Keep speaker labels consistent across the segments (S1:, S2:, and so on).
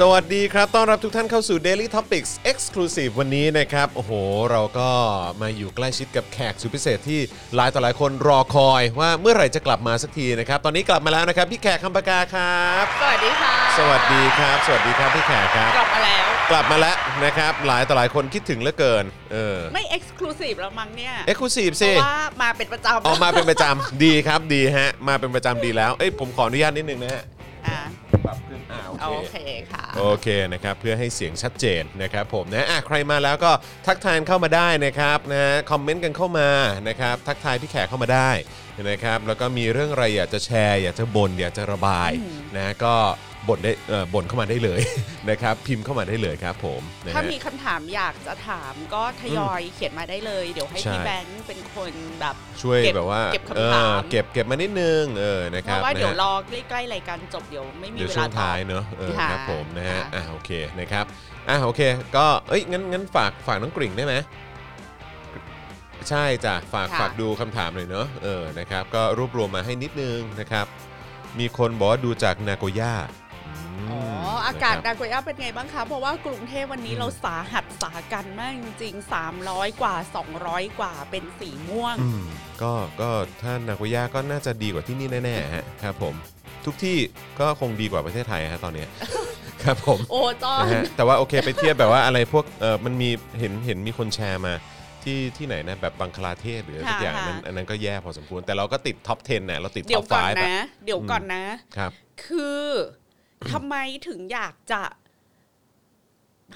S1: สวัสดีครับ ต้อนรับทุกท่านเข้าสู่ Daily Topics Exclusive วันนี้นะครับ โอ้โห เราก็มาอยู่ใกล้ชิดกับแขกสุดพิเศษที่หลายต่อหลายคนรอคอยว่าเมื่อไหร่จะกลับมาสักทีนะครับ ตอนนี้กลับมาแล้วนะครับ พี่แขกคำปากาครับ
S2: สวัสดีค่ะ
S1: สวัสดีครับ สวัสดีครับพี่แขกครับ
S2: กลับมาแล้ว
S1: กลับมาแล้วนะครับ หลายต่อหลายคนคิดถึงเหลือเกิน เออ
S2: ไม่ Exclusive แล้วมั้งเนี่ย
S1: เอ็กซ์คลูซีฟ
S2: เพ
S1: สิ
S2: ราะว่ามาเป็นประจำ
S1: ออกมาเป็นประจำ ดีครับดีฮะ มาเป็นประจำดีแล้ว เอ้ยผมขออนุญาตนิดนึงนะฮะ
S2: อ่ะ
S1: ปรับขึ้นอ่า
S2: โอ
S1: โอเค
S2: เคค่ะ
S1: โอเคนะครับเพื่อให้เสียงชัดเจนนะครับผมนะอ่ะใครมาแล้วก็ทักทายเข้ามาได้นะครับนะฮะคอมเมนต์กันเข้ามานะครับทักทายพี่แขกเข้ามาได้นะครับแล้วก็มีเรื่องอะไรอยากจะแชร์ อยากจะบ่นอยากจะระบายนะก็บ่นได้เอ่อบ่นเข้ามาได้เลย นะครับพิมพ์เข้ามาได้เลยครับผมนะ
S2: ถ้า
S1: ฮะ
S2: มีคำถามอยากจะถามก็ทยอยเขียนมาได้เลย เดี๋ยวให้
S1: ใช่
S2: พี่แบงค์เป็นคนแบบ
S1: ช่วย
S2: เก็
S1: แบบว่า
S2: เก็บ
S1: เอ
S2: คำ
S1: อ
S2: ถาม
S1: เก็บเก็บมานิดนึงเออนะค
S2: เพ
S1: รับ
S2: ราะว่าเดี๋ยว
S1: นะฮะ
S2: รอใกล้ๆรายการจบเดี๋ยวไม่มี
S1: เดี๋ยว
S2: เว
S1: ช่
S2: ลาว
S1: ง
S2: ต่อ
S1: ท้ายเนอะเออ
S2: ค่ะ
S1: ครับผมนะฮะ
S2: ค่ะ
S1: อ่ะโอเคนะครับอ่ะโอเคก็เอ้ยงั้นงั้นฝากฝากน้องกริ่งได้ไหมใช่จ้ะฝาก
S2: ค่ะ
S1: ฝากดูคำถามหน่อยเนอะเออนะครับก็รวบรวมมาให้นิดนึงนะครับ มีคนบอกว่าดูจากนาโกย่าอืม
S2: อ๋ออากาศ
S1: นะค
S2: ดา
S1: รับ
S2: โกย่าเป็นไงบ้างคะ เพราะว่ากรุงเทพวันนี้
S1: อืม
S2: เราสาหัสสากันมากจริงๆ300 กว่า 200 กว่าเป็นสีม่วง
S1: อืมก็ก็ถ้านาโกย่าก็น่าจะดีกว่าที่นี่แน่ๆฮะครับผมทุกที่ก็คงดีกว่าประเทศไทยฮะต อนเนี้ยครับผม
S2: โอ้จอน
S1: นะฮะ แต่ว่าโอเคไปเทียบแบบว่าอะไรพวกเออมันมีเห็นเห็นมีคนแชร์มาที่ที่ไหนนะแบบบังคลาเทศหรืออะไรสักอย่าง
S2: ค่ะ
S1: นั้นอันนั้นก็แย่พอสมควร แต่เราก็ติดท็อป 10นะเราติด
S2: เดี๋
S1: ท็
S2: ย
S1: อ
S2: ว
S1: ป
S2: ก่อน
S1: 5
S2: นะ เดี๋ยวก่อนนะ
S1: ครับ
S2: คือทำไมถึงอยากจะ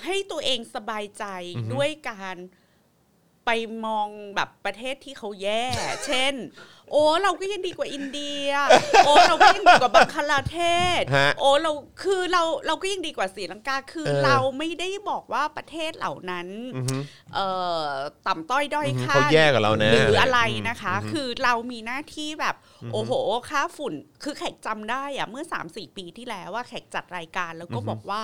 S2: ให้ตัวเองสบายใจ
S1: อือฮึ
S2: ด้วยการไปมองแบบประเทศที่เขาแย่ เช่น โอ้เราก็ยังดีกว่าอินเดีย โอ้เราก็ยังดีกว่าบังคลาเทศ
S1: ฮะ
S2: โอ้เราคือเราเราก็ยังดีกว่าศรีลังกาคือ
S1: เออ
S2: เราไม่ได้บอกว่าประเทศเหล่านั้น
S1: อือฮึ
S2: เอ่อต่ำต้อยด้อย
S1: อือฮึ
S2: ค่า
S1: เขาแย่กับเรานะ
S2: หรืออะไร
S1: ม
S2: นะคะ คือเรามีหน้าที่แบบโอ้โห ค่าฝุ่น คือแขกจำได้อะเมื่อ 3 4 ปีที่แล้วว่าแขกจัดรายการแล้วก็
S1: อือฮึ
S2: บอกว่า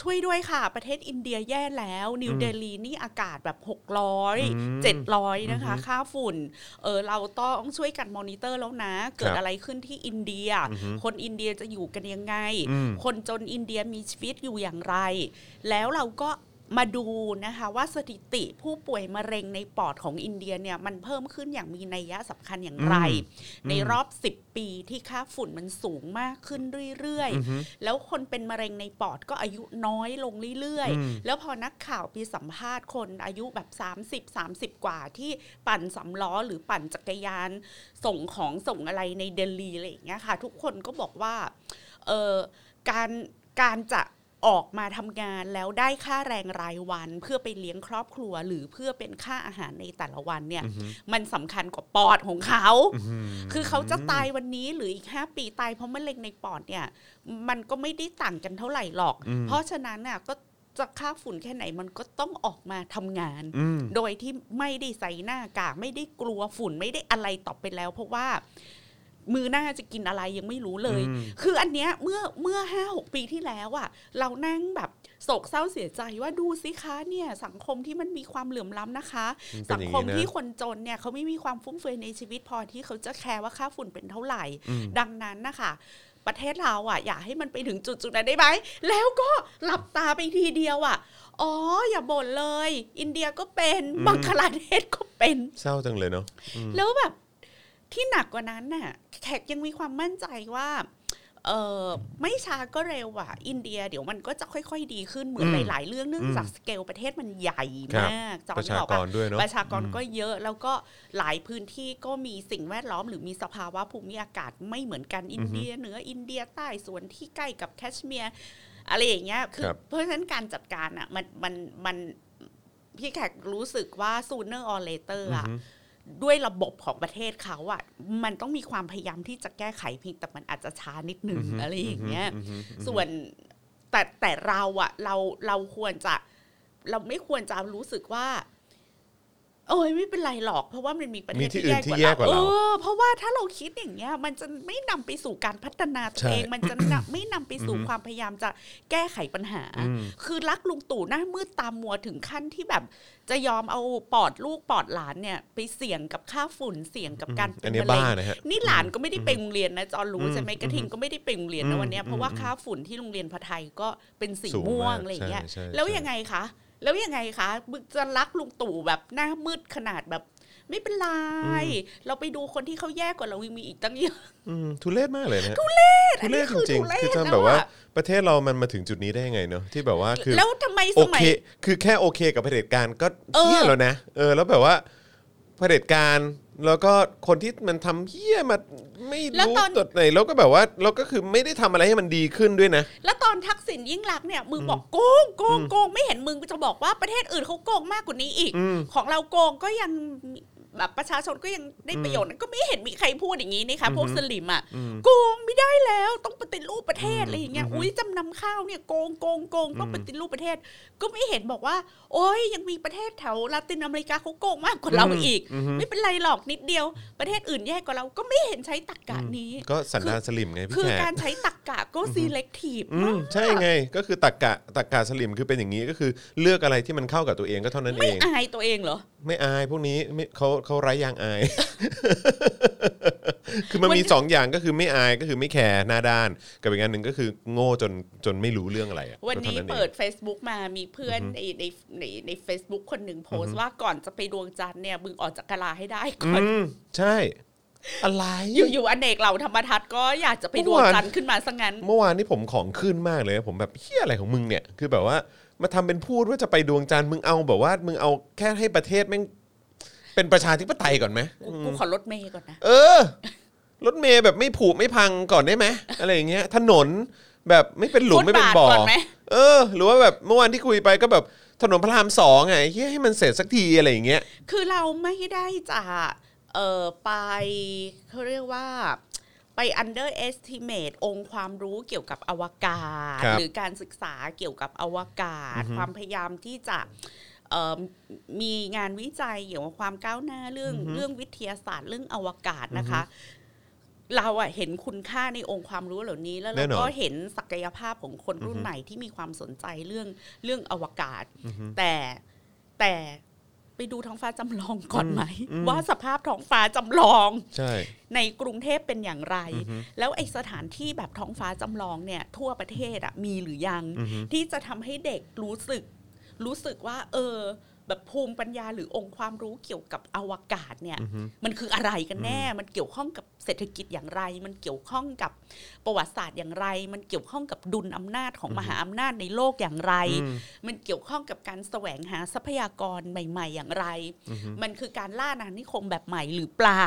S2: ช่วยด้วยค่ะ ประเทศอินเดียแย่แล้ว นิว
S1: อืม
S2: เดลีนี่อากาศแบบ
S1: ม
S2: 600 700 นะคะ
S1: อือฮึ
S2: ค่าฝุ่นเออเราต้องช่วยกันมอนิเตอร์แล้วนะ เกิดอะไรขึ้นที่อินเดีย
S1: อือฮึ
S2: คนอินเดียจะอยู่กันยังไง
S1: อืม
S2: คนจนอินเดียมีชีวิตอยู่อย่างไร แล้วเราก็มาดูนะคะว่าสถิติผู้ป่วยมะเร็งในปอดของอินเดียเนี่ยมันเพิ่มขึ้นอย่างมีนัยยะสำคัญอย่างไร ในรอบ 10 ปีที่ค่าฝุ่นมันสูงมากขึ้นเรื่อย
S1: อือฮึ
S2: ๆ แล้วคนเป็นมะเร็งในปอดก็อายุน้อยลงเรื่อย
S1: อืม
S2: ๆ แล้วพอนักข่าวไปสัมภาษณ์คนอายุแบบ 30 30 กว่าที่ปั่นสำล้อหรือปั่นจักรยาน ส่งของส่งอะไรในเดลีอะไรอย่างเงี้ยค่ะ ทุกคนก็บอกว่าเออการการจะออกมาทำงานแล้วได้ค่าแรงรายวัน เพื่อไปเลี้ยงครอบครัว หรือเพื่อเป็นค่าอาหารในแต่ละวันเนี่ย มันสำคัญกว่าปอดของเขา
S1: อืม
S2: คือเขาจะตายวันนี้หรืออีก 5 ปีตายเพราะมะเร็งในปอดเนี่ย มันก็ไม่ได้ต่างกันเท่าไหร่หรอก
S1: อืม
S2: เพราะฉะนั้นน่ะก็จะค่าฝุ่นแค่ไหนมันก็ต้องออกมาทำงาน
S1: อืม
S2: โดยที่ไม่ได้ใส่หน้ากากไม่ได้กลัวฝุ่นไม่ได้อะไรต่อไปแล้ว เพราะว่า มือหน้าจะกินอะไรยังไม่รู้เลย
S1: อืม
S2: คืออันเนี้ยเมื่อเมื่อห้าหกปีที่แล้วอะเรานั่งแบบโศกเศร้าเสียใจว่าดูสิคะเนี่ย สังคมที่มันมีความเหลื่อมล้ำนะคะ
S1: นเป็
S2: สั
S1: น
S2: ง
S1: อย่า
S2: คม
S1: นะ
S2: ที่คนจนเนี่ยเขาไม่มีความฟุ่มเฟือยในชีวิตพอที่เขาจะแคร์ว่าค่าฝุ่นเป็นเท่าไหร่
S1: อืม
S2: ดังนั้นนะคะประเทศเราอ่ะ อยากให้มันไปถึงจุดจุดนั้นได้ไหมแล้วก็หลับตาไปทีเดียวอ่ะ อ๋อ อย่าบ่นเลย อินเดียก็เป็น
S1: อืม
S2: บังคลาเทศก็เป็น
S1: เศร้าจังเลยเนาะอืม
S2: แล้วแบบที่หนักกว่านั้นน่ะ แขกยังมีความมั่นใจว่า เออไม่ช้าก็เร็วอ่ะ อินเดียเดี๋ยวมันก็จะค่อย ๆ ดีขึ้นเหมือน
S1: อืม
S2: หลายๆเรื่องเนื่องจากสเกลประเทศมันใหญ่
S1: ครับ
S2: มากจอ
S1: ประ
S2: น
S1: ชา
S2: บอก
S1: ก
S2: ว่า
S1: รด้วยเนาะ
S2: ประชากรก็เยอะแล้วก็หลายพื้นที่ก็มีสิ่งแวดล้อมหรือมีสภาวะภูมิอากาศไม่เหมือนกันอินเดียเหนืออินเดียใต้ส่วนที่ใกล้กับแคชเมียร์อะไรอย่างเงี้ยคือเพราะฉะนั้นการจัดการอ่ะมันมันมันพี่แขกรู้สึกว่า sooner or later
S1: อือ
S2: อ่ะ
S1: ฮึ
S2: ด้วยระบบของประเทศเขาอ่ะมันต้องมีความพยายามที่จะแก้ไขเพียงแต่มันอาจจะช้านิดนึง
S1: อือฮึ
S2: อะไรอย่างเงี้ย
S1: อือฮึอือฮึ
S2: ส่วนแต่แต่เราอะเราเราควรจะ เราไม่ควรจะรู้สึกว่า เ โอ้ยไม่เป็นไรหรอก เพราะว่ามันมีประเท
S1: มี
S2: ศ
S1: ที่อื่นที่แย่กว่าเรา
S2: เออเพราะว่าถ้าเราคิดอย่างเงี้ยมันจะไม่นำไปสู่การพัฒนาตัว
S1: ใช่
S2: เองมันจะนำ ไม่นำไปสู่ความพยายามจะแก้ไขปัญหา คือรักลุงตู่หน้ามืดตามมัวถึงขั้นที่แบบ จะยอมเอาปอดลูกปอดหลานเนี่ย ไปเสี่ยงกับค่าฝุ่นเสี่ยงกับการเป็
S1: อั
S2: น
S1: นเนี้ย
S2: มะเร็ง
S1: บ้านะฮะ
S2: นี่หลานก็ไม่ได้ไปโรงเรียนนะจอนรู้ใช่ไหมกระทิงก็ไม่ได้ไปโรงเรียน
S1: อื
S2: นะ
S1: ม
S2: วันเนี้ยเพราะว่าค่าฝุ่นที่โรงเรียนพะไทยก็เป็นสีม่วง
S1: สูงมาก
S2: อะไรอย่างเงี้ย
S1: ใช่ใช่
S2: แล้ว
S1: ใช่
S2: ยังไงคะ แล้วยังไงคะมึงจะรักลุงตู่แบบหน้ามืดขนาดแบบ ไม่เป็นไร เราไปดูคนที่เขาแย่กว่าเรามีอีกตั้งเยอะ
S1: อืมทุเรศมากเลยนะทุเรศทุเรศจ
S2: อันนี้คือ
S1: ริง
S2: ทุเร
S1: ๆ
S2: ศ
S1: คือ
S2: แล้วอะ
S1: ทำแบบว่าประเทศเรามันมาถึงจุดนี้ได้ยังไงเนอะที่แบบว่าคือ
S2: แล้วทำไม
S1: โอ
S2: สมั
S1: เค
S2: ย
S1: คือแค่โอเคกับเผด็จการก็
S2: เออ
S1: เฮี้ยแล้วนะ เออ แล้วแบบว่าเผด็จการ แล้วก็คนที่มันทำเฮี้ยมาไม่
S2: แล้ว
S1: รู้
S2: ตอน
S1: ตดไหน แล้วก็แบบว่าเราก็คือไม่ได้ทำอะไรให้มันดีขึ้นด้วยนะ
S2: แล้วตอนทักษิณยิ่งรักษณ์เนี่ยมึงบอกโกงโกงโกงไม่เห็นมึงจะบอกว่าประเทศอื่นเขาโกงมากกว่านี้อีก
S1: อืม
S2: ของเราโกงก็ยังแบบประชาชนก็ยังได้ประโยชน์ก็ไม่เห็นมีใครพูดอย่างนี้นะคะพวกสลิมอ่ะโกงไม่ได้แล้วต้องปฏิรูปประเทศอะไรอย่างเงี้ยอุ้ยจำนำข้าวเนี่ยโกงโกงโกงต้องปฏิรูปประเทศ ก็ไม่เห็นบอกว่า โอ้ยยังมีประเทศแถวลาตินอเมริกาเขาโกงมากกว่าเราอีก ไม่เป็นไรหรอกนิดเดียว ประเทศอื่นแย่กว่าเราก็ไม่เห็นใช้ตรรกะนี้
S1: ก็สันดานสลิมไงพี่
S2: คือ
S1: แขก
S2: การใช้ตรรกะก็ selective
S1: อื
S2: มาม ก
S1: ใช่ไง ก็คือตักกะตักกะสลิมคือเป็นอย่างนี้ก็คือเลือกอะไรที่มันเข้ากับตัวเองก็เท่านั้นเอ
S2: ไม่
S1: ง
S2: อายตัวเองเหรอ
S1: ไม่อายพวกนี้ไม่เขาเขาไร้ยางอาย คือมันมี
S2: มัน
S1: สองอย่างก็คือไม่อายก็คือไม่แคร์หน้าด้าน กับอีกอันหนึ่งก็คือโง่จนจนไม่รู้เรื่องอะไรอะ
S2: วันนี้
S1: ท่าอง
S2: เปิด Facebook มามีเพื่อนในในในในเฟซบุ๊กคนหนึ่งโพสต์ว่าก่อนจะไปดวงจันทร์เนี่ยมึงออกจากกะลาให้ได้ก่อน
S1: อืมใช่ อะไร
S2: อยู่ๆอเนกเหล่าธรรมทัศน์ก็อยากจะไปดวงจันทร์ขึ้นมาซะงั้น
S1: เมื่อวานนี่ผมของขึ้นมากเลยนะผมแบบเฮียอะไรของมึงเนี่ย คือแบบว่ามาทำเป็นพูดว่าจะไปดวงจันทร์มึงเอาแบบว่ามึงเอาแค่ให้ประเทศแม่งเป็นประชาธิปไตยก่อนไหม
S2: กูกูขอรถเมย์ก่อนนะ
S1: เออ รถเมย์แบบไม่ผูกไม่พังก่อนได้ไหมอะไรอย่างเงี้ย ถนนแบบไม่เป็นหลุม
S2: ฟุตบาท
S1: ไม่เป็นบ่อ
S2: ก่อนไหม
S1: เออ หรือว่าแบบเมื่อวานที่คุยไปก็แบบถนนพระรามสองไงเฮียให้มันเสร็จสักทีอะไรอย่างเงี้ย
S2: คือเราไม่ได้จะเอ่อไปเขาเรียกว่าไป underestimate องค์ความรู้เกี่ยวกับอวกาศ
S1: ครับ
S2: หรือการศึกษาเกี่ยวกับอวกาศ ความพยายามที่จะเอ่อมีงานวิจัยเกี่ยวกับความก้าวหน้าเรื่องเรื่องวิทยาศาสตร์เรื่องอวกาศนะคะ เราอะเห็นคุณค่าในองค์ความรู้เหล่านี้ แล้วเรา
S1: แน่นอน
S2: ก็เห็นศักยภาพของคนรุ่นใหม่ที่มีความสนใจเรื่องเรื่องอวกาศ แต่แต่ไปดูท้องฟ้าจำลองก่อนไหม ว่าสภาพท้องฟ้าจำลอง
S1: ใช่
S2: ในกรุงเทพเป็นอย่างไร แล้วไอสถานที่แบบท้องฟ้าจำลองเนี่ย ทั่วประเทศอะมีหรือยัง ที่จะทำให้เด็กรู้สึก รู้สึกว่า เออ แบบภูมิปัญญาหรือองค์ความรู้เกี่ยวกับอวกาศเนี่ย มันคืออะไรกันแน่ มันเกี่ยวข้องกับเศรษฐกิจอย่างไร มันเกี่ยวข้องกับประวัติศาสตร์อย่างไร มันเกี่ยวข้องกับดุลอำนาจของมหาอำนาจในโลกอย่างไร มันเกี่ยวข้องกับการแสวงหาทรัพยากรใหม่ ๆ อย่างไร มันคือการล่านานิคมแบบใหม่หรือเปล่า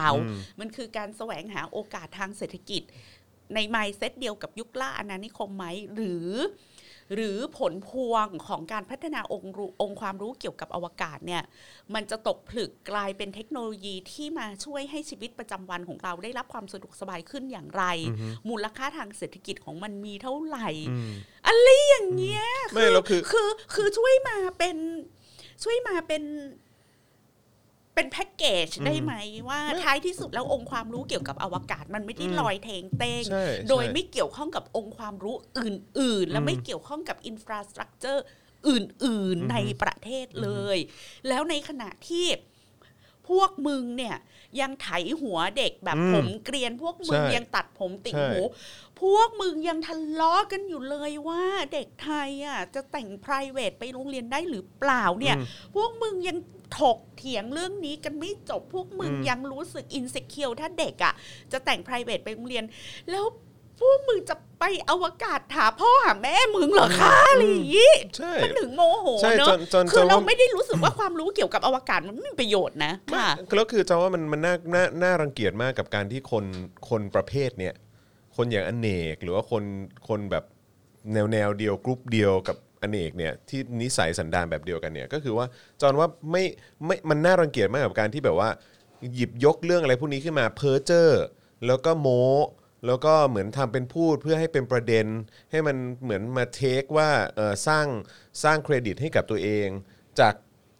S2: มันคือการแสวงหาโอกาสทางเศรษฐกิจ ในไมเซ็ตเดียวกับยุคล่าอาณานิคมไหม หรือ หรือผลพวงของการพัฒนาองค์รู้องค์ความรู้เกี่ยวกับอวกาศเนี่ย มันจะตกผลึกกลายเป็นเทคโนโลยีที่มาช่วยให้ชีวิตประจำวันของเราได้รับความสะดวกสบายขึ้นอย่างไร มูลค่าทางเศรษฐกิจของมันมีเท่าไหร่ อะไรอย่างเงี้ย
S1: ไม่แล้วคือ
S2: คือคือช่วยมาเป็นช่วยมาเป็น เป็นแพ็กเกจได้ไหมว่าท้ายที่สุดแล้วองค์ความรู้เกี่ยวกับอวกาศ มันไม่ได้ลอยเทงเต้ง
S1: ใช่
S2: โดย
S1: ใช่
S2: ไม่เกี่ยวข้องกับองค์ความรู้อื่น ๆ และไม่เกี่ยวข้องกับอินฟราสตรักเจอร์อื่น ๆ ในประเทศเลย แล้วในขณะที่พวกมึงเนี่ย ยังไถหัวเด็กแบบ
S1: อืม
S2: ผมเกรียนพวกมึง
S1: ใช่
S2: ยังตัดผมติ่ง
S1: ใช่
S2: หู พวกมึงยังทะเลาะกันอยู่เลยว่าเด็กไทยอ่ะจะแต่ง p r i v a t ไปโรงเรียนได้หรือเปล่าเนี่ย พวกมึงยังถกเถียงเรื่องนี้กันไม่จบ พวกมึงยังรู้สึกอินเ c เคียวถ้าเด็กอ่ะ จะแต่ง p r i v a t ไปโรงเรียน แล้วพวกมึงจะไปอวกาศหาพ่อหาแม่มึงเหรอคะอะไรอย่างงี้
S1: ใช่
S2: มันถึงโมโห
S1: ใช่
S2: เนอะ
S1: จนจน
S2: คื
S1: จ
S2: อ
S1: น
S2: เรา
S1: ว่า
S2: ไม่ได้รู้สึกว่าความรู้เกี่ยวกับอวกาศมันไม่มีประโยชน์นะค่ะ
S1: แล้วคือจะว่ามันมันน่าน่าน่ารังเกียจมากกับการที่คนคนประเภทเนี่ย คนอย่างอเนกหรือว่าคนคนแบบแนวแนวเดียวกรุ๊ปเดียวกับอเนกเนี่ยที่นิสัยสันดานแบบเดียวกันเนี่ยก็คือว่าจอนว่าไม่ไม่มันน่ารังเกียจมากกับการที่แบบว่า หยิบยกเรื่องอะไรพวกนี้ขึ้นมาเพ้อเจ้อแล้วก็โม้ แล้วก็เหมือนทำเป็นพูดเพื่อให้เป็นประเด็น ให้มันเหมือนมาเทคว่าเอ่อสร้างสร้างเครดิตให้กับตัวเองจาก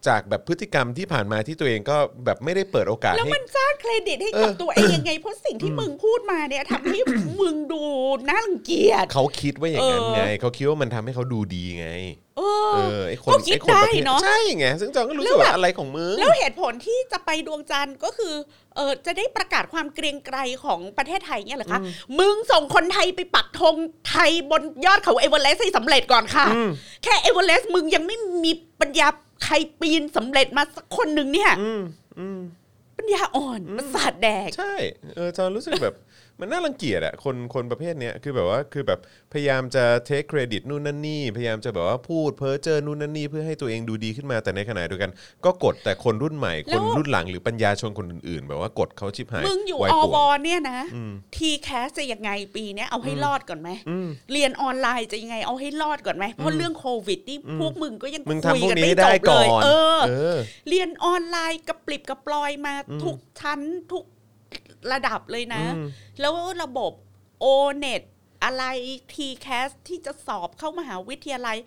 S1: จากแบบพฤติกรรมที่ผ่านมาที่ตัวเองก็แบบไม่ได้เปิดโอกาส
S2: แล้ว
S1: ให้
S2: มันสร้างเครดิตให้
S1: เอ
S2: กั
S1: อ
S2: บตัวเองยังไง เพราะสิ่งที่มึงพูดมาเนี่ยทำให้ มึงดูน่ารังเกียจ
S1: เขาคิดว่าอย่างนั้นไง
S2: เออ
S1: เขาคิดว่ามันทำให้เขาดูดีไง
S2: เอ
S1: เอ
S2: อ
S1: อไอคน
S2: ก็คิด
S1: ไอคนประเภท
S2: ได้เนอะ
S1: ใช่ไงซึ่งจองก็รู้สึ
S2: แล้
S1: ก
S2: วแบบ
S1: ว่าอะไรของมึง
S2: แล้วเหตุผลที่จะไปดวงจันทร์ก็คือเออจะได้ประกาศความเกรียงไกรของประเทศไทยเนี่ยเหรอคะ มึงส่งคนไทยไปปักธงไทยบนยอดเขาเอเวอเรสต์ให้สำเร็จก่อนค่ะ
S1: อืม
S2: แค่เอเวอเรสต์มึงยังไม่มีปัญญาใครปีนสำเร็จมาสักคนหนึ่งเนี่ย
S1: อืมอืม
S2: ปัญญาอ่อน
S1: อืม
S2: ประสาทแดก
S1: ใช่ เออจอนรู้สึกแบบ มันน่ารังเกียจอะคนคนประเภทเนี้ยคือแบบว่าคือแบบพยายามจะเทคเครดิตนู่นนั่นนี่ พยายามจะแบบว่าพูดเพ้อเจอนู่นนั่นนี่เพื่อให้ตัวเองดูดีขึ้นมาแต่ในขณะเดียวกัน ก็กดแต่คนรุ่นใหม่
S2: แล้
S1: ค
S2: วน
S1: รุ่นหลังหรือปัญญาชนคนอื่นๆ แบบว่ากดเขาชิบหาย
S2: มึงอยู่
S1: ไว
S2: อ
S1: ปว
S2: ว
S1: ด
S2: เนี่ยนะ
S1: อืม
S2: ทีแคสจะยังไงปีเนี้ยเอาให้
S1: อืม
S2: รอดก่อนไหม
S1: อืม
S2: เรียนออนไลน์จะยังไงเอาให้รอดก่อนไหม เพ
S1: อื
S2: ราะ
S1: ม
S2: เรื่องโควิดนี่
S1: อืม
S2: พวกมึงก็ยัง
S1: มึง
S2: คุย
S1: ทำพวก
S2: กัน
S1: นี้
S2: ไม่
S1: ให้
S2: จ
S1: ได้
S2: บเล
S1: ก่อน
S2: ยเออ
S1: เออ
S2: เรียนออนไลน์กระปลิบกระปลอยมา
S1: อืม
S2: ทุกชั้นทุกระดับเลยนะ
S1: อืม
S2: แล้วระบบโอเน็ตอะไร t c a s ที่จะสอบเข้ามหาวิทยาลัย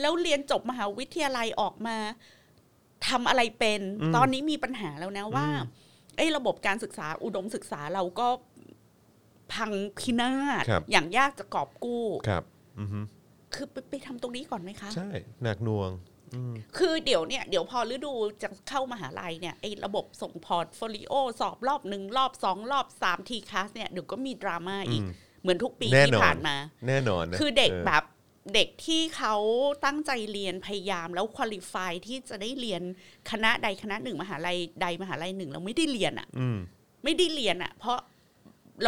S2: แล้วเรียนจบมหาวิทยาลัยออกมาทำอะไรเป็น
S1: อืม
S2: ตอนนี้มีปัญหาแล้วนะว่า
S1: อืม
S2: ไอ้ระบบการศึกษาอุดมศึกษาเราก็พังพินาศ
S1: ครับ
S2: อย่างยากจะกอบกู้
S1: ครับอือฮึ
S2: คือไปไปทำตรงนี้ก่อนไหมคะ
S1: ใช่หนักหน่วงอืม
S2: คือเดี๋ยวเนี่ยเดี๋ยวพอฤดูจะเข้ามหาลัยเนี่ยไอ้ระบบส่งพอร์ตโฟลิโอสอบรอบหนึ่งรอบสองรอบสามทีคลาสเนี่ยเดี๋ยวก็มีดราม่าอีก
S1: อืม
S2: เหมือนทุกปี
S1: แน่
S2: ที่
S1: นอน
S2: ผ่านมา
S1: แน่นอนนะ
S2: คือเด็ก
S1: อ
S2: แบบเด็กที่เขาตั้งใจเรียนพยายามแล้วคุณลิฟายที่จะได้เรียนคณะใดคณะหนึ่งมหาลัยใดมหาลัยหนึ่งแล้วไม่ได้เรียนอ่ะ
S1: อืม
S2: ไม่ได้เรียนอ่ะ เพราะ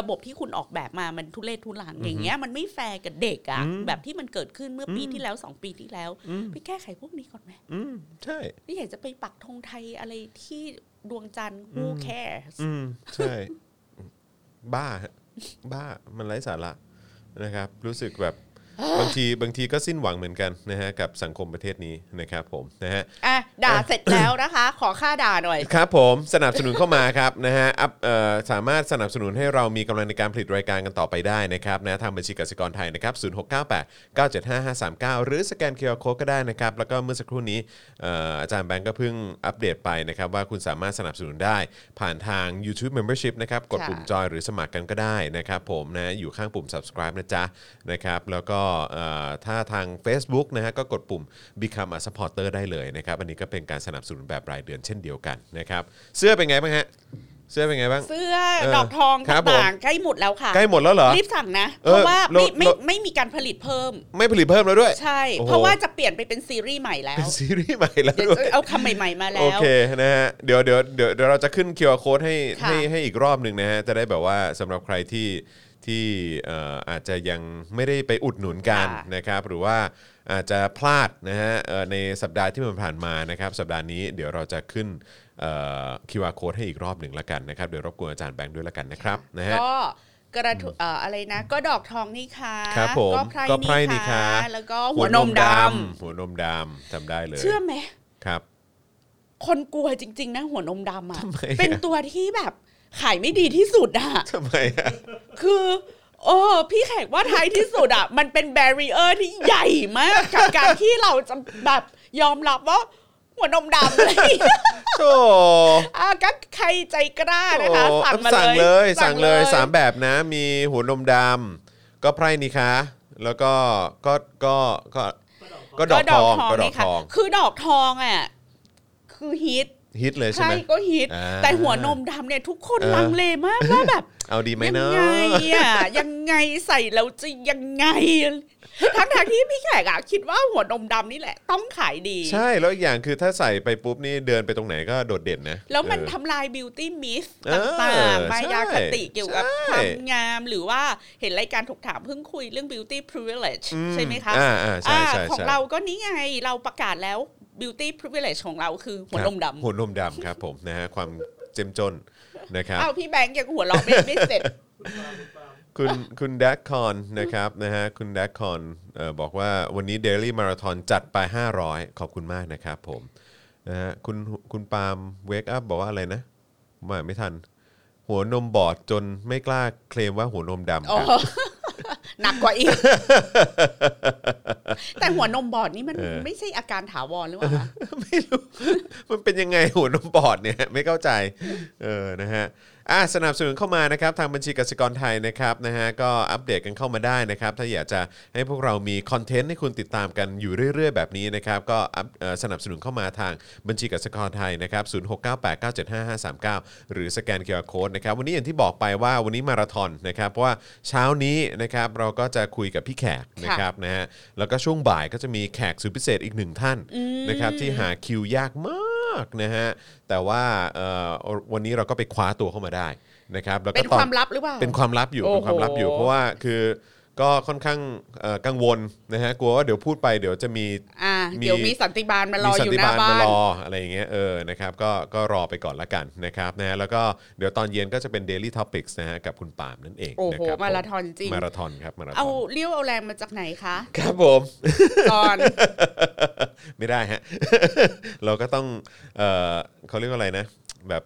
S2: ระบบที่คุณออกแบบมามันทุเรศทุลังอย่างเงี้ยมันไม่แฟร์กับเด็กอ่ะ
S1: อืม
S2: แบบที่มันเกิดขึ้นเมื่อปี
S1: อืม
S2: ที่แล้วสองปีที่แล้ว
S1: อืม
S2: ไปแก้ไขพวกนี้ก่อนไหม
S1: อืมใช่
S2: นี่อยากจะไปปักธงไทยอะไรที่ดวงจันทร์ who
S1: อืม
S2: cares
S1: อืมใช่ บ้าฮะบ้ามันไร้สาระนะครับ รู้สึกแบบบางทีบางทีก็สิ้นหวังเหมือนกันนะฮะกับสังคมประเทศนี้นะครับ ผมนะฮะ
S2: อ่ะ ด่า
S1: อ่ะ
S2: เสร็จแล้วนะคะ ขอค่าด่าหน่อย
S1: ครับผมสนับสนุนเข้ามาครับ นะฮะอัพเอ่อสามารถสนับสนุนให้เรามีกำลังในการผลิตรายการกันต่อไปได้นะครับนะทางบัญชีกสิกรไทยนะครับ 0698 975 539 หรือสแกนเคอร์โคก็ได้นะครับ แล้วก็เมื่อสักครู่นี้เอ่ออาจารย์แบงก์ก็เพิ่งอัปเดตไปนะครับ ว่าคุณสามารถสนับสนุนได้ ผ่านทาง YouTube Membership นะครับ กดปุ่ม
S2: ค่ะ
S1: จอยหรือสมัครกันก็ได้นะครับผมนะอยู่ข้างปุ่ม subscribe นะจ๊ะนะครับแล้วก็เอ่อถ้าทาง Facebook นะฮะก็กดปุ่ม become a supporter ได้เลยนะครับอันนี้ก็เป็นการสนับสนุนแบบรายเดือนเช่นเดียวกันนะครับเสื้อเป็นไงบ้างฮะเสื้อเป็นไงบ้าง
S2: เสื้อ
S1: เออ
S2: ดอกทอง
S1: ครับผม
S2: ต่างๆใกล้หมดแล้วค่ะ
S1: ใกล้หมดแล้วเหรอ
S2: รีบสั่งนะ
S1: เอ
S2: เพ
S1: อ
S2: ราะว่าไม่
S1: เรา
S2: ไม่
S1: เรา
S2: ไม่มีการผลิตเพิ่ม
S1: ไม่ผลิตเพิ่มแล้วด้วย
S2: ใช่
S1: โอ้โห
S2: เพราะว่าจะเปลี่ยนไปเป็นซีรีส์ใหม่แล้ว
S1: เป็น ซีรีส์ใหม่แล้ว
S2: เดี๋ยว
S1: ด้วย
S2: จะเอาคำใหม่ๆมาแล้
S1: โอ
S2: ว
S1: เคนะฮะเดี๋ยวเดี๋ยวเดี๋ยวเดี๋ยวเราจะขึ้น QR code ให้
S2: ค่ะ
S1: ให้ให้อีกรอบหนึ่งนะฮะจะได้แบบว่าสำหรับใครที่ที่เอ่ออาจจะยังไม่ได้ไปอุดหนุนกัน
S2: ค่ะ
S1: นะครับหรือว่าอาจจะพลาดนะฮะเอ่อในสัปดาห์ที่มันผ่านมานะครับสัปดาห์นี้เดี๋ยวเราจะขึ้นเอ่อ QR code ให้อีกรอบหนึ่งละกันนะครับเดี๋ยวรบกวนอาจารย์แบงค์ด้วยละกันนะครับนะฮะ
S2: ก็กระทุเอ่ออะไรนะ ก็ดอกทองนี่ค่ะ
S1: ครับผม
S2: ก็ไพร
S1: ก็ไพร่นี่
S2: นี่
S1: ค่ะ
S2: ค่ะแล้วก็หัวนมดำ
S1: หัวนมดำจำได้เลย
S2: เชื่อไหม
S1: ครับ
S2: คนกลัวจริง ๆ นะ หัวนมดำอะ
S1: ทำไมอะ
S2: เป็นตัวที่แบบขายไม่ดีที่สุดอะ
S1: ทำไมอะ
S2: คือเออพี่แขกว่าท้ายที่สุดอะมันเป็นแบรีเออร์ที่ใหญ่มาก กับการที่เราจะแบบยอมรับว่าหัวนมดำอะไรอย่างเงี้ย
S1: โอ้
S2: อ่ะก็ใครใจกล้านะคะ
S1: โอ้
S2: สั่งมา
S1: สั่ง
S2: เล
S1: เลย ย สั่งเลยสามแบบนะ มีหัวนมดำก็ไพร่นี่คะแล้วก็ก็ก็ก็ก็ดอกทองก็ดอก
S2: นี่ค่ะ
S1: ทอง
S2: คือดอกทองอะคือฮิต
S1: ฮิตเลยใช่
S2: ใช่
S1: ไหม
S2: ก็ฮิต
S1: อ่า
S2: แต่หัวนมดำเนี่ยทุกคน
S1: เออ
S2: ลังเลมากว่าแบบ
S1: เอาดีไหมเนาะ
S2: ยังไงอ่ะ ยังไงใส่แล้วจะยังไง ทั้งทที่พี่แขกอ่ะคิดว่าหัวนมดำนี่แหละ ต้องขายดี
S1: ใช่แล้วอีกอย่างคือถ้าใส่ไปปุ๊บนี่เดินไปตรงไหนก็โดดเด่นนะ
S2: แล้วมัน
S1: เออ
S2: ทำลายบิวตี้มิส
S1: เอ
S2: ต
S1: อ่
S2: างๆ มายาคติ
S1: ใช่
S2: เกี่ยวกับ
S1: ใช่
S2: ความงามหรือว่าเห็นรายการถกถามเพิ่งคุยเรื่อง beauty privilege
S1: อื
S2: ใช่ไหมคะ
S1: อ่าอ่าใช่
S2: อ่า
S1: ใช่
S2: ของ
S1: ใช่
S2: เราก็นี่ไงเราประกาศแล้ว beauty privilege ของเราคือหัวนม
S1: ครับ
S2: ดำ
S1: หัวนมดำครับผมนะฮะความเจ้มจนนะครับ
S2: อ้าวพี่แบงค์ยังหัวเราะไม่ไม่เสร็จ
S1: คุณคุณแดกคอนนะครับนะฮะคุณแดกคอนเอ่อบอกว่าวันนี้ Daily Marathon จัดไป 500 ขอบคุณมากนะครับผมนะฮะคุณคุณปาล์มเวกอัพบอกว่าอะไรนะผมอ่านไม่ทัน หัวนมบอดจนไม่กล้าเคลมว่าหัวนมดำค
S2: อ๋อ
S1: รับ
S2: หนักกว่าอี ก แต่หัวนมบอดนี่มัน
S1: เออ
S2: ไม่ใช่อาการถาวรหรือเปล่าคะ
S1: ไม่รู้ มันเป็นยังไงหัวนมบอดเนี่ย ไม่เข้าใจเออนะฮะอ่ะสนับสนุนเข้ามานะครับ ทางบัญชีกสิกรไทยนะครับนะฮะก็อัปเดตกันเข้ามาได้นะครับ ถ้าอยากจะให้พวกเรามีคอนเทนต์ให้คุณติดตามกันอยู่เรื่อย ๆ แบบนี้นะครับ ก็อัพเอ่อสนับสนุนเข้ามาทางบัญชีกสิกรไทยนะครับ0 6 9 8 9 7 5 5 3 9 หรือสแกนเคอร์โคดนะครับ วันนี้อย่างที่บอกไปว่าวันนี้มาราธอนนะครับเพราะว่าเช้านี้นะครับเราก็จะคุยกับพี่แขกนะครับนะฮะแล้วก็ช่วงบ่ายก็จะมีแขกสุดพิเศษอีกหนึ่งท่านนะครับที่หาคิวยากมากนะฮะแต่ว่าเอ่อวันนี้เราก็ไปคว้าตัวเข้ามาได้นะครับแล้ว
S2: เป็
S1: ก็
S2: น
S1: ตอ
S2: ความลับหรือเปล่า
S1: เป็นความลับอยู่
S2: โอ้โห
S1: เป็นความลับอยู่เพราะว่าคือก็ค่อนข้างเอ่อกังวลนะฮะกลัวว่าเดี๋ยวพูดไปเดี๋ยวจะมี
S2: อ่า
S1: มี
S2: เดี๋ยวมีสันติบาลมาร
S1: มี
S2: อ
S1: สั
S2: อยู่
S1: ติ
S2: หน้า
S1: บา
S2: บ้าม
S1: ลาน รออะไรอย่างเงี้ยเออนะครับก็ก็รอไปก่อนละกันนะครับนะฮะแล้วก็เดี๋ยวตอนเย็นก็จะเป็น Daily Topics นะฮะกับคุณปาล์มนั่นเอง
S2: โอ้โห
S1: นะคบผ
S2: มาราธอนจริง
S1: มาราธอนครับมาราธอ
S2: เอา
S1: น
S2: เลี้ยวเอาแรงมาจากไหนคะ
S1: ครับผม
S2: ตอน
S1: ไม่ได้ฮะ เราก็ต้องเออเขาเรียกว่าอะไรนะ แบบ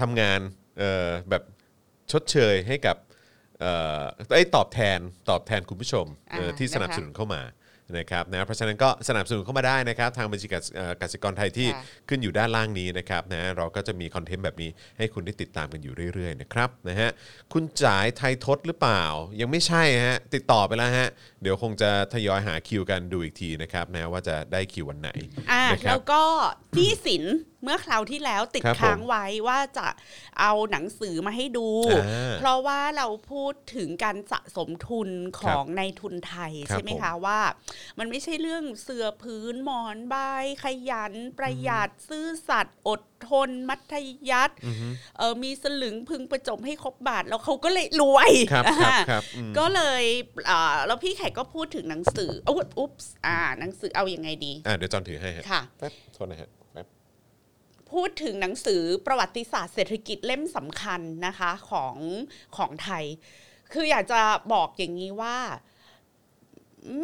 S1: ทำงานเออแบบชดเชยให้กับเออไอ้ยตอบแทนตอบแทนคุณผู้ชม
S2: อ่า
S1: เออที่
S2: นะ
S1: ส
S2: คะ
S1: นับสนุนเข้ามานะครับนะเพราะฉะนั้นก็สนับสนุนเข้ามาได้นะครับ ทางบัญชีกสเอ่อกสิกรไทยที่
S2: ค่ะ
S1: ขึ้นอยู่ด้านล่างนี้นะครับนะเราก็จะมีคอนเทนต์แบบนี้ให้คุณได้ติดตามกันอยู่เรื่อยๆนะครับนะฮะคุณจ่ายไทยทศหรือเปล่า ยังไม่ใช่ฮะติดต่อไปแล้วฮะเดี๋ยวคงจะทยอยหาคิวกันดูอีกทีนะครับนะว่าจะได้คิววันไหน
S2: อ่า
S1: นะครับ
S2: แล้วก็หนี้สินเมื่อคราวที่แล้วติด
S1: ครับผม
S2: ค้างไว้ว่าจะเอาหนังสือมาให้ดู
S1: อ่า
S2: เพราะว่าเราพูดถึงการสะสมทุนของในายทุนไทย
S1: ครับ
S2: ใช่ไหมคะว่า มันไม่ใช่เรื่องเสือพื้นหมอนใบขยัน ประหยัดซื่อสัตย์อดทน มัธยัติเออมีสลึงพึงประจบให้ครบบาท แล้วเขาก็เลยรวย
S1: ครับครับครับอืม
S2: ก็เลยอ่าแล้วพี่แขกก็พูดถึงหนังสืออุ๊บอุ๊บอ่าหนังสือเอายังไงดี
S1: อ่ะเดี๋ยวจอนถือให้ฮะ
S2: ค่ะ
S1: แป๊บโทษนะฮะแป๊บ
S2: พูดถึงหนังสือประวัติศาสตร์เศรษฐกิจเล่มสำคัญนะคะของของไทย คืออยากจะบอกอย่างนี้ว่า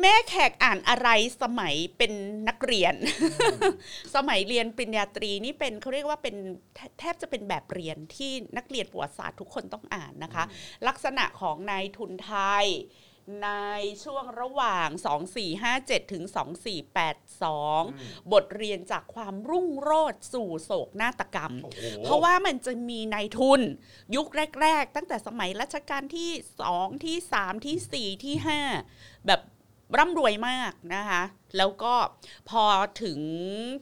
S2: แม่แขกอ่านอะไรสมัยเป็นนักเรียน สมัยเรียนปริญญาตรีนี่เป็นเขาเรียกว่าเป็นแทแทบจะเป็นแบบเรียนที่นักเรียนประวัติศาสตร์ทุกคนต้องอ่านนะคะ ลักษณะของนายทุนไทย ในช่วงระหว่าง 2457 ถึง 2482 บทเรียนจากความรุ่งโรจน์สู่โศกนาฏกรรม เพราะว่ามันจะมีนายทุนยุคแรก ๆ ตั้งแต่สมัยรัชกาลที่ 2 ที่ 3 ที่ 4 ที่ 5 แบบร่ำรวยมากนะคะ แล้วก็พอถึง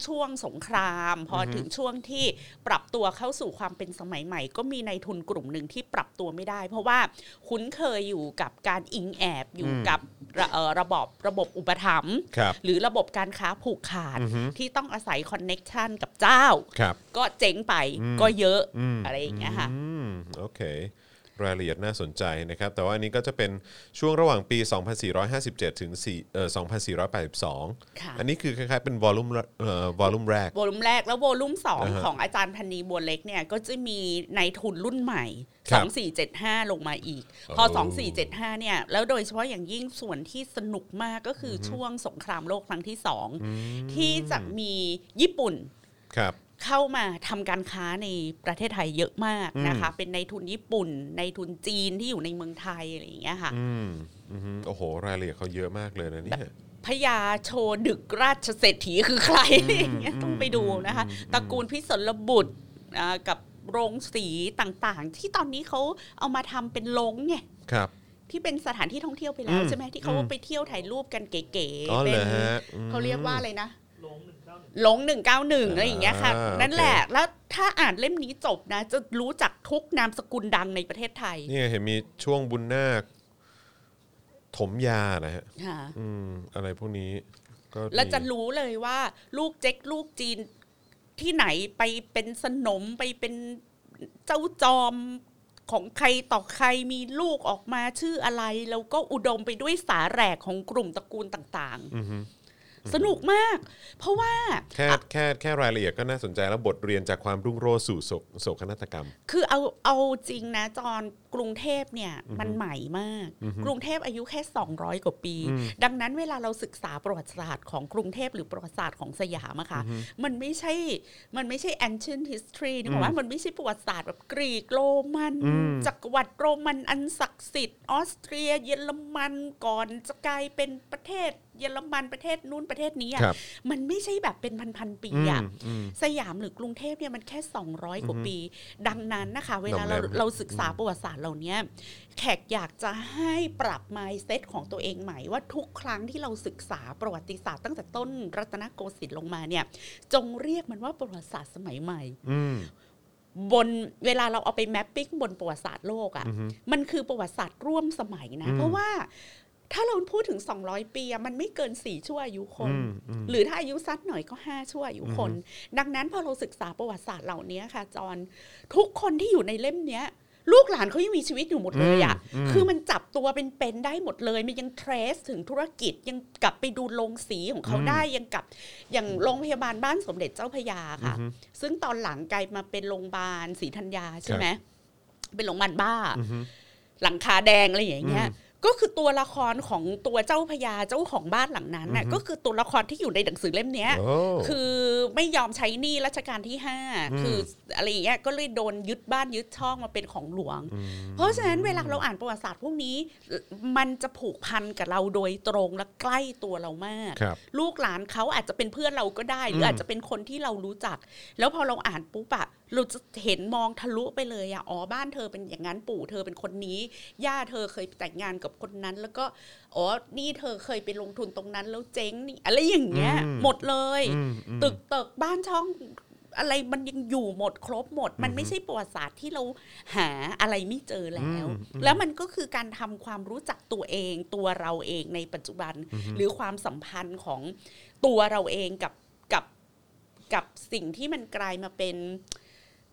S2: ช่วงสงคราม พอถึงช่วงที่ปรับตัวเข้าสู่ความเป็นสมัยใหม่ ก็มีนายทุนกลุ่มหนึ่งที่ปรับตัวไม่ได้ เพราะว่าคุ้นเคยอยู่กับการอิงแอบอยู่
S1: อืม
S2: กับระเอ่อระบบระบบอุปถัมภ์
S1: ครับ
S2: หรือระบบการค้าผูกขาด
S1: อือฮึ
S2: ที่ต้องอาศัยคอนเน็กชันกับเจ้า
S1: ครับ
S2: ก็เจ๊งไป
S1: อืม
S2: ก็เยอะ
S1: ม
S2: อะไรอย่างเงี้ยค่ะ
S1: อืมโอเค รายละเอียดน่าสนใจนะครับ แต่ว่าอันนี้ก็จะเป็นช่วงระหว่างปี 2457 ถึง4เอ่อ
S2: ค่ะ
S1: 2482 อันนี้คือคล้ายๆเป็นวอลลุ่มเอ่อวอลลุ่มแรก
S2: โวอลลุ่มแรกแล้วโวอลลุ่มสอง
S1: อ่าฮะ
S2: ของอาจารย์พันนีบัวเล็กเนี่ยก็จะมีในายทุนรุ่นใหม่
S1: ครับ
S2: 2475 ลงมาอีก พอ 2475 เนี่ย แล้วโดยเฉพาะอย่างยิ่งส่วนที่สนุกมากก็คืออช่วงสงครามโลกครั้งที่สองที่จะมีญี่ปุ่น
S1: ครับ
S2: เข้ามาทำการค้าในประเทศไทยเยอะมากนะคะ เป็นในายทุนญี่ปุ่น ในายทุนจีนที่อยู่ในเมืองไทยอะไรอย่างเงี้ยค่ะ
S1: อืมอือหือโอ้โห รายละเอียดเขาเยอะมากเลยนะเนี่ย
S2: พญาโชดึกราชเศรษฐีคือใคร อะไรอย่างเงี้ยต้องไปดูนะคะตระกูลพิศลบุตรอ่ากับโรงสีต่างๆ ที่ตอนนี้เขาเอามาทำเป็นลงไง
S1: ครับ
S2: ที่เป็นสถานที่ท่องเที่ยวไปแล้ว
S1: อืม
S2: ใช่ไหมที่เขา
S1: อืม
S2: ไปเที่ยวถ่ายรูปกันเก๋
S1: อ๋อ
S2: ๆ
S1: เห
S2: เป็
S1: ร
S2: น
S1: อฮะอืม
S2: เขาเรียกว่าอะไรนะหลงหนึ่งเก้าหนึ่งอะไรอย่างเงี้ยค่ะ
S1: อ่านั่
S2: นั่นแหละ
S1: โอเค
S2: แล้วถ้าอ่านเล่มนี้จบนะ จะรู้จักทุกนามสกุลดังในประเทศไทย
S1: เนี่ยเห็นมีช่วงบุญนาค ถมยานะฮะ
S2: ค่ะ
S1: อืม อะไรพวกนี้ก็
S2: แล้วจะ
S1: มี
S2: รู้เลยว่าลูกเจ๊กลูกจีนที่ไหนไปเป็นสนมไปเป็นเจ้าจอมของใครต่อใครมีลูกออกมาชื่ออะไร แล้วก็อุดมไปด้วยสาแหรกของกลุ่มตระกูลต่าง
S1: อือฮึ
S2: สนุกมาก เพราะว่า
S1: แค่แค่แค่รายละเอียดก็น่าสนใจแล้วบทเรียนจากความรุ่งโรจน์สู่โศกโศกนาฏกรรม
S2: คือเอาเอาจริงนะจอนกรุงเทพเนี่ยมันใหม่มาก กรุงเทพอายุแค่ 200 กว่าปี ดังนั้นเวลาเราศึกษาประวัติศาสตร์ของกรุงเทพหรือประวัติศาสตร์ของสยามอะค่ะมันไม่ใช่มันไม่ใช่ ancient history นึกออกว่ามันไม่ใช่ประวัติศาสตร์แบบกรีกโรมัน
S1: อืม
S2: จักรวรรดิโรมันอันศักดิ์สิทธิ์ออสเตรีย เยอรมันก่อนจะกลายเป็นประเทศ เยอรมันประเทศนู้นประเทศนี้อะ
S1: ครับ
S2: มันไม่ใช่แบบเป็นพันๆปี
S1: อืม
S2: อะ
S1: อืม
S2: สยามหรือกรุงเทพเนี่ยมันแค่ 200 กว่าปี ดังนั้นนะคะ เวลา
S1: โรงแร
S2: เรา
S1: ม
S2: เราศึกษาประวัติศาสตร์เหล่าเนี้ยแขกอยากจะให้ปรับ mindset ของตัวเองใหม่ว่าทุกครั้งที่เราศึกษาประวัติศาสตร์ตั้งแต่ต้นรัตนโกสินทร์ลงมาเนี่ย จงเรียกมันว่าประวัติศาสตร์สมัยใหม่
S1: อืม
S2: บนเวลาเราเอาไปแมปปิ้งบนประวัติศาสตร์โลกอะ่ะมันคือประวัติศาสตร์ร่วมสมัยนะ
S1: อืม
S2: เพราะว่าถ้าเราพูดถึง 200 ปีอะมันไม่เกิน 4 ชั่วอายุคน
S1: อืมอืม
S2: หรือถ้าอายุสั้นหน่อยก็ 5 ชั่วอายุคน ดังนั้นพอเราศึกษาประวัติศาสตร์เหล่านี้ค่ะ จอนทุกคนที่อยู่ในเล่มเนี้ย ลูกหลานเขายังมีชีวิตอยู่หมดเลยอะ่ะ
S1: อืมอืม
S2: คือมันจับตัวเป็นๆได้หมดเลย มันยังเทรสถึงธุรกิจยังกลับไปดูโรงสีของเขาได้ยังกลับอย่างโรงพยาบาลบ้านสมเด็จเจ้าพระยาค่ะ ซึ่งตอนหลังกลายมาเป็นโรงพยาบาลศรีธัญญาใช่ไหมเป็นโรงพยาบาลบ้า
S1: อือฮึ
S2: หลังคาแดงอะไรอย่างเงี้ย ก็คือตัวละครของตัวเจ้าพญาเจ้าของบ้านหลังนั้นน่ะ
S1: อือฮึ
S2: ก็คือตัวละครที่อยู่ในหนังสือเล่มเนี้ย
S1: โอ้
S2: คือไม่ยอมใช้หนี้รัชการที่
S1: อืม
S2: 5 คืออะไรอย่างเงี้ยก็เลยโดนยึดบ้านยึดช่องมาเป็นของหลวง เพราะฉะนั้นเวลาเราอ่านประวัติศาสตร์พวกนี้ มันจะผูกพันกับเราโดยตรงและใกล้ตัวเรามาก
S1: ครับ
S2: ลูกหลานเขาอาจจะเป็นเพื่อนเราก็ได้ หรือ
S1: ม
S2: อาจจะเป็นคนที่เรารู้จัก แล้วพอเราอ่านปุ๊บอะเราจะเห็นมองทะลุไปเลยอะอ๋อบ้านเธอเป็นอย่างนั้นปู่เธอเป็นคนนี้ ย่าเธอเคยแต่งงานกับคนนั้น แล้วก็อ๋อนี่เธอเคยไปลงทุนตรงนั้นแล้วเจ๊งนี่อะไรอย่างเงี้ย หมดเลย
S1: อืมอืม
S2: ตึกเติกบ้านช่องอะไรมันยังอยู่หมดครบหมด มันไม่ใช่ประวัติศาสตร์ที่เราหาอะไรไม่เจอแล้ว
S1: อืมอืม
S2: แล้วมันก็คือการทำความรู้จักตัวเองตัวเราเองในปัจจุบัน หรือความสัมพันธ์ของตัวเราเองกับกับกับสิ่งที่มันกลายมาเป็น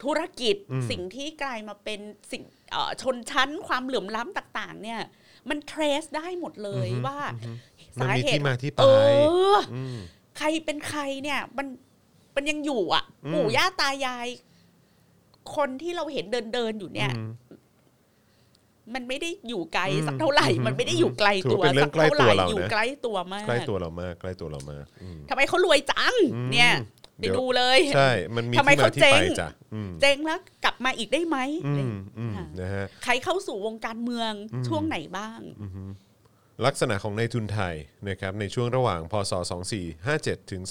S2: ธุรกิจ สิ่งที่กลายมาเป็นสิ่งเอ่อชนชั้นความเหลื่อมล้ำต่าง ๆ เนี่ย มันเทรสได้หมดเลยว่า
S1: มัน
S2: สา
S1: มี
S2: เห
S1: ที่
S2: ตุ
S1: มาที่ไป
S2: เออ
S1: ม
S2: ใครเป็นใครเนี่ยมันมันยังอยู่อ่ะ
S1: อืม
S2: ปู่ย่าตายาย คนที่เราเห็นเดินเดินๆอยู่เนี่ย
S1: อืม
S2: มันไม่ได้อยู่ไกลสัก
S1: อืม
S2: เท่าไหร่
S1: อืม
S2: มันไม่ได้อยู่ไกล
S1: ถือ
S2: ตัว
S1: ว่าเป็นเรื่อ
S2: สั
S1: ก งใกล้
S2: เท่า
S1: ตั
S2: ไหร่
S1: วเรานะ
S2: อยู่ใกล้ตัวมาก
S1: ใกล้ตัวเรามาก ใกล้ตัวเรามากอืม
S2: ทำไมเขารวยจัง
S1: อืม
S2: เนี่ย ไป
S1: เดี๋ยว
S2: ดูเลย
S1: ใช่ มันมี
S2: ทำไม
S1: ที่มา
S2: เขา
S1: ที่
S2: เจ๊ง
S1: ไปจ้ะอืม
S2: เจ๊งแล้วกลับมาอีกได้ไหม
S1: อื
S2: อะไรอย่าม งเงี้ย
S1: อืม
S2: ค่ะ
S1: นะฮะ
S2: ใครเข้าสู่วงการเมืองช่วงไหนบ้าง
S1: ลักษณะของในายทุนไทยนะครับในช่วงระหว่างพศ 2457 ถึง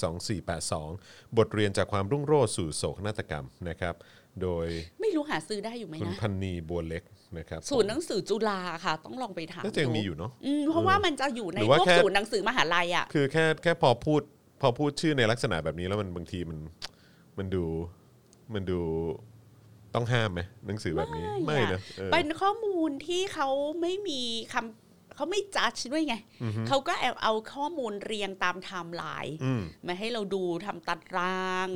S1: 2482 บทเรียนจากความรุ่งโรจน์สู่โศกนาฏกรรมนะครับ โดย
S2: ไม่รู้หาซื้อได้อยู่ไหม
S1: คุณ
S2: นะ
S1: พันนีบัวเล็กนะครับ
S2: ศูนย์หนังสือจุฬาค่ะ ต้องลองไปถาม
S1: น่าจะยังมีอยู่เนาะ
S2: อืมเพราะว่ามันจะอยู่ใน
S1: หรือ
S2: พ
S1: ว่า
S2: พวก
S1: แค่
S2: ศูนย์หนังสือมหาลัยอ่ะ
S1: คือแค่แค่พอพูดพอพูดชื่อในลักษณะแบบนี้แล้วมันบางทีมันมันดูมันดูต้องห้ามไหมหนังสือแบบนี้
S2: ไม่
S1: ไม่
S2: อะ
S1: นะเออ
S2: เป็นข้อมูลที่เขาไม่มีคำเขาไม่จัดด้วยไง เขาก็แอบเอาข้อมูลเรียงตามไทม์ไลน์
S1: อืม
S2: มาให้เราดูทำตาราง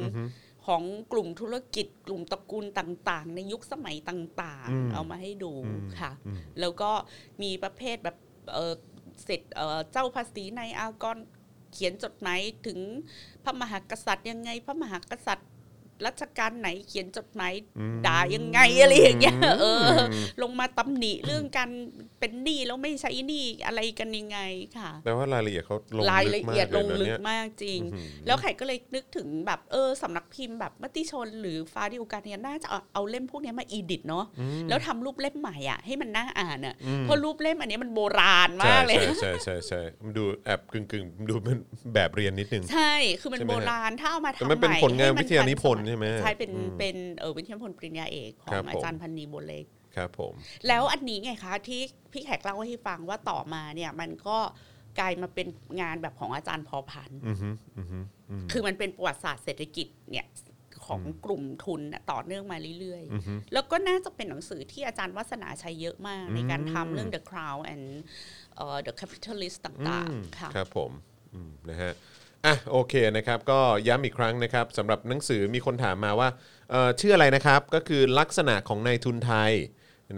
S2: ของกลุ่มธุรกิจ กลุ่มตระกูลต่างๆ ในยุคสมัยต่าง
S1: อืม
S2: ๆ เอามาให้ดู
S1: อืม
S2: ค่ะ
S1: อืม
S2: แล้วก็มีประเภทแบบเอ่อเสร็จเอ่อเจ้าภาษีในอากรเขียนจดหมายถึงพระมหากษัตริย์ยังไง พระมหากษัตริย์รัชกาลไหนเขียนจดหมาย
S1: อืม
S2: ด่ายังไงอะไรอย่างเงี้ย
S1: อืม
S2: เออ ลงมาตำหนิเรื่องการเป็นหนี้แล้วไม่ใช้หนี้อะไรกันยังไงค่ะ
S1: แปลว่ารายละเอียดเขาลง
S2: ราย
S1: ลึก
S2: ละ
S1: มาก
S2: เอียดล
S1: เลย
S2: ง
S1: นะ
S2: ลึ
S1: เนี่
S2: ก
S1: ย
S2: มากจริง
S1: อื้อหือ
S2: แล้วไข่ก็เลยนึกถึงแบบเออสำนักพิมพ์แบบมติชนหรือฟ้าดิวกันเนี่ยน่าจะเอาเอาเล่มพวกเนี้ยมาอีดิทเนาะแล้วทำรูปเล่มใหม่อ่ะให้มันน่าอ่านอ่ะเพราะรูปเล่มอันเนี้ยมันโบราณมากเลย
S1: ใช่ใช่ใช่ใช่มันดูแอบกึ่งกึ่งๆดูเป็นแบบเรียนนิดนึง
S2: ใช่ คือมัน
S1: ใช่ไหม
S2: โบราณ ถ้าเอามาทำ
S1: แต่มันเป็น
S2: ให
S1: ผลงาน
S2: ให้มั
S1: วิทยานิพนธ์
S2: ทั
S1: ใช่ไหม
S2: ใช่ เป็น
S1: อืม
S2: เป็นเออวิทยานิพนธ์ปริญญาเอกขอ
S1: ครับ
S2: ง
S1: ผม
S2: อาจารย์พันนีโบวเล็ก
S1: ครับผม
S2: แล้วอันนี้ไงคะที่พี่แขกเล่าให้ฟังว่าต่อมาเนี่ยมันก็กลายมาเป็นงานแบบของอาจารย์พอพันธุ์
S1: อือฮึอือฮึอืม
S2: คือมันเป็นประวัติศาสตร์เศรษฐกิจเนี่ยของกลุ่มทุนน่ะต่อเนื่องมาเรื่อย
S1: อือฮึ
S2: ๆ แล้วก็น่าจะเป็นหนังสือที่อาจารย์วัฒนาใช้เยอะมาก ในการทำเรื่อง The Crown and เอ่อ The Capitalist ต่าง
S1: อืม
S2: ๆค่ะ
S1: ครับผมอืมนะฮะอ่ะโอเคนะครับก็ย้ำอีกครั้งนะครับสำหรับหนังสือมีคนถามมาว่าเอ่อชื่ออะไรนะครับก็คือลักษณะของนายทุนไทย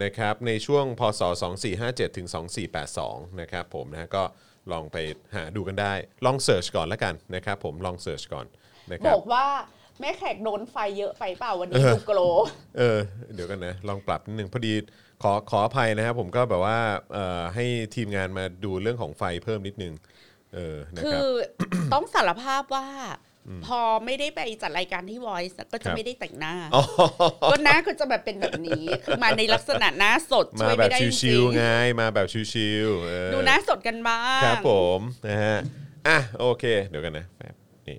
S1: นะครับในช่วงพศ 2457ถึง2482 นะครับผมนะฮะก็ ลองไปหาดูกันได้ ลองเสิร์ชก่อนละกันนะครับผมลองเสิร์ชก่อนนะค
S2: บ
S1: รับ
S2: อกว่าแม่แขกโดนไฟเยอะไปเปล่าวันนี้
S1: เออ
S2: ดูโกรธ
S1: เออเดี๋ยวกันนะ ลองปรับนิดนึงพอดีขอขออภัยนะครับผมก็แบบว่าเอ่อให้ทีมงานมาดูเรื่องของไฟเพิ่มนิดนึงเออนะ
S2: คื
S1: ครับ
S2: อ ต้อง สารภาพว่า พอไม่ได้ไปจัดรายการที่ Voice
S1: ค
S2: ก็
S1: รั
S2: จะ
S1: บ
S2: ไม่ได้แต่งหน้า
S1: อ๋อ
S2: ก็หน้าก็จะแบบเป็นแบบนี้ คือมาในลักษณะหน้าสด
S1: มา
S2: ช่วย
S1: แบ
S2: ไม่
S1: บ
S2: ได้จ
S1: ชิ
S2: ริ
S1: วๆ
S2: ง
S1: ไงมาแบบชิวๆเออ
S2: ๆดูหน้าสดกันบ้าง
S1: ครับผมนะฮะอ่ะโอเค เดี๋ยวกันนะแป๊บนี่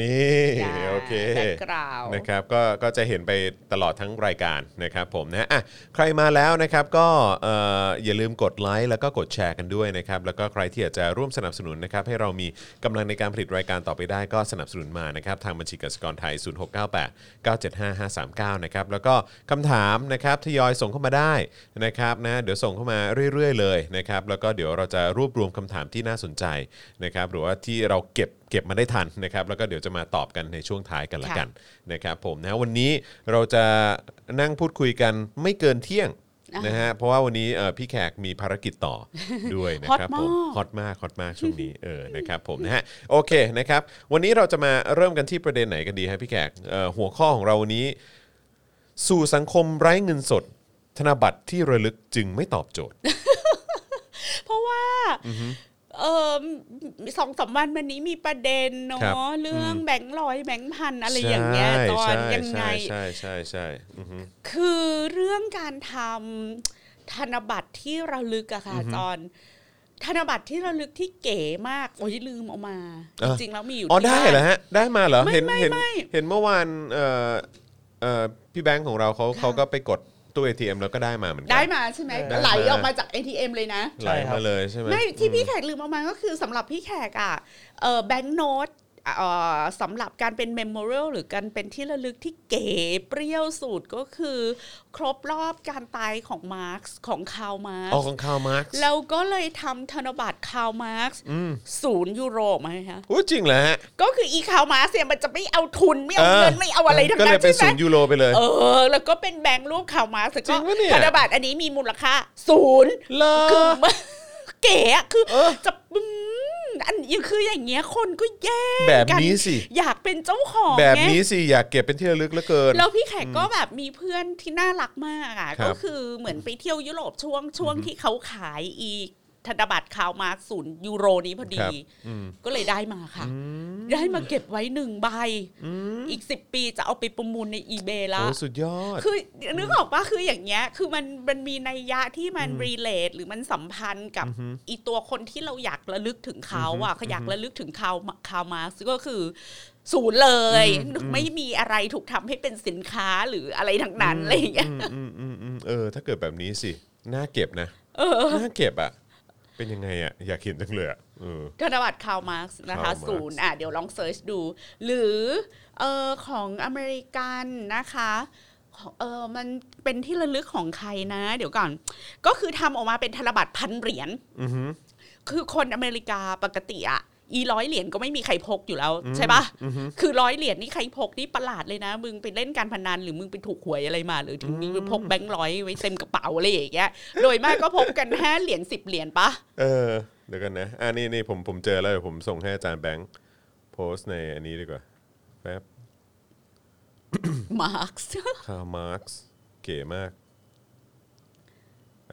S1: นี่
S2: จ้า
S1: โอเค
S2: background
S1: นะครับก็ก็จะเห็นไปตลอดทั้งรายการนะครับผมนะอ่ะใครมาแล้วนะครับก็เอ่ออย่าลืมกดไลค์แล้วก็กดแชร์กันด้วยนะครับแล้วก็ใครที่อยากจะร่วมสนับสนุนนะครับให้เรามีกำลังในการผลิตรายการต่อไปได้ก็สนับสนุนมานะครับทางบัญชีกสิกรไทย 0698 975539นะครับแล้วก็คำถามนะครับทยอยส่งเข้ามาได้นะครับนะเดี๋ยวส่งเข้ามาเรื่อยๆเลยนะครับแล้วก็เดี๋ยวเราจะรวบรวมคำถามที่น่าสนใจนะครับหรือว่าที่เราเก็บเก็บมาได้ทันนะครับแล้วก็เดี๋ยวจะมาตอบกันในช่วงท้ายกันละ
S2: ค่ะ
S1: กัน นะครับผมนะวันนี้เราจะนั่งพูดคุยกันไม่เกินเที่ยงนะฮะเพราะว่าวันนี้เอ่อพี่แขกมีภารกิจ ต่อ ด้วยนะครับ
S2: ฮอตมาก
S1: ผมฮอตมากฮอตมากช่วงนี้เออนะครับผมนะฮะโอเคนะครับวันนี้เราจะมาเริ่มกันที่ประเด็นไหนกันดีฮะพี่แขกเอ่อหัวข้อของเราวันนี้ สู่สังคมไร้เงินสด ธนบัตรที่ระลึกจึงไม่ตอบโจทย์
S2: เพราะว่าเอมสองสามวันมานี้มีประเด็นเนา
S1: ครับ
S2: ะเรื่องแบงค์ร้อยแบงค์พันอะไรอย่างเงี้ยตอน
S1: ใช่
S2: ยังไง
S1: ใช่ใช่ใช่ใช่อือฮึ
S2: คือเรื่องการทำธนบัตรที่ระลึกอะค่ะจอนธนบัตรที่ระลึกที่เก๋มาก โอ้ยลืมเอามา
S1: เอ
S2: จ
S1: อ
S2: ริงๆแล้วมีอยู่
S1: อ๋อ
S2: ที่
S1: ได้
S2: บ้าน
S1: เหรอฮะได้มาเหรอ
S2: ไม่
S1: เห็น
S2: ไม่
S1: เห็น
S2: ไม่
S1: เห็นเมื่อวานเอ่อเอ่อพี่แบงค์ของเราเขา
S2: ค่ะ
S1: เขาก็ไปกดตู้ ATM แล้วก็ได้มาเหมือนกั
S2: ได้มาใช่ไหม
S1: ได้มา
S2: ไหลออกมาจาก ATM เลยนะ
S1: ไหลมาเลยใช่ไหม
S2: ไม่ที่พี่แขกลืมเอามาก็คือสำหรับพี่แขกอ่ะเออแบงค์โน้ตเอ่อสำหรับการเป็นเมมโมเรียลหรือการเป็นที่ระลึกที่เก๋เปรี้ยวสุดก็คือ ครบรอบการตายของมาร์คของคาวมาร์
S1: อ๋อ
S2: ค
S1: ของคาวมาร์ก
S2: เราก็เลยทำธนบัตรคาวมาร์คศูนย์ยูโรมาเลยคะ
S1: โอ้จริงเหรอฮะ
S2: ก็คืออีคาวมาร์คเนี่ยมันจะไม่เอาทุนไม่เอาเงินไม่เอาอะไรทั้ง
S1: ก็เล
S2: นั้
S1: ย
S2: น
S1: เป็นศู
S2: ใช่ไหม
S1: นย์ยูโรไปเลย
S2: เออ แล้วก็เป็นแบงค์รูปคาวมาร์คแล้ว
S1: จริ
S2: ก็
S1: งปะเนี่ย
S2: ธนบัตรอันนี้มีมูลค่าศูนย์
S1: เลอ
S2: คือมัน เก๋อะคือ
S1: เออ
S2: จะอืมอันยังคืออย่างเงี้ยคนก็แย่ง
S1: แบบ
S2: กัน
S1: นี้สิ
S2: อยากเป็นเจ้าของ
S1: แบบ
S2: ไง
S1: นี้สิ อยากเก็บเป็นที่ระลึกเหลือเกิน
S2: แล้วพี่แขกก็แบบมีเพื่อนที่น่ารักมากอ่ะ
S1: ครับ
S2: ก็คือเหมือนไปเที่ยวยุโรปช่วงช่วงที่เขาขายอีกธนบัตรคาวมาร์คศูนย์ยูโรนี้พอดี
S1: ครับอืม
S2: ก็เลยได้มาค่ะ ได้มาเก็บไว้หนึ่งใบ อีกสิบปีจะเอาไปประมูลในอีเบละ
S1: โอ้สุดยอด
S2: คือนึกออกปะคืออย่างเงี้ยคือมันมันมีนัยยะที่มันรีเลทหรือมันสัมพันธ์กับอีตัวคนที่เราอยากระลึกถึงเขาอ่ะเขาอยากระลึกถึงเขาเขามาซึ่งก็คือศูนย์เลย ไม่มีอะไรถูกทำให้เป็นสินค้าหรืออะไรทั้งนั้นอะไรอย่างเงี้ย
S1: อืมอืมอืมอืมเออ ถ้าเกิดแบบนี้สิ น่าเก็บนะ
S2: เออ
S1: น่าเก็บอ่ะ เป็นยังไงอ่ะ อยากเห็นจังเลยอ่ะเออ
S2: ธนบัตรคา r มาร์กนะคะ
S1: Karl Marx
S2: ศูนย์อ่ะเดี๋ยวลองเซิร์ชดู หรือเออของอเมริกันนะคะของเออมันเป็นที่ระลึกของใครนะ เดี๋ยวก่อน ก็คือทำออกมาเป็นธนบัตรพันเหรียญ
S1: อือฮึ
S2: คือคนอเมริกาปกติอะอีร้อยเหรียญก็ไม่มีใครพกอยู่แล้วใช่ปะคือร้อยเหรียญนี่ใครพกนี่ประหลาดเลยนะ มึงไปเล่นการพนันหรือมึงไปถูกหวยอะไรมา หรือถึงมึงไปพกแบงค์ร้อยไว้เต็มกระเป๋าอะไรอย่างเงี้ยโดยมากก็พกกัน ห้าเหรียญสิบเหรียญปะ
S1: เออเดี๋ยวกันนะอ่านี่นี่ผมผมเจอแล้วเดี๋ยวผมส่งให้อาจารย์แบงค์โพสต์ในอันนี้ดีกว่าแป๊บ
S2: มาร์ก
S1: คาร์มาร์กเก๋มาก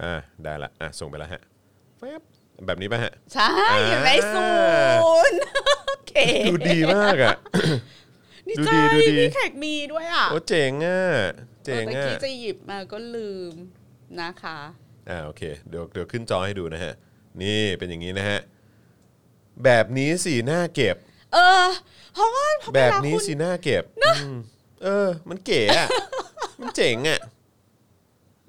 S1: อ่าได้ละอ่ะส่งไปแล้วฮะแป๊บแบบนี้ป่ะฮะ
S2: ใช่เห็นไหม
S1: อ่า
S2: ศูนย์ โอเค
S1: ดูดีมากอ่ะ
S2: นี่
S1: ดู
S2: จ้า
S1: ดีดูดี
S2: มีแขกมีด้วยอ่ะ
S1: โอ้เจ๋งอ่ะ
S2: เอ
S1: เจ๋
S2: อง ตะ
S1: อ่ะ
S2: กี้จะหยิบมาก็ลืมนะคะ
S1: อ่าโอเคเดี๋ยวเดี๋ยวขึ้นจอให้ดูนะฮะ นี่เป็นอย่างนี้นะฮะ แบบนี้สีหน้าเก็บ
S2: เออ เพราะว่าพอ
S1: แบ
S2: เว
S1: บ
S2: ลา
S1: นี้
S2: คุณ
S1: สีหน้าเก็บอืมเออ มันเก๋อ่ะ มันเจ๋งอ่ะ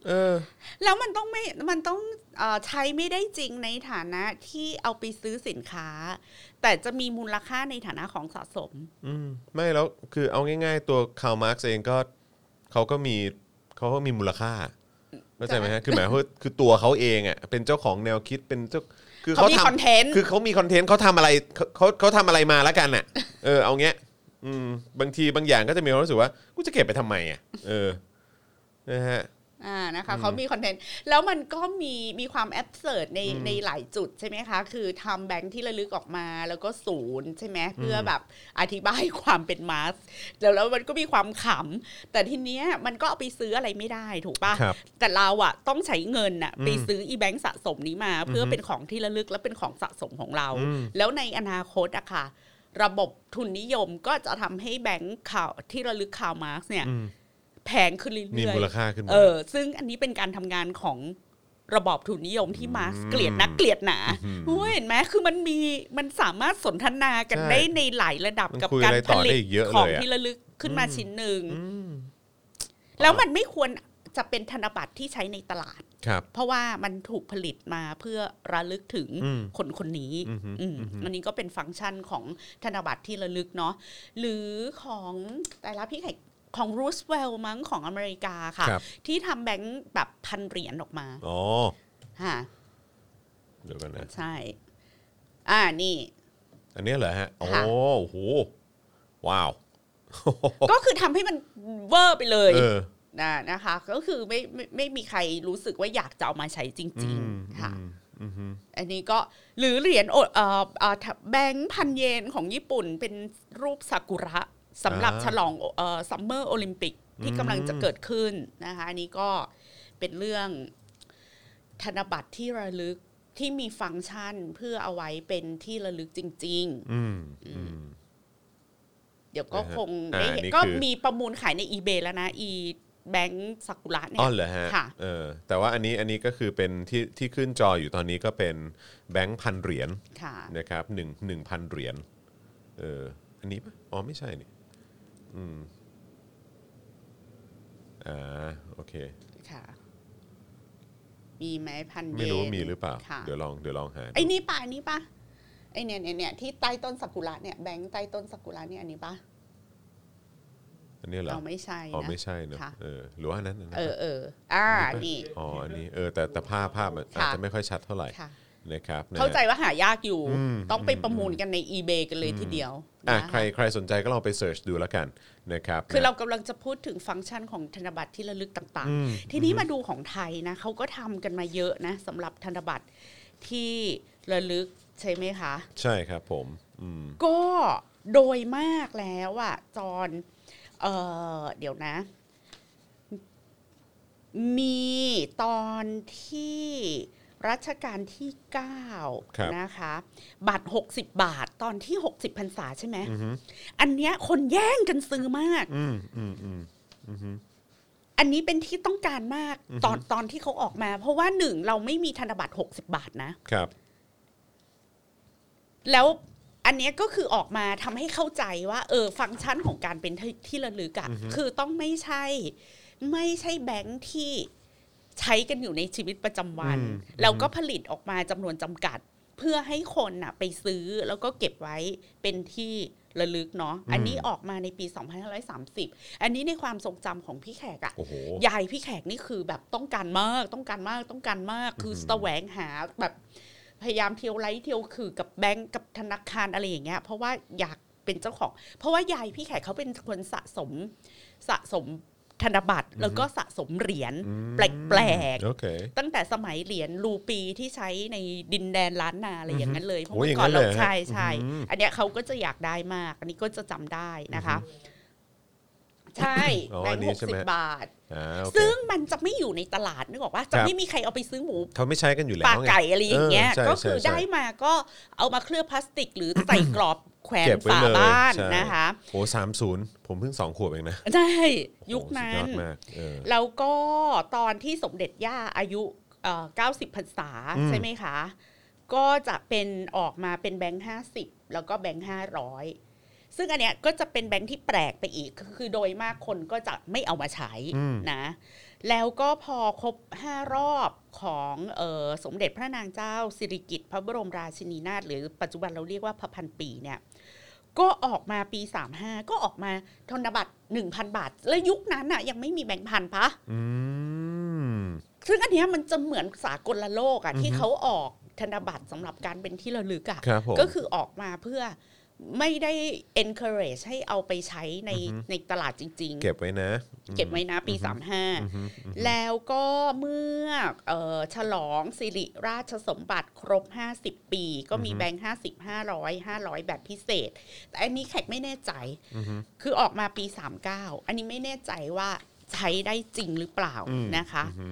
S1: เออ
S2: แล้วมันต้องไม่ มันต้องเออใช้ไม่ได้จริงในฐานะที่เอาไปซื้อสินค้า แต่จะมีมูลค่าในฐานะของสะสม
S1: อืมไม่แล้วคือเอาง่าย ๆ ตัวคาร์มาร์กเองก็เขาก็มีเขาก็มีมูลค่าเข้าใจไหมฮะคือหมายความว่าคือตัวเขาเองอ่ะเป็นเจ้าของแนวคิดเป็นเจ้าคือ
S2: เขามี
S1: ทำ
S2: คอนเทนต์
S1: คือเขามีคอนเทนต์เขาทำอะไรเขาเขาเขาทำอะไรมาแล้วกันอ่ะ เออเอาเงี้ยอืมบางทีบางอย่างก็จะมีความรู้สึกว่ากูจะเก็บไปทำไมอ่ะเออนะฮะ
S2: อ่านะคะเขามีคอนเทนต์แล้วมันก็มีมีความแอบเสิร์ในในหลายจุดใช่ไหมคะ คือทำแบงค์ที่ระลึกออกมาแล้วก็ศูนย์ใช่ไหมเพื่อแบบอธิบายความเป็นมาสแล้วแล้วมันก็มีความขำ แต่ทีเนี้ยมันก็เอาไปซื้ออะไรไม่ได้ถูกปะ
S1: ครับ
S2: แต่เราอะต้องใช้เงินอะไปซื้ออีแบงค์สะสมนี้มา เพื่ออ
S1: อฮึ
S2: เป็นของที่ระลึกและเป็นของสะสมของเรา
S1: อืม
S2: แล้วในอนาคตอะค่ะ ระบบทุนนิยมก็จะทำให้แบงค์ข่าวที่ระลึกข่าวมาร์กเนี่ย
S1: อืม
S2: แพงขึ้นเรื่อยๆ
S1: มีมูลค่าขึ้นมา
S2: เออ ซึ่งอันนี้เป็นการทำงานของระบอบทุนนิยมที่มาร์กซ์
S1: อืม
S2: เกลียดนักเกลียดหนา
S1: อื้อหือ
S2: เฮ้ยเห็นไหมคือมันมีมันสามารถสนทนากัน
S1: ใช่
S2: ได้ในหลายระดับ
S1: มัน
S2: กับ
S1: คุย
S2: การ
S1: อะไร
S2: ผ
S1: ต่อ
S2: ลิ
S1: ได้
S2: ต
S1: อีกเยอะเลยอะ
S2: ของที่ระลึกขึ้นมาชิ้นหนึ่ง
S1: อืม
S2: แล้วมันไม่ควรจะเป็นธนบัตรที่ใช้ในตลาด
S1: ครับ
S2: เพราะว่ามันถูกผลิตมาเพื่อระลึกถึง
S1: อืม
S2: คนคนนี้
S1: อือหืออื
S2: อืม
S1: อหืออั
S2: อันนี้ก็เป็นฟังก์ชันของธนบัตรที่ระลึกเนาะหรือของแต่ละพี่ไข่ของรูสเวลล์มั้งของอเมริกาค่ะ
S1: ครับ
S2: ที่ทำแบงค์แบบพันเหรียญออกมา
S1: อ๋อ
S2: ค่ะ
S1: เดี๋ยวกันนะ
S2: ใช่ อ่านี่
S1: อันเนี้ยเหรอฮะ โอ้
S2: ค่ะ
S1: โห ว้าว
S2: ก็คือทำให้มันเวอร์ไปเลย
S1: เออ
S2: นะนะคะ ก็คือไม่ไม่ไม่มีใครรู้สึกว่าอยากจะเอามาใช้จริง
S1: อืม
S2: ๆ ค่ะ
S1: อืมอืมอืม
S2: อันนี้ก็หรือเหรียญโอเอ่อเอ่อแบงค์พันเยนของญี่ปุ่นเป็นรูปซากุระสำหรับ
S1: อ่า
S2: ฉลองเอ่อซัมเมอร์โอลิมปิกที่กำลังจะเกิดขึ้นนะคะ อันนี้ก็เป็นเรื่องธนบัตรที่ระลึกที่มีฟังก์ชันเพื่อเอาไว้เป็นที่ระลึกจริง
S1: อืมอืม
S2: ๆ เดี๋ยวก็
S1: นะฮะ
S2: คงได้เห็น
S1: อ่านี่
S2: ก็
S1: คือ
S2: มีประมูลขายใน eBay แล้วนะ อีแบงค์ซากุระเนี่
S1: อ๋
S2: ย
S1: อเหรอฮะ
S2: ค่ะ
S1: เออ แต่ว่าอันนี้อันนี้ก็คือเป็นที่ที่ขึ้นจออยู่ตอนนี้ก็เป็นแบงค์พันเหรียญ
S2: ค่ะ
S1: นะครับหนึ่งหนึ่งพันเหรียญ เออ อันนี้ปะอ๋อไม่ใช่นี่อืม อ่า โอเค
S2: ค่ะ มีไหมพันเยน
S1: ไม่รู้มีหรือเปล่า
S2: ค่ะ
S1: เดี๋ยวลองเดี๋ยวลองหาดู
S2: ไอ้นี่ป่ะไอ้นี่ป่ะไอ้เนี่ยเนี่ยเนี่ยที่ใต้ต้นสักุระเนี่ยแบงค์ใต้ต้นสักุระเนี่ยอันนี้ป่ะ
S1: อันนี้เหรอ
S2: เราไม่ใช่
S1: อ๋อ
S2: นะ
S1: ไม่ใช่เนอะ
S2: ค่ะ
S1: เออ หรือว่าอันนั้นนะ
S2: เออเอออ่านี่
S1: อ๋อ อันนี้ เออ แต่แต่ภาพภาพมันอาจ
S2: ค่ะ
S1: จะไม่ค่อยชัดเท่าไหร่
S2: ค่ะ
S1: นะครับนะฮะ
S2: เข้าใจว่าหายากอยู่
S1: อืม
S2: ต้องไปประมูลกันใน eBay กันเลยทีเดียว
S1: อ่ะ
S2: นะะ
S1: ใครใครสนใจก็ลองไปเสิร์ชดูแล้วกันนะครับ
S2: คือ
S1: นะ
S2: เรากำลังจะพูดถึงฟังก์ชันของธนบัตรที่ระลึกต่าง
S1: อืม
S2: ๆ ทีนี้มาดูของไทยนะเขาก็ทำกันมาเยอะนะสำหรับธนบัตรที่ระลึกใช่ไหมคะ
S1: ใช่ครับผมอืม
S2: ก็โดยมากแล้วอะจอนเออเดี๋ยวนะ มีตอนที่รัชกาลที่ 9 นะคะ บาท 60 บาทตอนที่ 60พรรษาใช่ไหม อันเนี้ยคนแย่งกันซื้อมาก
S1: อืมอืมอืม
S2: อันนี้เป็นที่ต้องการมากตอนตอนที่เขาออกมา เพราะว่าหนึ่งเราไม่มีธนบัตร 60 บาทนะ
S1: ครับ
S2: แล้วอันเนี้ยก็คือออกมาทำให้เข้าใจว่า เออ ฟังก์ชันของการเป็นที่ที่ระลึกอะคือต้องไม่ใช่ ไม่ใช่แบงค์ที่ใช้กันอยู่ในชีวิตประจำวัน
S1: อืม
S2: แล้วก็ผลิตออกมาจำนวนจำกัด เพื่อให้คนน่ะ ไปซื้อแล้วก็เก็บไว้เป็นที่ระลึกเนาะอันนี้ออกมาในปี 2530 อันนี้ในความทรงจำของพี่แขกอะ
S1: โอ้โห
S2: ยายพี่แขกนี่คือแบบต้องการมากต้องการมากต้องการมาก คือแสวงหาแบบพยายามเที่ยวไล่เที่ยวคือกับแบงก์กับธนาคารอะไรอย่างเงี้ยเพราะว่าอยากเป็นเจ้าของ เพราะว่ายายพี่แขกเขาเป็นคนสะสมสะสมธนบัตร แล้วก็สะสมเหรียญ
S1: อืม
S2: แปลก
S1: โอเค
S2: ๆ ตั้งแต่สมัยเหรียญรูปีที่ใช้ในดินแดนล้านนาอะไรอย่างนั้นเลยเพราะ
S1: โอ้ย
S2: เมื่อก่อนเรา
S1: อย่างนั้นเลยฮะ
S2: ใช่ใช่
S1: อืม
S2: อันเนี้ยเขาก็จะอยากได้มาก อันนี้ก็จะจำได้นะคะ ใช่แบงค์หกสิบบาท
S1: อ่าโอเค
S2: ซึ่งมันจะไม่อยู่ในตลาดนึกออกว่าจะ
S1: ครับ
S2: ไม่มีใครเอาไปซื้อหมู
S1: เขาไม่ใช้กันอยู่แล้ว
S2: ปลา
S1: ไง
S2: ไก่อะไรอย่างเงี้ย
S1: ใช่
S2: ก็คือ
S1: ใช่
S2: ได้
S1: ใช่
S2: มาก็เอามาเคลือบพลาสติก หรือใส่กรอบแขวน
S1: เก็บไว้
S2: ฝา
S1: เลย
S2: บ้าน
S1: ใช่
S2: นะคะ
S1: โอ้สามศูนย์ผมเพิ่งสองขวบเองนะ
S2: ใช่
S1: โอ้โห
S2: ยุคนั้
S1: สุดย
S2: น
S1: อดมากเออ
S2: แล้วก็ตอนที่สมเด็จย่าอายุเอ่อ90พรรษา
S1: อืม
S2: ใช่ไหมคะ ก็จะเป็นออกมาเป็นแบงค์50 แล้วก็แบงค์500 ซึ่งอันเนี้ยก็จะเป็นแบงค์ที่แปลกไปอีกคือคือโดยมากคนก็จะไม่เอามาใช้นะ แล้วก็พอครบ 5 รอบของเออสมเด็จพระนางเจ้าสิริกิติ์พระบรมราชินีนาถหรือปัจจุบันเราเรียกว่าพระพันปีเนี่ย ก็ออกมาปี 35 ก็ออกมาธนบัตร 1,000 บาท และยุคนั้นน่ะยังไม่มีแบงค์พันปะ
S1: อืม
S2: ซึ่งอันเนี้ยมันจะเหมือนสากลโลกอะ
S1: อือฮึ
S2: ที่เขาออกธนบัตรสำหรับการเป็นที่ระลึกอะ
S1: ครับผม
S2: ก็คือออกมาเพื่อ ไม่ได้ encourage ให้เอาไปใช้ใน
S1: อือฮึ
S2: ในตลาดจริง ๆ
S1: เก็บไว้นะ
S2: เก็บไว้นะปี
S1: อือฮึอือฮึ
S2: 35 แล้วก็เมื่อเอ่อฉลองสิริราชสมบัติครบ 50 ปี ก็มีแบงค์50 500 500 แบบพิเศษ แต่อันนี้แขกไม่แน่ใจ
S1: อือฮึ
S2: คือออกมาปี 39 อันนี้ไม่แน่ใจว่าใช้ได้จริงหรือเปล่า
S1: อืม
S2: นะคะ
S1: อือฮึ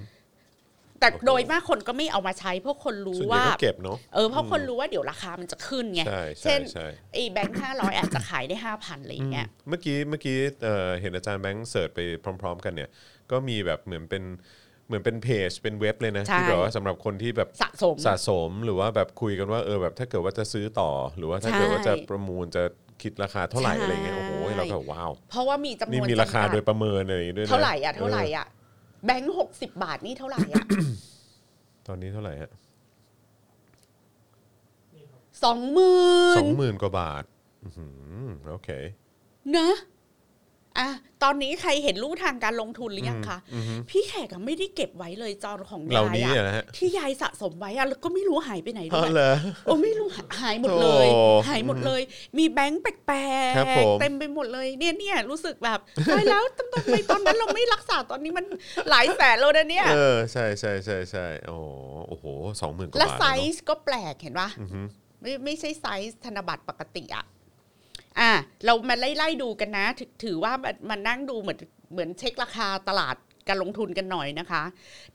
S2: แต่โดยมากคนก็ไม่เอามาใช้ เพราะคนรู้
S1: ส่วนใหญ่
S2: ว่า
S1: ก็เก็บเนาะ
S2: เออเพราะคนรู้ว่าเดี๋ยวราคามันจะขึ้นไง
S1: ใช่ใช่
S2: เช่น
S1: ใช่
S2: ไอ้แบงค์500 อาจจะขายได้ 5,000อะไรอย่างเงี้ย
S1: เมื่อกี้เมื่อกี้เอ่อเห็นอาจารย์แบงค์เสิร์ชไปพร้อม ๆ กันเนี่ย ก็มีแบบเหมือนเป็นเหมือนเป็นเพจเป็นเว็บเลยนะ
S2: ใช่
S1: ที่แบบว่าสำหรับคนที่แบบ
S2: สะสม
S1: สะสมหรือว่าแบบคุยกันว่าเออแบบถ้าเกิดว่าจะซื้อต่อ หรือว่าถ้าเกิดว่าจะประมูลจะคิดราคาเท่าไหร่
S2: ใช่
S1: อะไรเงี้ยโอ้โหเราก็ว้าว
S2: เพราะว่ามีจำน
S1: นี่
S2: วน
S1: มีราคา
S2: จำกัด
S1: โดยประเมินอะไรอย่างงี้ด้วยนะ
S2: เท่าไหร่อ่ะเท่าไหร่อ่ะแบงค์หกสิบาทนี่เท่าไหร่อ่ะ
S1: อตอนนี้เท่าไหร่ฮะ
S2: สองหมื่
S1: ส
S2: น
S1: องหมื่นกว่าบาทอื้อหือโอเค
S2: นะอ่ะตอนนี้ใครเห็นลู่ทางการลงทุนหรือยังคะ
S1: อือฮึ
S2: พี่แขกอะไม่ได้เก็บไว้เลยจอนของ
S1: เหล่าย
S2: าย
S1: นี้
S2: อะ
S1: นะฮะ
S2: ที่ยายสะสมไว้อะแล้วก็ไม่รู้หายไปไหนด้
S1: อ๋
S2: ว
S1: อย เหรอ
S2: โอ้ไม่รู้หาหายหมดเลย
S1: โอ้
S2: หายหมดเลย มีแบงค์แปลก
S1: ครับผม
S2: ๆเต็มไปหมดเลย เนี่ยเนี่ยรู้สึกแบบตายแล้วทำไมตอนนั้นเราไม่รักษาตอนนี้มันหลายแสนแล้วนะเนี่ย
S1: เออใช่ใช่ใช่ใช่โอ้โหโอ้โหสองหมื่นกว่า
S2: และ
S1: บาท
S2: ไซ
S1: เนอะ
S2: ส์ก็แปลกเห็นปะ
S1: อือฮึ
S2: ไม่ไม่ใช่ไซส์ธนบัตรปกติอะอ่ะ เรามาไล่ไล่ดูกันนะ ถือถือว่ามันมันนั่งดูเหมือนเหมือนเช็คราคาตลาดการลงทุนกันหน่อยนะคะ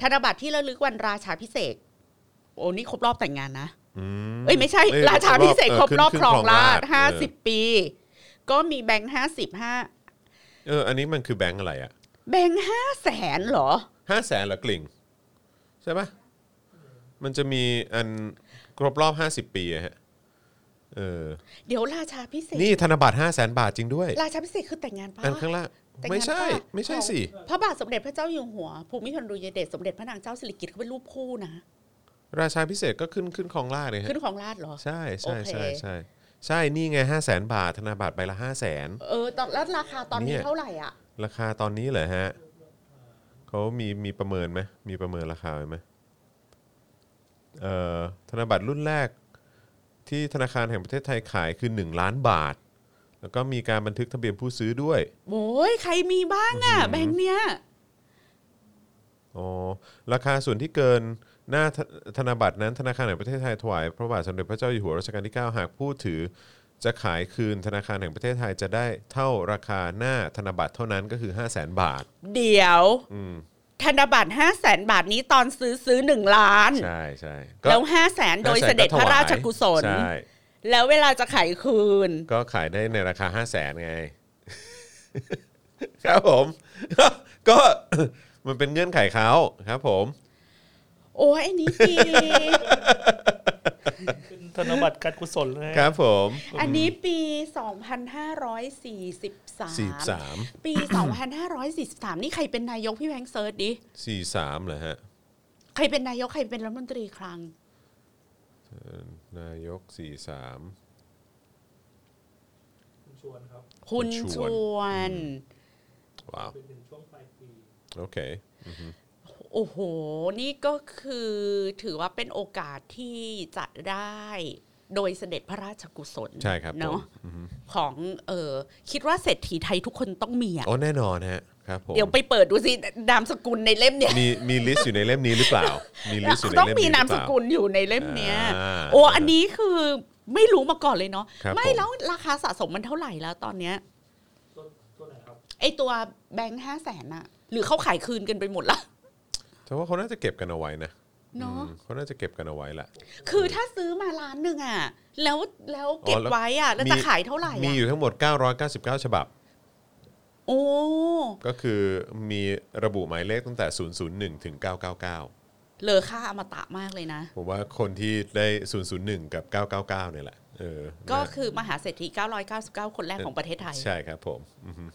S2: ธนบัตรที่ระลึกวันราชาพิเศษกโอ้นี่ครบรอบแต่งงานนะ
S1: อื
S2: เอ้ยไม่ใช่
S1: เอ้ย
S2: ราชาพิเศษกครบรอบ
S1: ขึ้น
S2: ครองราช
S1: เออ
S2: ห้าสิบปี ก็มีแบงค์ห้าสิบห้า
S1: เอออันนี้มันคือแบงค์อะไรอ่ะ
S2: แบงค์ห้าแสนเหรอ
S1: ห้าแสนเหรอกลิ่ง ใช่ปะมันจะมีอันครบรอบ 50 ปีอะฮะเออ
S2: เดี๋ยวราชาพิเศษก
S1: นี่ธนบัตร 5 0 0แสนบาทจริงด้วย
S2: ราชาพิเศษกคือแต่งงานปะ
S1: อันข้างล่าง
S2: แต่งงาน
S1: ไม่ใช่
S2: ปะ
S1: ไม่ใช่สิ
S2: พระบาทสมเด็จพระเจ้าอยู่หัว ภูมิพลอดุลยเดชสมเด็จพระนางเจ้าสิริกิติ์เขาเป็นรูปคู่นะ
S1: ราชาพิเศษกก็ขึ้นขึ้นครองราชเลยฮะ
S2: ขึ้นของราชเหรอ
S1: ใช่ใช่
S2: โอเค
S1: ใช่ใช่ใช่นี่ไง 5 0 0แสนบาท ธนบัตรใบละ 5 0 0แสน
S2: เออตอนแล้วราคาตอน
S1: เนี่
S2: นี้
S1: ย
S2: เท่าไหร่อ่ะ
S1: ราคาตอนนี้เหรอฮะเขามีมีประเมินไหมมีประเมินราคาไว้ไหมเอ่อธนบัตรรุ่นแรกที่ธนาคารแห่งประเทศไทยขายคือ 1 ล้านบาท แล้วก็มีการบันทึกทะเบียนผู้ซื้อด้วย
S2: โอ้ยใครมีบ้างอ่ะ แบงค์เนี้ย
S1: อ๋อราคาส่วนที่เกินหน้าธธนบัตรนั้นธนาคารแห่งประเทศไทยถวายพระบาทสมเด็จพระเจ้าอยู่หัวรัชกาลที่ 9 หากผู้ถือจะขายคืนธนาคารแห่งประเทศไทยจะได้เท่าราคาหน้าธนบัตรเท่านั้นก็คือ 5 0 0แสนบาท
S2: เดี๋ยว
S1: อืม
S2: ธนบัตรห้าแสนบาทนี้ตอนซื้อซื้อหนึ่งล้าน
S1: ใช่ใช่ก็
S2: แล้วห้าแสนโดยเสด็จพระราชกุศล
S1: ใช่
S2: แล้วเวลาจะขายคืน
S1: ก็ขายได้ในราคา 5 0 0แสนไง ครับผม ก็ มันเป็นเงื่อนไขเขาครับผม
S2: โอ้ยไอ้นี้ปี
S3: เป็นธนบัตรการกุศลนะฮะ
S1: ครับผม
S2: อันนี้ปี 2543
S1: 43
S2: ปี 2543 นี่ใครเป็นนายกพี่แบงค์เซิร์ชดิ
S1: 43เหรอฮะ
S2: ใครเป็นนายกใครเป็นรัฐมนตรีคลัง
S1: เอ่อนายก 43
S3: คุณชวนครับ
S2: คุณ
S1: ช
S2: ช
S1: วน
S2: วน
S1: ว้าว
S3: เป็นถึงช่วงปลายปี
S1: โอเค
S2: โอ้โห นี่ก็คือถือว่าเป็นโอกาสที่จะได้โดยเสด็จพระราชกุศล
S1: ใช่ครับผม
S2: เนาะ
S1: อือฮึ
S2: ของเออคิดว่าเศรษฐีไทยทุกคนต้องมีอ่ะ
S1: อ๋อแน่นอนฮะ ครับผม
S2: เดี๋ยวไปเปิดดูสินามสกุลในเล่มเนี่ย
S1: มีมีลิสต์อยู่ในเล่มนี้หรือเปล่า มีลิสต์อยู่ใน
S2: ต้อง
S1: เล่ม
S2: มี
S1: นี้หรื
S2: นาม
S1: อเป
S2: ส
S1: ล่า
S2: กุลอยู่ในเล่มเนี้ย
S1: อ่า
S2: โอ้อันนี้คือไม่รู้มาก่อนเลยเนาะ
S1: ครับ
S2: ไม่
S1: ผม
S2: แล้วราคาสะสมมันเท่าไหร่แล้วตอนเนี้ย
S3: ตัวตัวไหนครับ
S2: ไอตัวแบงค์ห้าแสนอะหรือเขาขายคืนกันไปหมดละ
S1: แต่ว่าเขาน่าจะเก็บกันเอาไว้นะ
S2: เนาะ
S1: อืมเขาน่าจะเก็บกันเอาไว้แหละ
S2: คือถ้าซื้อมาล้านหนึ่งอ่ะ แล้วแล้ว
S1: อ๋อ
S2: เก็บ
S1: แล้ว
S2: ไว้อ่ะ แล้ว
S1: มี
S2: จะขายเท่าไหร่
S1: มี
S2: อ่ะ
S1: อยู่ทั้งหมด 999 ฉบับ
S2: โอ้
S1: ก็คือมีระบุหมายเลขตั้งแต่ 001 ถึง 999
S2: เลอค่าอมตะมากเลยนะ
S1: ผมว่าคนที่ได้ 001 กับ 999 เนี่ยแหละ เออ
S2: ก็
S1: นะ
S2: คือมหาเศรษฐี 999 คนแรกของประเทศไทย
S1: ใช่ครับผมอือฮึ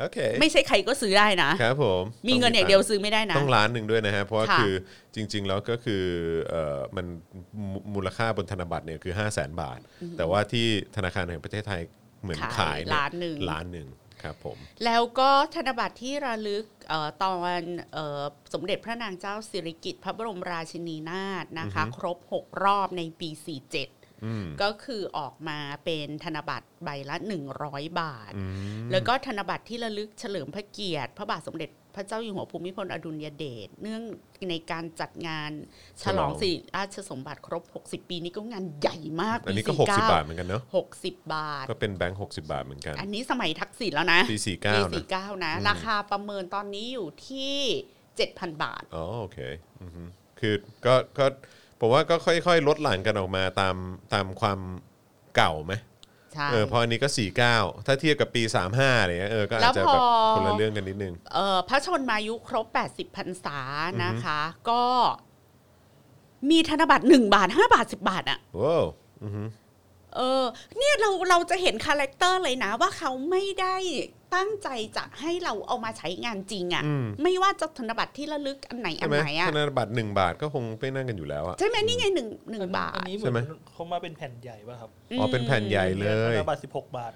S1: โอเค
S2: ไม่ใช่ใครก็ซื้อได้นะ
S1: ครับผม
S2: มี
S1: ต้
S2: เงินอย่างเดียวซื้อไม่ได้นะ
S1: ต้องล้านหนึ่งด้วยนะฮะ เพราะว่า
S2: ค่ะ
S1: คือจริง ๆ แล้วก็คือเอ่อมันมูมูลค่าบนธนบัตรเนี่ยคือ 5 0 0แสนบาท แต่ว่าที่ธนาคารแห่งประเทศไทยเหมือนขายเนี่ย
S2: ล้านหนึ่ง
S1: ล้านหนึ่งครับผม
S2: แล้วก็ธนบัตรที่ระลึกเออตอนเออสมเด็จพระนางเจ้าสิริกิติ์พระบรมราชินีนาถนะคะ ครบ 6 รอบในปี 47
S1: อืม
S2: ก็คือออกมาเป็นธนบัตรใบละ 100 บาท
S1: อืม
S2: แล้วก็ธนบัตรที่ระลึกเฉลิมพระเกียรติ พระบาทสมเด็จพระเจ้าอยู่หัวภูมิพลอดุลยเดชเนื่องในการจัดงานฉลองสิริราชสมบัติครบ 60 ปีนี้ก็งานใหญ่มาก
S1: อันนี้ก็
S2: ปี
S1: 60
S2: 49
S1: บาทเหมือนกันเนาะ
S2: 60 บาท
S1: ก็เป็นแบงค์60 บาทเหมือนกัน
S2: อันนี้สมัยทักษิณแล้วนะ
S1: ปี
S2: ปี
S1: 49นะ
S2: สี่เก้านะ
S1: อืม
S2: ราคาประเมินตอนนี้อยู่ที่ 7,000 บาท
S1: อ๋อโอเคอือฮึคือก็ก็ผมว่าก็ค่อยๆ ลดหลั่นกันออกมาตามตามความเก่าไหม
S2: ใช่
S1: เออเพออันนี้ก็ 49 ถ้าเทียบกับปี 35อะไรเนี่ยเออก็อาจจะ
S2: แล้วพอ
S1: แบบคนละเรื่องกันนิดนึง
S2: เอ่อพระชนมายุครบ 80พรรษานะคะ ก็มีธนบัตร 1 บาท 5 บาท 10 บาทอะ
S1: ว้าวอือฮึ
S2: เออเนี่ยเราเราจะเห็นคาแรคเตอร์เลยนะ ว่าเขาไม่ได้ตั้งใจจะให้เราเอามาใช้งานจริงอะ
S1: อืม
S2: ไม่ว่าจะธนบัตรที่ระลึกอันไหนอั
S1: ใช่
S2: น
S1: ไหม
S2: ไหนอะ
S1: ธนบัตรหนึ่งบาทก็คงไปนั่งกันอยู่แล้วอะ
S2: ใช่ไหมนี่ไงหนึ่งหนึ่งบาท
S3: อันนี้เห
S1: ใช่ไหม
S3: มือนเขามาเป็นแผ่นใหญ่ป่ะครับ
S1: อ๋อเป็นแผ่นใหญ่เล
S3: ธ
S1: ย
S3: นบัตรสิบหกบาท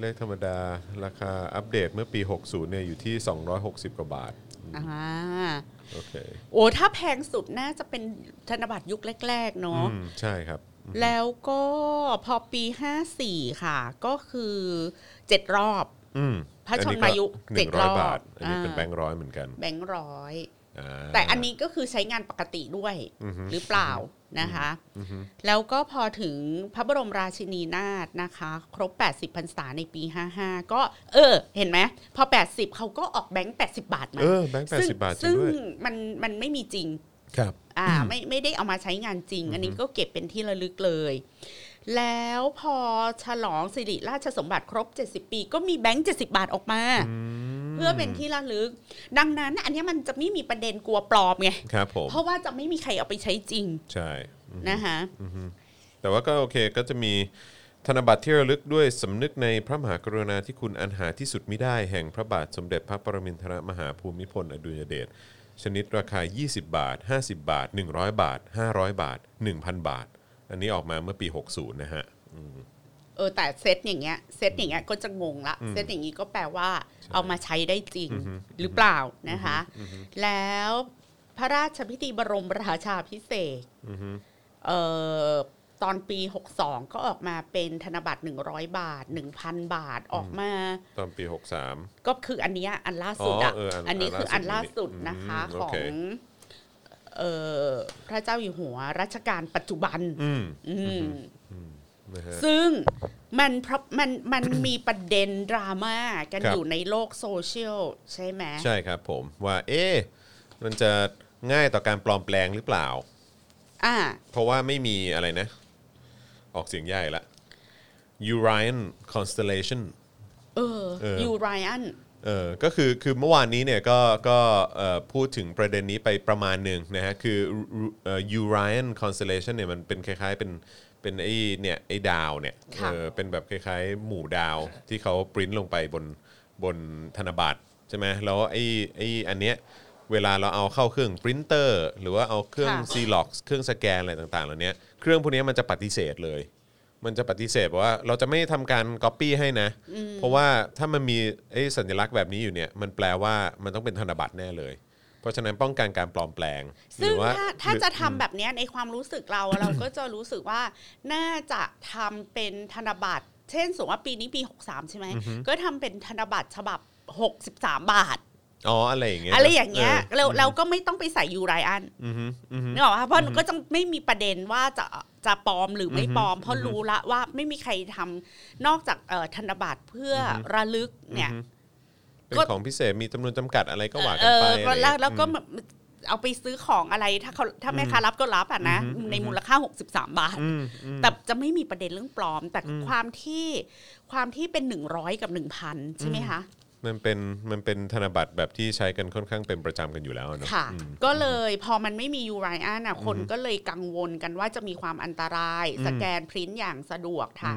S1: เลขธรรมดาราคาอัปเดตเมื่อปี 60เนี่ยอยู่ที่ 260 กว่าบาท
S2: อ่า
S1: โอเค
S2: โอ้ถ้าแพงสุดน่าจะเป็นธนบัตรยุคแรก ๆ เนาะ
S1: อืมใช่ครับ
S2: แล้วก็พอปี 54 ค่ะ ก็คือ 7 รอบ
S1: อืม
S2: พระชนมายุ
S1: หนึ่งร้อย
S2: 700
S1: บาท อันนี้
S2: อ่า
S1: เป็นแบงค์ร้อยเหมือนกัน
S2: แบงค์ร้อย
S1: อ่า
S2: แต่อันนี้ก็คือใช้งานปกติด้วย
S1: อือฮึ
S2: หรือเปล่านะคะ
S1: อือฮึ
S2: แล้วก็พอถึงพระบรมราชินีนาถนะคะ ครบ 80พรรษาในปี 55 ก็เออ เห็นไหมพอ 80 เขาก็ออกแบงค์ 80 บาทมา
S1: เออแบงค์แปด
S2: ซึ่ง
S1: สิบบาทจริ
S2: ซึ่
S1: ง
S2: ง
S1: ด้วย
S2: มันมันไม่มีจริง
S1: ครับ
S2: อ่าไม่ไม่ได้เอามาใช้งานจริง อันนี้ก็เก็บเป็นที่ระลึกเลย แล้วพอฉลองสิริราชสมบัติครบ 70 ปี ก็มีแบงค์ 70 บาทออกมา เพื่อเป็นที่ระลึก ดังนั้นอันเนี้ยมันจะไม่มีประเด็นกลัวปลอมไง
S1: ครับผม
S2: เพราะว่าจะไม่มีใครเอาไปใช้จริง
S1: ใช่อือฮึ
S2: นะคะ
S1: อือฮึแต่ว่าก็โอเคก็จะมีธนบัตรที่ระลึกด้วยสำนึกในพระมหากรุณาธิคุณอันหาที่สุดมิได้แห่งพระบาทสมเด็จพระปรมินทรมหาภูมิพลอดุลยเดชชนิดราคา 20 บาท 50 บาท 100 บาท 500 บาท 1,000 บาท อันนี้ออกมาเมื่อปี 60 นะฮะ
S2: เออแต่เซตอย่างเงี้ยเซตอย่างเงี้ยก็จะงงละเซตอย่างงี้ก็แปลว่าเอามาใช้ได้จริง
S1: อือฮึ
S2: หรือเปล่านะคะ แล้วพระราชพิธีบรมราชาพิเศษกเอ่อตอนปี 62 ก็ออกมาเป็นธนบัตร 100 บาท 1,000 บาทออกมา
S1: ตอนปี 63
S2: ก็คืออันเนี้ยอันล่าสุด
S1: อ๋อเอออัน
S2: นนี้คืออันล่าสุด
S1: อันล่าสุดอืม
S2: นะคะข
S1: โอ
S2: อ
S1: เค
S2: งเอ่อพระเจ้าอยู่หัวรัชกาลปัจจุบัน
S1: อืม
S2: อืม
S1: นะฮะ
S2: ซึ่งมันเพราะมันมันมีประเด็นดราม่า กัน
S1: ครับ
S2: อยู่ในโลกโซเชียลใช่ไหม
S1: ใช่ครับผมว่าเอ๊ะมันจะง่ายต่อการปลอมแปลงหรือเปล่า
S2: อ่า
S1: เพราะว่าไม่มีอะไรนะ ออกเสียงใหญ่ละ Orion constellation
S2: เออ
S1: เออ
S2: ยูไรอัน
S1: เออก็คือคือเมื่อวานนี้เนี่ยก็ก็เอ่อพูดถึงประเด็นนี้ไปประมาณหนึ่งนะฮะ คือเอ่อ Orion constellation เนี่ยมันเป็นคล้ายๆเป็นเป็นไอ้เนี่ยไอ้ดาวเนี่ย
S2: ค่ะ
S1: เออเป็นแบบคล้ายๆ หมู่ดาวที่เขาปริ้นลงไปบนบนธนบัตรใช่ไหมแล้วไอ้ไอ้อันเนี้ยเวลาเราเอาเข้าเครื่องปรินเตอร์ หรือว่าเอาเครื่อง
S2: ค่ะ
S1: ซีล็อกเครื่องสแกนอะไรต่างๆเหล่านี้เครื่องพวกนี้มันจะปฏิเสธเลย มันจะปฏิเสธบอกว่าเราจะไม่ทำการก๊อปปี้ให้นะ เพราะว่าถ้ามันมีไอ้สัญลักษณ์แบบนี้อยู่เนี่ย มันแปลว่ามันต้องเป็นธนบัตรแน่เลย เพราะฉะนั้นป้องกันการปลอมแปลงห
S2: ซึ่
S1: รื
S2: ง
S1: อว่า
S2: ถ้าถ้า
S1: หรือ
S2: จะทำแบบเนี้ยในความรู้สึกเรา เราก็จะรู้สึกว่าน่าจะทำเป็นธนบัตร เช่นสมมติว่าปีนี้ปี 63 ใช่ไหม ก็ทำเป็นธนบัตรฉบับ 63 บาท
S1: อ๋ออะไรอย่างเงี้ย
S2: อะไรอย่างเงี้ย
S1: ออ
S2: เราเราก็ไม่ต้องไปใส่ยูไรอัน
S1: อือฮึอือฮึ
S2: นึกออกปะเพราะก็จะไม่มีประเด็นว่าจะจะปลอมหรือไม่ปลอม เพราะรู้ละว่าไม่มีใครทำนอกจากเอ่อธนบัตรเพื่ออระลึกเนี่ย
S1: อือฮึ เป็น
S2: ก็
S1: ของพิเศษมีจำนวนจำกัดอะไรก็ว่ากั
S2: เอน
S1: ไปอะ
S2: อ
S1: ไรอย่างเงี้
S2: แล้วย แล้วก็เอาไปซื้อของอะไรถ้าเขาถ้าแม่ค้ารับก็รับอ่ะนะ
S1: อืม
S2: ในมูลค่า 63 บาท
S1: อืมอืม
S2: แต่จะไม่มีประเด็นเรื่องปลอม แต่ความที่ความที่เป็น 100 กับ 1,000 ใช่ไหมคะ
S1: มันเป็นมันเป็นธนบัตรแบบที่ใช้กันค่อนข้างเป็นประจำกันอยู่แล้วเนอะ
S2: ค่ะ
S1: อืม
S2: ก็เลยพอมันไม่มียูไรอันอ่ะคนก็เลยกังวลกันว่าจะมีความอันตราย สแกนพริ้นอย่างสะดวกค่ะ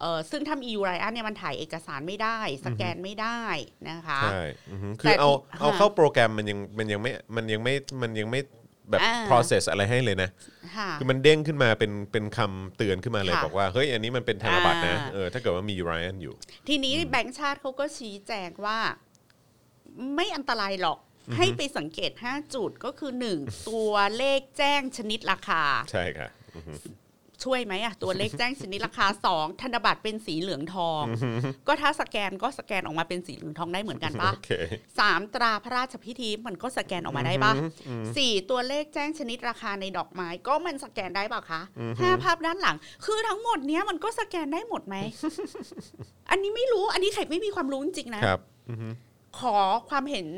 S2: เออซึ่งถ้ามียูไรอันเนี่ยมันถ่ายเอกสารไม่ได้ สแกนไม่ได้นะคะ
S1: ใช่อือฮึ
S2: แต่
S1: คือเอา
S2: ที่
S1: เอา
S2: ฮะ
S1: เข้าโปรแกรมมันยังมันยังไม่มันยังไม่มันยังไม่แบบ
S2: อ่า
S1: process อะไรให้เลยนะ
S2: ค่ะ
S1: คือมันเด้งขึ้นมาเป็นเป็นคำเตือนขึ้นมาเลย
S2: ค่ะ
S1: บอกว่าเฮ้ยอันนี้มันเป็นธนบัตรนะ
S2: อ่า
S1: เออถ้าเกิดว่ามี Ryan อยู่
S2: ทีนี้แบงค์ชาติเขาก็ชี้แจงว่า ไม่อันตรายหรอก ให้ไปสังเกต 5 จุดก็คือ 1 ตัวเลขแจ้งชนิดราคา
S1: ใช่ค่ะอือฮึ
S2: ช่วยไหมอะตัวเลขแจ้งชนิดราคา 2 ธนบัตรเป็นสีเหลืองทอง ก็ถ้าสแกนก็สแกนออกมาเป็นสีเหลืองทองได้เหมือนกันปะ
S1: โอเค
S2: สามตราพระราชพิธีมันก็สแกนออกมาได้ปะสี่ตัวเลขแจ้งชนิดราคาในดอกไม้ก็มันสแกนได้ปะคะห้าภาพด้านหลัง คือทั้งหมดเนี้ยมันก็สแกนได้หมด ไหม อันนี้ไม่รู้อันนี้ไข่ไม่มีความรู้จริงๆนะครับ
S1: อือฮึ
S2: ขอความเห็น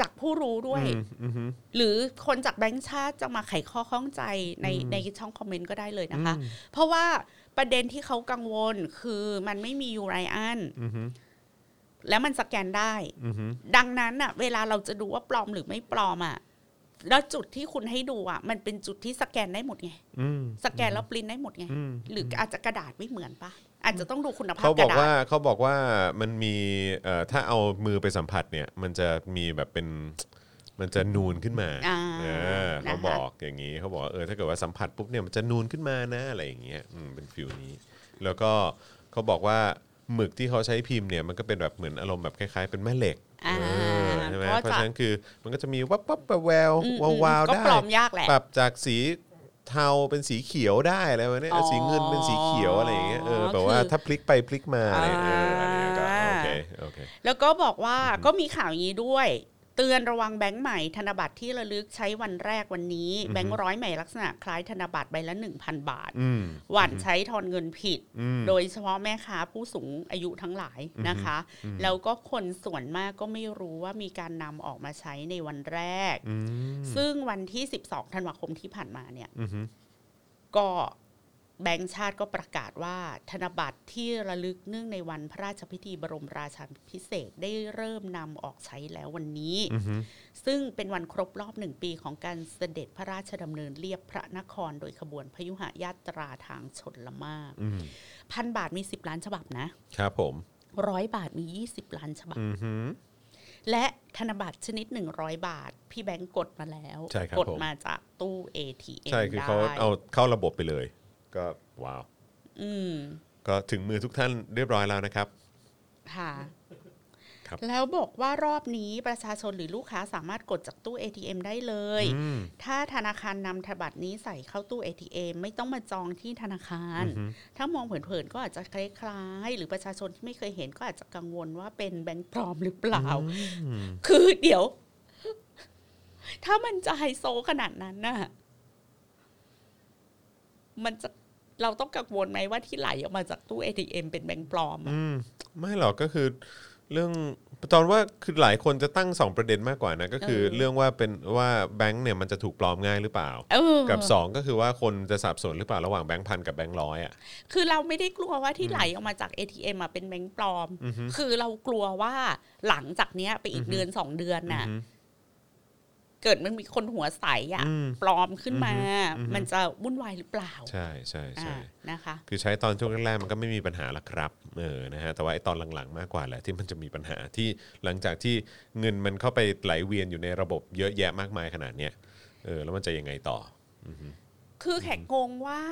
S2: จากผู้รู้ด้วย
S1: อืมอือฮึ
S2: หรือคนจากแบงค์ชาติจะมาไขข้อข้องใจในในช่องคอมเมนต์ก็ได้เลยนะคะ เพราะว่าประเด็นที่เขากังวลคือมันไม่มียูไรอัน
S1: อือฮึ
S2: แล้วมันสแกนได้
S1: อือฮึ
S2: ดังนั้นอ่ะ เวลาเราจะดูว่าปลอมหรือไม่ปลอมอ่ะแล้วจุดที่คุณให้ดูอ่ะ มันเป็นจุดที่สแกนได้หมดไง
S1: อืม
S2: สแกนแล้วปริ้นได้หมดไง
S1: อืม
S2: หรืออาจจะกระดาษไม่เหมือนปะอาจจะต้องดูคุณภาพ
S1: เขา
S2: ก
S1: บอก
S2: ระดา
S1: ว่า
S2: ษ
S1: เขาบอกว่ามันมีเอ่อถ้าเอามือไปสัมผัสเนี่ย มันจะมีแบบเป็นมันจะนูนขึ้นมา
S2: อ่า
S1: เออ
S2: นะ
S1: เขาบ
S2: คะ
S1: อกอย่างนี้เขาบอกว่าเออถ้าเกิดว่าสัมผัสปุ๊บเนี่ยมันจะนูนขึ้นมานะอะไรอย่างเงี้ยอืมเป็นฟิลนี้ แล้วก็เขาบอกว่าหมึกที่เขาใช้พิมพ์เนี่ยมันก็เป็นแบบเหมือนอารมณ์แบบคล้ายๆ เป็นแม่เหล็ก
S2: อ่า
S1: เออใช่ไหม
S2: ก็
S1: เพราะ
S2: จะ
S1: ฉะนั้นคือมันก็จะมีวับวับแวว
S2: อืม
S1: วาววาว
S2: ก็
S1: ได้
S2: ปลอมยากแหละ
S1: ปรับจากสีเทาเป็นสีเขียวได้อะไรแบบเนี้ย
S2: อ๋อ
S1: สีเงินเป็นสีเขียวอะไรอย่างเงี้ยเออแบบ
S2: คื
S1: ว่า
S2: อ
S1: ถ้าพลิกไปพลิกมาเนี่ยเอออันเนี้ยก็
S2: อ่า
S1: โอเคโอเค
S2: แล้วก็บอกว่าก็มีข่าวอย่างนี้ด้วย เตือนระวังแบงก์ใหม่ธนบัตรที่ระลึกใช้วันแรกวันนี้ แบงก์ร้อยใหม่ลักษณะคล้ายธนบัตรใบละ 1,000 บาท
S1: อืม
S2: หว่านใช้ทอนเงินผิด
S1: อืม
S2: โดยเฉพาะแม่ค้าผู้สูงอายุทั้งหลายนะคะ แล้วก็คนส่วนมากก็ไม่รู้ว่ามีการนำออกมาใช้ในวันแรก
S1: อืม
S2: ซึ่งวันที่ 12 ธันวาคมที่ผ่านมาเนี่ย
S1: อือฮึ
S2: ก็แบงค์ชาติก็ประกาศว่า ธนบัตรที่ระลึกเนื่องในวันพระราชพิธีบรมราชาพิเศษกได้เริ่มนำออกใช้แล้ววันนี้
S1: อือฮึ
S2: ซึ่งเป็นวันครบรอบหนึ่งปีของการเสด็จพระราชดำเนินเรียบพระนครโดยขบวนพยุหยาตราทางชนละมาก
S1: อืม
S2: พันบาทมี 10 ล้านฉบับนะ
S1: ครับผม
S2: ร้อยบาทมี 20 ล้านฉบับ
S1: อือฮึ
S2: และธนบัตรชนิด 100 บาท พี่แบงก์กดมาแล้ว
S1: ใช่ครับ
S2: กด
S1: ผม
S2: มาจากตู้ ATM
S1: ใช่คือ
S2: ได้
S1: เขาเอาเข้าระบบไปเลย ก็ว้าว
S2: อืม
S1: ก็ถึงมือทุกท่านเรียบร้อยแล้วนะครับ
S2: ค่ะ
S1: ครับ
S2: แล้วบอกว่ารอบนี้ประชาชนหรือลูกค้าสามารถกดจากตู้ ATM ได้เลย
S1: อืม
S2: ถ้าธนาคารนำธนบัตรนี้ใส่เข้าตู้ ATM ไม่ต้องมาจองที่ธนาคาร ถ้ามองเผินๆก็อาจจะคล้ายๆ หรือประชาชนที่ไม่เคยเห็นก็อาจจะกังวลว่าเป็นแบงค์ปลอมหรือเปล่า คือเดี๋ยว ถ้ามันจะไฮโซขนาดนั้นน่ะ มันจะเราต้องกังวลไหมว่าที่ไหลออกมาจากตู้ ATM เป็นแบงค์ปลอมอะ
S1: อืมไม่หรอกก็คือเรื่องตอนว่าคือหลายคนจะตั้งสองประเด็นมากกว่านะก็คือเรื่องว่าเป็นว่าแบงค์เนี่ยมันจะถูกปลอมง่ายหรือเปล่า
S2: เออ
S1: กับสองก็คือว่าคนจะสับสนหรือเปล่าระหว่างแบงค์พันกับแบงค์ร้อยอ่ะ
S2: คือเราไม่ได้กลัวว่าที่ไหลออกมาจาก ATM อ่ะเป็นแบงค์ปลอม
S1: อือฮึ
S2: คือเรากลัวว่าหลังจากเนี้ยไปอีกเดือนสองเดือนน่ะ
S1: อืม
S2: เกิดมันมีคนหัวใสอ่ะ
S1: อืม
S2: ปลอมขึ้นมา
S1: อือฮึ
S2: มันจะวุ่นวายหรือเปล่า
S1: ใช่ใช่
S2: อ่า
S1: ใช่
S2: นะคะ
S1: คือใช้ตอนช่วงแรกๆมันก็ไม่มีปัญหาละครับเออนะฮะแต่ว่าไอ้ตอนหลังๆมากกว่าแหละที่มันจะมีปัญหาที่หลังจากที่เงินมันเข้าไปไหลเวียนอยู่ในระบบเยอะแยะมากมายขนาดเนี้ยเออแล้วมันจะยังไงต่อ
S2: คือแขกงงว่า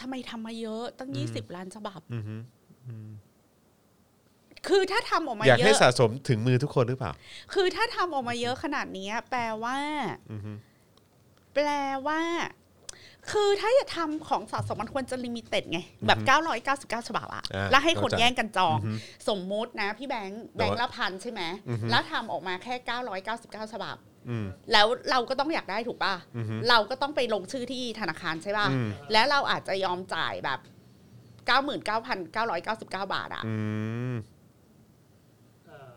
S2: ทำไมทำมาเยอะตั้ง 20 ล้านฉบับ
S1: อือฮึ
S2: คือถ้าทำออกมา
S1: อยาก
S2: เย
S1: ให้
S2: อะ
S1: สะสมถึงมือทุกคนหรือเปล่า
S2: คือถ้าทำออกมาเยอะขนาดเนี้ย แปลว่า
S1: อือฮึ
S2: แปลว่า คือถ้าจะทำของสะสมมันควรจะลิมิเต็ดไง แบบ 999 ฉบับอะ
S1: อ่า
S2: แล้วให้คน
S1: เข้าใจ
S2: แย่งกันจอง
S1: อือฮึ
S2: สมมุตินะ พี่แบงค์
S1: แต่
S2: แบ
S1: ว่า
S2: งค์ละพันใช่ไหม แล้วทำออกมาแค่ 999 ฉบับ
S1: อืม
S2: แล้วเราก็ต้องอยากได้ถูกป่ะ
S1: อือฮึ
S2: เราก็ต้องไปลงชื่อที่ธนาคารใช่ป่ะ
S1: อืม
S2: แล้วเราอาจจะยอมจ่ายแบบ 99,999 บาทอะ
S1: อืม
S3: เอ่อ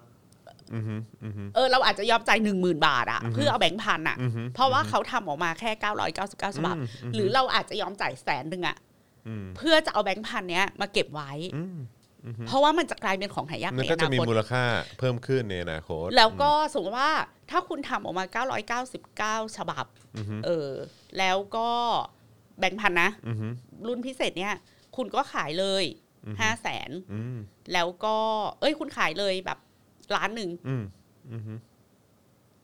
S1: อือฮึอือฮึ
S2: เออเราอาจจะยอมจ่าย10,000 บาทอะ
S1: อือฮึ
S2: เพื่อเอาแบงค์พันอะ
S1: อือฮึ
S2: เพราะว่าเขาทำออกมาแค่ 999 ฉบับ
S1: อืมอืม
S2: หรือเราอาจจะยอมจ่ายแสนหนึ่งอะ
S1: อืม
S2: เพื่อจะเอาแบงค์พันเนี้ยมาเก็บไว้
S1: อืม
S2: เพราะว่ามันจะกลายเป็นของหายาก
S1: มัน
S2: ใน
S1: ก็
S2: อ
S1: จะ
S2: นา
S1: มี
S2: คต
S1: มูลค่าเพิ่มขึ้นในอนาคต
S2: แล้วก็สมมติว่าถ้าคุณทำออกมา 999 ฉบับ
S1: อือฮึ
S2: เออ แล้วก็แบงค์พันนะ
S1: อือฮึ
S2: รุ่นพิเศษเนี้ยคุณก็ขายเลย
S1: อือฮึ
S2: ห้าแสน
S1: อืม
S2: แล้วก็ เอ้ย คุณขายเลยแบบล้านหนึ่ง
S1: อืมอือฮึ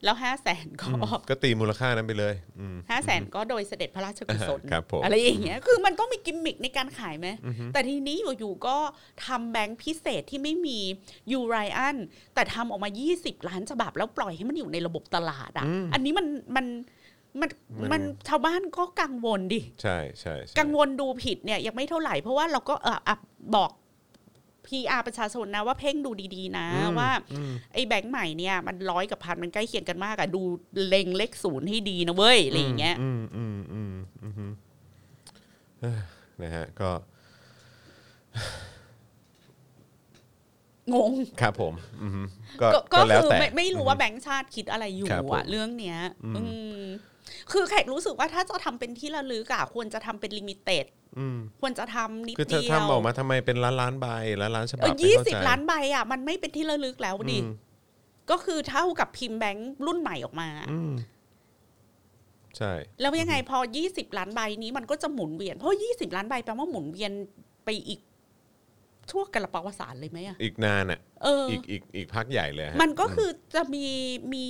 S2: แล้วห้าแสนก็
S1: อืมก็ตีมูลค่านั้นไปเลยอืม
S2: ห้าแสนก็โดยเสด็จพระราชกุศล
S1: ครับผม
S2: อะไรอย่างเงี้ยคือมันก็มีกิมมิคในการขายไหม แต่ทีนี้อยู่ๆก็ทำแบงค์พิเศษที่ไม่มียูไรอันแต่ทำออกมา 20 ล้านฉบับแล้วปล่อยให้มันอยู่ในระบบตลาดอ่ะ อันนี้มันมัน มัน
S1: มัน
S2: มันชาวบ้านก็กังวลดิ
S1: ใช่ใช่ใช่
S2: กังวลดูผิดเนี่ยยังไม่เท่าไหร่ เพราะว่าเราก็เอออ่ะบอก PR ประชาชนนะว่าเพ่งดูดีๆนะ
S1: อืม
S2: ว่า
S1: อืม
S2: ไอ้แบงค์ใหม่เนี่ยมันร้อยกับพันมันใกล้เคียงกันมากอะดูเล็งเลขศูนย์ให้ดีนะเว้ยอะไรอย่างเงี้ย
S1: อืมอืมอืมอืมอืมเอ้อนะฮะก็
S2: งง
S1: ครับผมอืมก็
S2: ก็ก็
S1: ก็แล้ว
S2: คือ
S1: แต่
S2: ไม่ไม่รู้ว่าแบงค์ชาติคิดอะไรอยู่
S1: ครับผม
S2: อะเรื่องเนี้ย
S1: อืม
S2: อืมคือแขกรู้สึกว่าถ้าจะทำเป็นที่ระลึกอะควรจะทำเป็นลิมิเต็ด
S1: อืม
S2: ควรจะทำนิด
S1: คือเธอ
S2: เดียว
S1: ทำออกมาทำไมเป็นล้านล้านใบล้านล้านฉบับ
S2: เออ
S1: ไม่
S2: ยี่
S1: เข้า
S2: สิบ
S1: ใจ
S2: ล้านใบอะมันไม่เป็นที่ระลึกแล้วดิ
S1: อืม
S2: ก็คือเท่ากับพิมพ์แบงค์รุ่นใหม่ออกมา
S1: อืมใช่
S2: แล้วยังไงพอ 20 ล้านใบนี้มันก็จะหมุนเวียน เพราะ 20 ล้านใบแปลว่าหมุนเวียนไปอีกทั่วกระปวสารเลยไหมอะ
S1: อีกนานอ่ะ
S2: เอออ
S1: อีกอีกอีกพักใหญ่เลยฮะ
S2: มันก็คือจะมีมี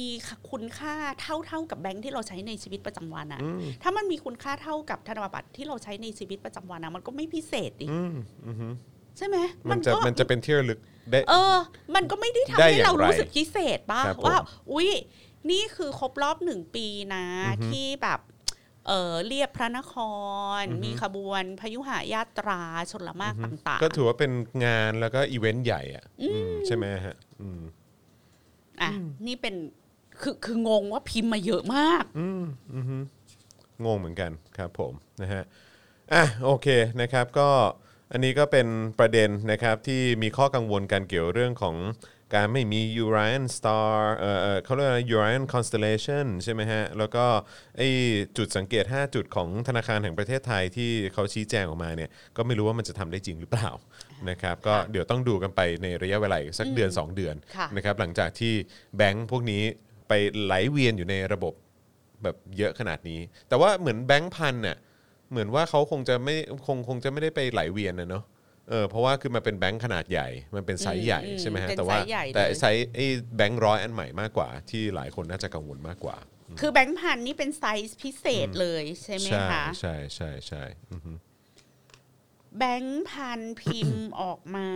S2: คุณค่าเท่าเท่ากับแบงค์ที่เราใช้ในชีวิตประจำวันอะ
S1: ม
S2: ถ้ามันมีคุณค่าเท่ากับธนบัตรที่เราใช้ในชีวิตประจำวันอะมันก็ไม่พิเศษดิ
S1: อืมอืมอืม
S2: ใช่ไหม
S1: มันจะ
S2: ก็
S1: มันจะเป็นเที่ยวลึกได้
S2: เออ มันก็ไม่ได้ทำ
S1: ได้
S2: ให้
S1: อย่าง
S2: เรารู้
S1: ไร
S2: สึกพิเศษบ้าง
S1: ครับผม
S2: ว่า อุ๊ย นี่คือครบรอบหนึ่งปีนะ
S1: อือฮึ
S2: ที่แบบเออเรียบพระนคร
S1: อือฮึ
S2: มีขบวนพยุหายาตราชนละมากต่าง
S1: ก็ถือว่าเป็นงานแล้วก็อีเวนต์ใหญ่อ่ะอืมใช่ไหมฮะอืม
S2: ๆอ่ะนี่เป็นคือคืองงว่าพิมพ์มาเยอะมาก
S1: อืมอืมฮึงงเหมือนกันครับผมนะฮะอ่ะโอเคนะครับก็อันนี้ก็เป็นประเด็นนะครับที่มีข้อกังวลกันเกี่ยวเรื่องของการไม่มี Orion Star เอ่อเอ่อเขาเรียกว่า Orion Constellation ใช่ไหมฮะ แล้วก็ไอจุดสังเกต 5 จุดของธนาคารแห่งประเทศไทยที่เขาชี้แจงออกมาเนี่ยก็ไม่รู้ว่ามันจะทำได้จริงหรือเปล่านะครับก็เดี๋ยวต้องดูกันไปในระยะเวลาอีกสักเดือน 2 เดือน
S2: ค่ะ
S1: นะครับหลังจากที่แบงค์พวกนี้ไปไหลเวียนอยู่ในระบบแบบเยอะขนาดนี้ แต่ว่าเหมือนแบงค์พันเนี่ยเหมือนว่าเขาคงจะไม่คงคงจะไม่ได้ไปไหลเวียนนะเนาะเออเพราะว่าคือมันเป็นแบงค์ขนาดใหญ่ มันเป็นไซส์ใหญ่
S2: อืม
S1: ใช่ไหมฮะ
S2: เป็น
S1: แต่ว่า
S2: ไซส์ใหญ่
S1: แต่
S2: เลย
S1: ไซส์ไอ้แบงค์ร้อยอันใหม่มากกว่า ที่หลายคนน่าจะกังวลมากกว่า
S2: คือแบงค์พันนี่เป็นไซส์พิเศษเลยใช่ไหม
S1: ใช่
S2: คะ
S1: ใช่ใช่ใช่อือฮึ
S2: แบงค์พันพิมพ์ ออกมา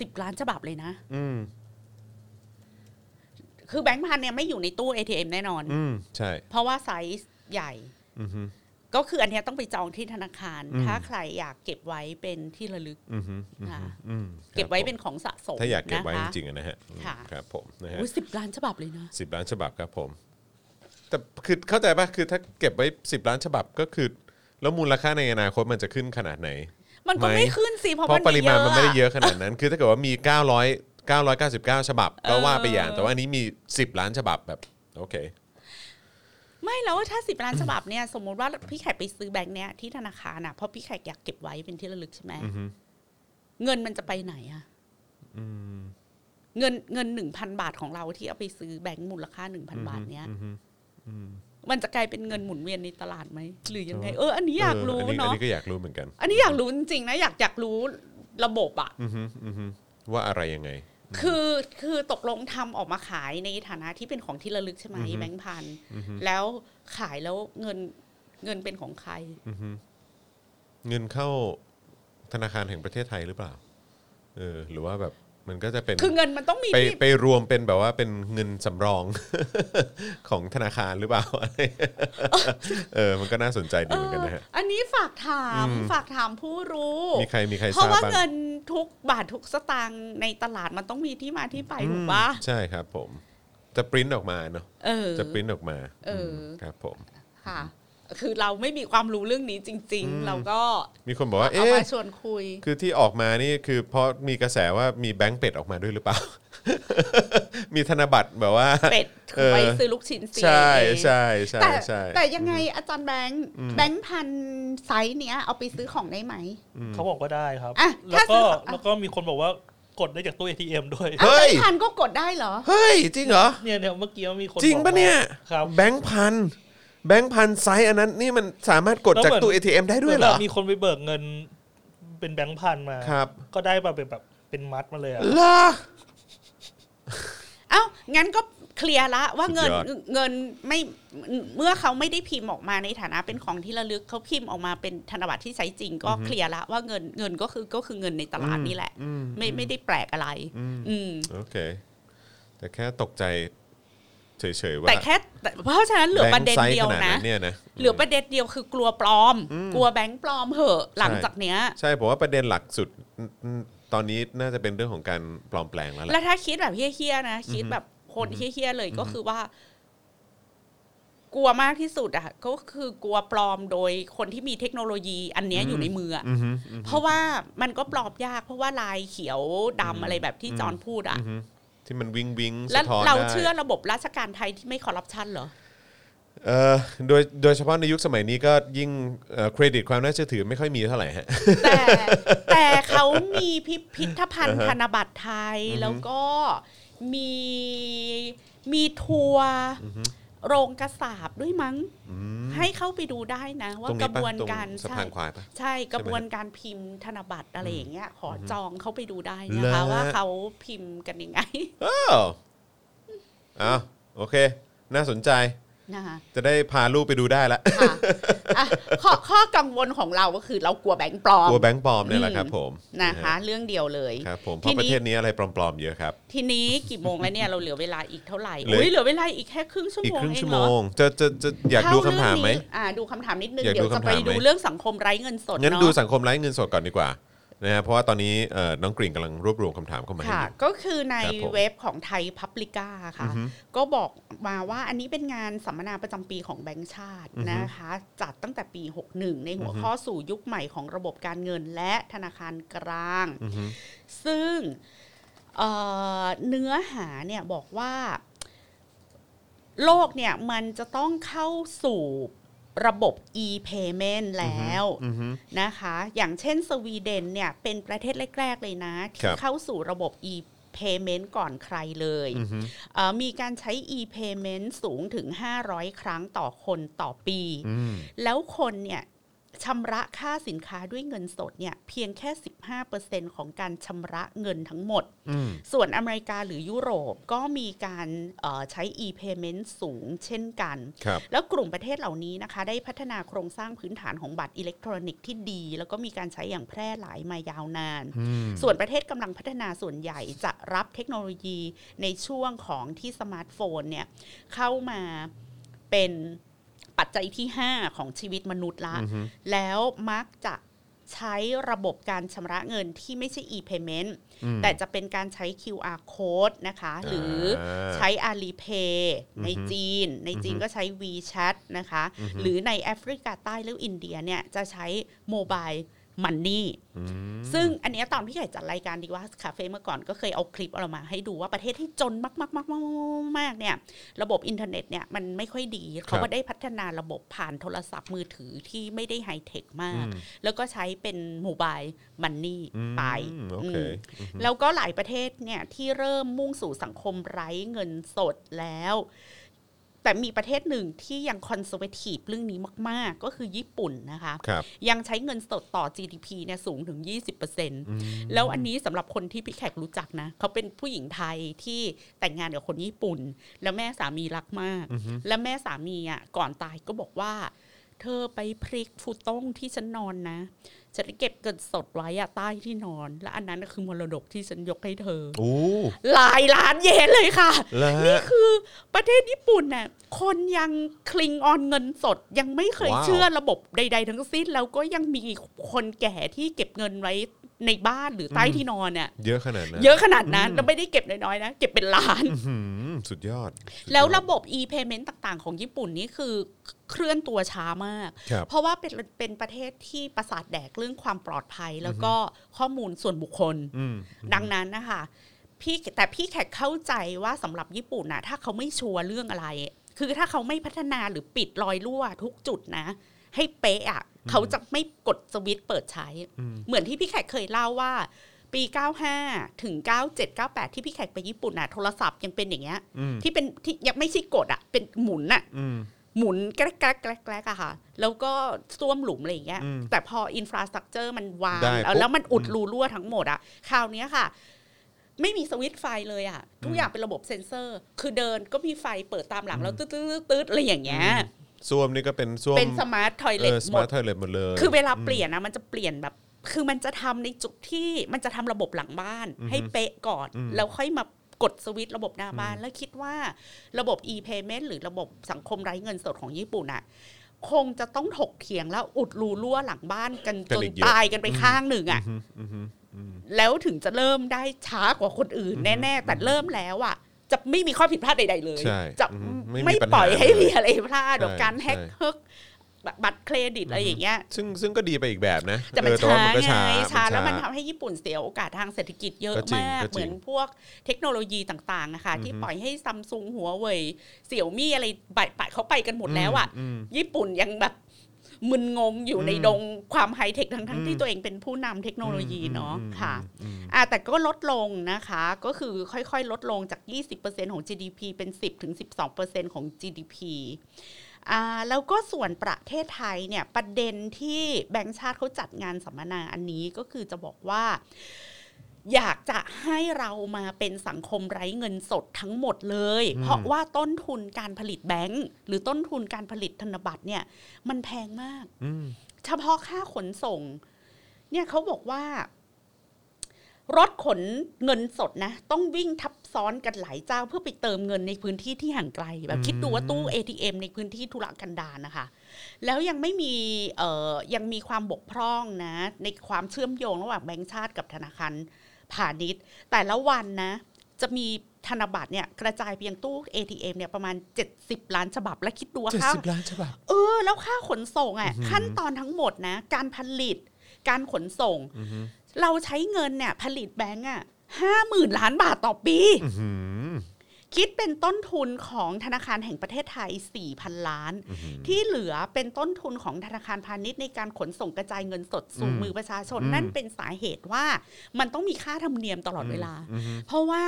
S2: สิบล้านฉบับเลยนะ
S1: อืม
S2: คือแบงค์พันเนี่ยไม่อยู่ในตู้ ATM แน่นอน
S1: อืมใช่
S2: เพราะว่าไซส์ใหญ่
S1: อือฮึ
S2: ก็คืออันเนี้ยต้องไปจองที่ธนาคาร
S1: อืม
S2: ถ้าใครอยากเก็บไว้เป็นที่ระลึก
S1: อือฮึอือฮึ
S2: ค่ะ
S1: อืม
S2: เก็บไว้
S1: ครับผม
S2: เป็นของสะสม
S1: ถ้าอยากเก็บไว้จ
S2: นะคะ
S1: ริงๆอะนะฮะอืม
S2: ค่ะ
S1: ครับผมนะฮะ
S2: โอ้ยสิบล้านฉบับเลยนะ
S1: สิบล้านฉบับครับผม แต่คือเข้าใจป่ะคือถ้าเก็บไว้สิบล้านฉบับก็คือ แล้วมูลค่าในอนาคตมันจะขึ้นขนาดไหน
S2: มันก็
S1: ไม่
S2: ไม่ขึ้นสิเพราะ
S1: เพราะป
S2: มัน
S1: ริมาณมันไม่ได้
S2: เย
S1: เย
S2: อะ
S1: อะขนาดนั้น คือถ้าเกิดว่ามี 900 999 ฉบับ ก็ว่าไปอย่าง แต่ว่าอันนี้มี 10 ล้านฉบับแบบ โอเค
S2: ไม่แล้วถ้าสิบล้านฉบับเนี่ยสมมติว่าพี่แขกไปซื้อแบงค์เนี้ยที่ธนาคารอ่ะเพราะพี่แขกอยากเก็บไว้เป็นที่ระลึกใช่ไหม
S1: อือฮึ
S2: เงินมันจะไปไหนอะ
S1: อืม
S2: เงินเงินหนึ่งพันบาทของเราที่เอาไปซื้อแบงค์มูลค่าหนึ่งพันบาทเนี้ย
S1: อือฮึอืม
S2: มันจะกลายเป็นเงินหมุนเวียนในตลาดไหมหรือยังไง เอออันนี้อยากรู้
S1: อออัอัน
S2: เนาะ
S1: นี้ก็อยากรู้เหมือนกัน
S2: อันนี้อยากรู้จริงๆนะอยากอยากรู้ระบบอะ
S1: อือฮึอือฮึว่าอะไรยังไง
S2: คือคือตกลงทำออกมาขายในฐานะที่เป็นของที่ระลึกใช่ไหม
S1: อือฮึ
S2: แบงค์พัน
S1: อือฮึ
S2: แล้วขายแล้วเงินเงินเป็นของใคร
S1: อือฮึเงินเข้าธนาคารแห่งประเทศไทยหรือเปล่า เออ หรือว่าแบบมันก็จะเป็น
S2: คือเงินมันต้องมี
S1: ไป
S2: ที่
S1: ไปรวมเป็นแบบว่าเป็นเงินสำรอง ของธนาคารหรือเปล่า เออ มันก็น่าสนใจดี
S2: เอ
S1: เหมือนกัน
S2: อ
S1: นะฮะ
S2: อันนี้ฝากถาม
S1: อืม
S2: ฝากถามผู้รู้
S1: มีใครมีใคร
S2: เพ
S1: ทรา
S2: ราะ
S1: บ
S2: ว่า
S1: บ้าง
S2: เงินทุกบาททุกสตางค์ในตลาดมันต้องมีที่มาที่ไป
S1: อืม
S2: ถูกปะ
S1: ใช่ครับผม จะปริ้นออกมาเนาะ
S2: เออ
S1: จะปริ้นออกมา
S2: เอออื
S1: มครับผม
S2: ค่ะ คือเราไม่มีความรู้เรื่องนี้จริง
S1: อืม
S2: ๆ เราก็
S1: มีคนบอกว่า
S2: เอา
S1: เอ๊ะ
S2: มาชวนคุย
S1: คือที่ออกมานี่คือเพราะมีกระแสว่ามีแบงก์เป็ดออกมาด้วยหรือเป ล่า มีธนบัตรแบบว่า
S2: เป็ด
S1: เออ
S2: ไปซื้อลูกชิ้นซี
S1: ใช่ใช่ใช่
S2: แต่
S1: ใช่
S2: แต่ยังไงอาจารย์แบงค์แบงค์พันไซส์เนี้ยเอาไปซื้อของได้ไหม
S3: เขาบอกว่าได้ครับ
S2: อ่ะ
S3: แล้ว
S2: ถ้า
S3: ก็
S2: ซื้อของ
S3: แล้วก็มีคนบอกว่ากดได้จากตู้ ATM ด้วย
S1: เฮ้
S2: อ้าวย แบงค์พันก็กดได้เหรอ
S1: เฮ้ย จริงเหรอ
S3: เนี่ยเนี่ยเมื่อกี้มีคน
S1: จริงปะเนี่ย
S3: บอกว่าครับ
S1: แบงค์พันแบงค์พันไซส์อันนั้นนี่มันสามารถกดจากตู้ ATM ได้ด้วยเหรอ
S3: มืนแบบมีคนไปเบิกเงินเป็นแบงค์พันมา
S1: ครับ
S3: ก็ได้มาเป็นแบบเป็นมัดมาเลยอะ
S1: ล่ะ
S2: เอ้างั้นก็เคลียร์ละว่าเงิน
S1: สุดยอด
S2: เงินไม่เมื่อเขาไม่ได้พิมพ์ออกมาในฐานะเป็นของที่ระลึกเขาพิมพ์ออกมาเป็นธนบัตรที่ใช้จริง ก็เคลียร์ละว่าเงินเงินก็คือก็คือเงินในตลาดนี่แหละ
S1: อืม
S2: ไม่ไม่ได้แปลกอะไร
S1: อืม
S2: อืม
S1: โอเค แต่แค่ตกใจ เฉยๆว่า
S2: แต่แค่แต่เพราะฉะนั้นเหลือประเด็น
S1: แบงค์ไซส์
S2: เดียว
S1: ขนา
S2: นะ
S1: เนี่ยนะ
S2: เหลือประเด็นเดียวคือกลัวปลอม กลัวแบงค์ปลอมเหอะหลังจากเนี้ย
S1: ใช่ผมว่าประเด็นหลักสุดอืมตอนนี้น่าจะเป็นเรื่องของการปลอมแปลงแล้วแห
S2: แล้
S1: ละ
S2: วถ้าคิดแบบเฮี้ยๆนะคิดแบบคนเฮี้ยๆเลยก็คือว่า กลัวมากที่สุดอะก็คือกลัวปลอมโดยคนที่มีเทคโนโลยีอันเนี้ย
S1: อืม
S2: อยู่ในมืออะ
S1: อือฮึอือ
S2: เพ
S1: ฮึ
S2: ราะว่ามันก็ปลอมยาก เพราะว่าลายเขียวดำ
S1: อืม
S2: อะไรแบบที่
S1: อืม
S2: จอนพูดอะ
S1: อือฮึที่มันวิงวิง
S2: แล้
S1: สะ
S2: ว
S1: ท้อน
S2: เรา
S1: ได้
S2: เชื่อระบบราชการไทยที่ไม่คอร์รัปชันเหรอ
S1: เอ่อโดยโดยเฉพาะในยุคสมัยนี้ก็ยิ่งเอ่อเครดิตความน่าเชื่อถือไม่ค่อยมีเท่าไหร่ฮะ
S2: แต่แต่เขามีพิพิธภัณฑ์ธนบัตรไทย
S1: อือฮึ
S2: แล้วก็มีมีทัวร์โรงกระสาบด้วยมั้ง ให้เข้าไปดูได้นะ ว่า
S1: ตรงนี้
S2: ก
S1: ปะ
S2: ระบวน
S1: ตรง
S2: การ
S1: สะพานควายปะ
S2: ใช่กระบวนการพิมพ์ธนบัตรอะไรอย่างเงี้ยขอจองเข้าไปดูได้นะคะ
S1: เหรอ
S2: ว่าเขาพิมพ์กันยังไง
S1: อ้าวอ้าวโอเค น่าสนใจ
S2: นะคะ
S1: จะได้พาลูกไปดูได้ละ
S2: ค่ะอ่ะข้อข้อกังวลของเราก็คือเรากลัวแบงค์ปลอม
S1: ตัวแบงค์ปลอมเนี่ยแหละครับผม
S2: นะคะ เรื่องเดียวเลย
S1: ครับผมเพ
S2: ที
S1: ราะประ
S2: นี้
S1: เทศนี้อะไรปลอมๆเยอะครับ
S2: ทีนี้กี่โมงแล้วเนี่ย เราเหลือเวลาอีกเท่าไหร่
S1: เหลือ
S2: อุ้ยเหลือเวลาอีกแค่ครึ่งชั่ว
S1: อีก
S2: โมง
S1: ครึ่ง
S2: เอง
S1: ชั่ว
S2: เห
S1: โม
S2: รอง
S1: จะจะจะอยากดูคำถามไหม
S2: เรื่องนี้อ่าดูคำถามนิดนึง
S1: อยาก
S2: เดี๋ย
S1: ดู
S2: วจะไป
S1: คำถามไหม
S2: ดูเรื่องสังคมไร้เงินสด
S1: งั้น
S2: เนาะ
S1: ดูสังคมไร้เงินสดก่อนดีกว่านะฮะเพราะว่าตอนนี้เอ่อน้องกริ่งกำลังรวบรวมคำถามเข้ามาให้
S2: ค่ะ
S1: อยู่
S2: ก็คือใน
S1: ครับผม
S2: เว็บของไทยพับลิก้าค่ะ
S1: อือฮึ
S2: ก็บอกมาว่าอันนี้เป็นงานสัมมนาประจำปีของแบงก์ชาตินะคะ จัดตั้งแต่ปี 61 ในหัวข้อสู่ยุคใหม่ของระบบการเงินและธนาคารกลาง
S1: อือฮึ
S2: ซึ่งเอ่อเนื้อหาเนี่ยบอกว่า โลกเนี่ยมันจะต้องเข้าสู่ระบบ e-payment แล้ว
S1: อือฮึ
S2: นะคะ อย่างเช่นสวีเดนเนี่ยเป็นประเทศแรก ๆ เลยนะ
S1: ครั
S2: ที่
S1: บ
S2: เข้าสู่ระบบ e-payment ก่อนใครเลย
S1: อือฮึ
S2: เอ่อมีการใช้ e-payment สูงถึง 500 ครั้งต่อคนต่อปี
S1: อืม
S2: แล้วคนเนี่ยชำระค่าสินค้าด้วยเงินสดเนี่ยเพียงแค่ 15%ของการชำระเงินทั้งหมด
S1: อืม
S2: ส่วนอเมริกาหรือยุโรปก็มีการเอ่อใช้ e-payment สูงเช่นกัน
S1: ครับ
S2: แล้วกลุ่มประเทศเหล่านี้นะคะ ได้พัฒนาโครงสร้างพื้นฐานของบัตรอิเล็กทรอนิกส์ที่ดี แล้วก็มีการใช้อย่างแพร่หลายมายาวนาน ส่วนประเทศกำลังพัฒนาส่วนใหญ่จะรับเทคโนโลยีในช่วงของที่สมาร์ทโฟนเนี่ยเข้ามาเป็นปัจจัยที่ 5 ของชีวิตมนุษย์ละ แล้วมักจะใช้ระบบการชำระเงินที่ไม่ใช่ e-payment แต่จะเป็นการใช้ QR code นะคะ หรือใช้ Alipay ในจีน ในจีนก็ใช้ WeChat นะคะ หรือในแอฟริกาใต้แล้วอินเดียเนี่ยจะใช้ Mobile Money ซึ่งอันเนี้ยตอนพี่ไก่จัดรายการดีว่าคาเฟ่เมื่อก่อนก็เคยเอาคลิปออกมาให้ดูว่าประเทศที่จนมากๆๆๆๆเนี่ย ระบบอินเทอร์เน็ตเนี่ยมันไม่ค่อยดี เขาก็ได้พัฒนาระบบผ่านโทรศัพท์มือถือที่ไม่ได้ไฮเทคมาก แล้วก็ใช้เป็นโมบายมันนี่ไป
S1: อืมโอเค
S2: อืมแล้วก็หลายประเทศเนี่ยที่เริ่มมุ่งสู่สังคมไร้เงินสดแล้ว แต่มีประเทศหนึ่งที่ยังคอนเซอร์เวทีฟเรื่องนี้มาก ๆ ก็คือญี่ปุ่นนะคะ
S1: ครับ
S2: ยังใช้เงินสดต่อ GDP เนี่ยสูงถึง 20%แล้วอันนี้สำหรับคนที่พี่แขกรู้จักนะ เขาเป็นผู้หญิงไทยที่แต่งงานกับคนญี่ปุ่น แล้วแม่สามีรักมาก แล้วแม่สามีอ่ะก่อนตายก็บอกว่า เธอไปพริกฟูต้งที่ฉันนอนนะ ฉันเก็บเงินสดไว้อะใต้ที่นอน และอันนั้นน่ะคือมรดกที่ฉันยกให้เธอ
S1: โอ้
S2: หลายล้านเยนเลยค่ะ
S1: แล้ว
S2: นี่คือประเทศญี่ปุ่นน่ะคนยังคลิงออนเงินสดยังไม่เคย
S1: ว้าว
S2: เชื่อระบบใด ๆ ทั้งสิ้น แล้วก็ยังมีคนแก่ที่เก็บเงินไว้ในบ้านหรือใต้ที่นอนเนี่ย
S1: เยอะขนาดนั้น
S2: เยอะขนาดนั้นแล้วไม่ได้เก็บน้อยๆนะ เก็บเป็นล้าน
S1: อื้อหือสุดยอดสุดยอด
S2: แล้วระบบ e-payment ต่างๆ ของญี่ปุ่นนี่คือเคลื่อนตัวช้ามาก
S1: ครับ
S2: เพราะว่าเป็นเป็นประเทศที่ประสาทแดกเรื่องความปลอดภัย แล้วก็ข้อมูลส่วนบุคคล
S1: อืม
S2: ดังนั้นนะคะพี่แต่พี่แขกเข้าใจว่าสำหรับญี่ปุ่นนะถ้าเขาไม่ชัวร์เรื่องอะไร คือถ้าเขาไม่พัฒนาหรือปิดรอยรั่วทุกจุดนะ ให้เป๊ะอะเขาจะไม่กดสวิตช์เปิดใช้ เหมือนที่พี่แขกเคยเล่าว่า ปี 95 ถึง 97 98 ที่พี่แขกไปญี่ปุ่นน่ะโทรศัพท์ยังเป็นอย่างเงี้ย
S1: อืม
S2: ที่เป็นที่ยังไม่ใช่กดอะเป็นหมุนอะ
S1: อืม
S2: หมุนแกรกแกรกแกรกแกรกอะค่ะ แล้วก็ส้วมหลุมอะไรอย่างเงี้ย
S1: อืม
S2: แต่พออินฟราสตรักเจอร์มันวาง
S1: ได้ปุ๊บ
S2: แล้วมันอุดรูรั่วทั้งหมดอะคราวเนี้ยค่ะ ไม่มีสวิตช์ไฟเลยอะทุกอย่างเป็นระบบเซ็นเซอร์ คือเดินก็มีไฟเปิดตามหลังแล้วตืดตืดตืดอะไรอย่างเงี้ย
S1: อื ส้วมนี่ก็เป็นส้วม
S2: เป็นสมาร์ททอย
S1: เอ
S2: เลท
S1: อส
S2: หม
S1: มาร์
S2: ด
S1: ทเทอร์เลตหมดเลย
S2: คือเวลาเปลี่ยนนะมันจะเปลี่ยนแบบ คือมันจะทำในจุดที่มันจะทำระบบหลังบ้าน ให้เป๊ะก่อน แล้วค่อยมา กดสวิตช์ระบบหน้าบ้านแล้วคิดว่าระบบ e-payment หรือระบบสังคมไร้เงินสดของญี่ปุ่นอะคงจะต้องถกเถียงแล้วอุดรูรั่วหลังบ้านกัน
S1: กั
S2: จ
S1: น
S2: น
S1: อีกเยอะ
S2: ตายกันไปข้างหนึ่งอะ
S1: อืมอืมอืมอืม
S2: แล้วถึงจะเริ่มได้ช้ากว่าคนอื่นแน่ ๆ แต่เริ่มแล้วอ่ะ จะไม่มีข้อผิดพลาดใด ๆ เลย
S1: ใช่
S2: จะ
S1: อืมไม่มี
S2: ไม่
S1: ปัญหา
S2: ปล่อยให้มีอะไรพลาด
S1: ใช่
S2: แบบการแฮก
S1: ใช่
S2: เฮกแบบบัตรเครดิตอะไรอย่างเงี้ย
S1: ซึ่งซึ่งก็ดีไปอีกแบบนะ
S2: แต่มัน
S1: เออว่
S2: ช้า
S1: ก็
S2: ไงช้าแล้วมัน
S1: ช้า
S2: ทำให้ญี่ปุ่นเสียโอกาสทางเศรษฐกิจเยอะ
S1: ก็จริง
S2: มาก
S1: ก็จริง
S2: เหมือนพวกเทคโนโลยีต่างๆนะคะ ที่
S1: อือฮึ
S2: ปล่อยให้ซัมซุงหัวเว่ยเสี่ยวมี่อะไรไปะเขาไปกันหมดแล้วอ่ะ
S1: ม
S2: ญี่ปุ่นยังแบบมึนงงอยู่ใน
S1: อืม
S2: ดงความไฮเทคทั้งทั้งๆ
S1: อื
S2: ที่
S1: ม
S2: ตัวเองเป็นผู้นำเทคโนโลยีเนาะ
S1: อืม
S2: ค่ะ
S1: อืม
S2: อ่ะแต่ก็ลดลงนะคะ ก็คือค่อยๆ ลดลงจาก 20%ของ GDP เป็น 10-12%ของ GDP อ่าแล้วก็ส่วนประเทศไทยเนี่ยประเด็นที่แบงค์ชาติเขาจัดงานสัมมนาอันนี้ก็คือจะบอกว่า อยากจะให้เรามาเป็นสังคมไร้เงินสดทั้งหมดเลย
S1: อืม
S2: เพราะว่าต้นทุนการผลิตแบงค์หรือต้นทุนการผลิตธนบัตรเนี่ยมันแพงมาก
S1: อืม
S2: เฉพาะค่าขนส่ง เนี่ยเขาบอกว่า รถขนเงินสดนะ ต้องวิ่งทับซ้อนกันหลายเจ้าเพื่อไปเติมเงินในพื้นที่ที่ห่างไกล แบบคิดดูว่าตู้ ATM ในพื้นที่ธุรกันดารนะคะ แล้วยังไม่มีเอ่อยังมีความบกพร่องนะ ในความเชื่อมโยงระหว่างแบงก์ชาติกับธนาคารพาณิชย์ แต่ละวันนะ จะมีธนบัตรเนี่ยกระจายไปยังตู้ ATM เนี่ยประมาณ 70 ล้านฉบับ และคิดดูว่า
S1: เจ็ด
S2: ค่า
S1: สิบล้านฉบับ
S2: เออแล้วค่าขนส่งอ่ะ
S1: อื้อหือ
S2: ขั้นตอนทั้งหมดนะ การผลิตการขนส่ง
S1: อื้อหือ
S2: เราใช้เงินเนี่ยผลิตแบงก์อ่ะห้าหมื่นล้านบาทต่อปี
S1: อื้อหือ
S2: คิดเป็นต้นทุนของธนาคารแห่งประเทศไทย 4,000 ล้าน
S1: อื้อหือ
S2: ที่เหลือเป็นต้นทุนของธนาคารพาณิชย์ในการขนส่งกระจายเงินสดสู่
S1: อืม
S2: มือประชาชน
S1: อืม
S2: นั่นเป็นสาเหตุว่ามันต้องมีค่าธรรมเนียมตลอดเวลา
S1: อื้อหือ
S2: เพราะว่า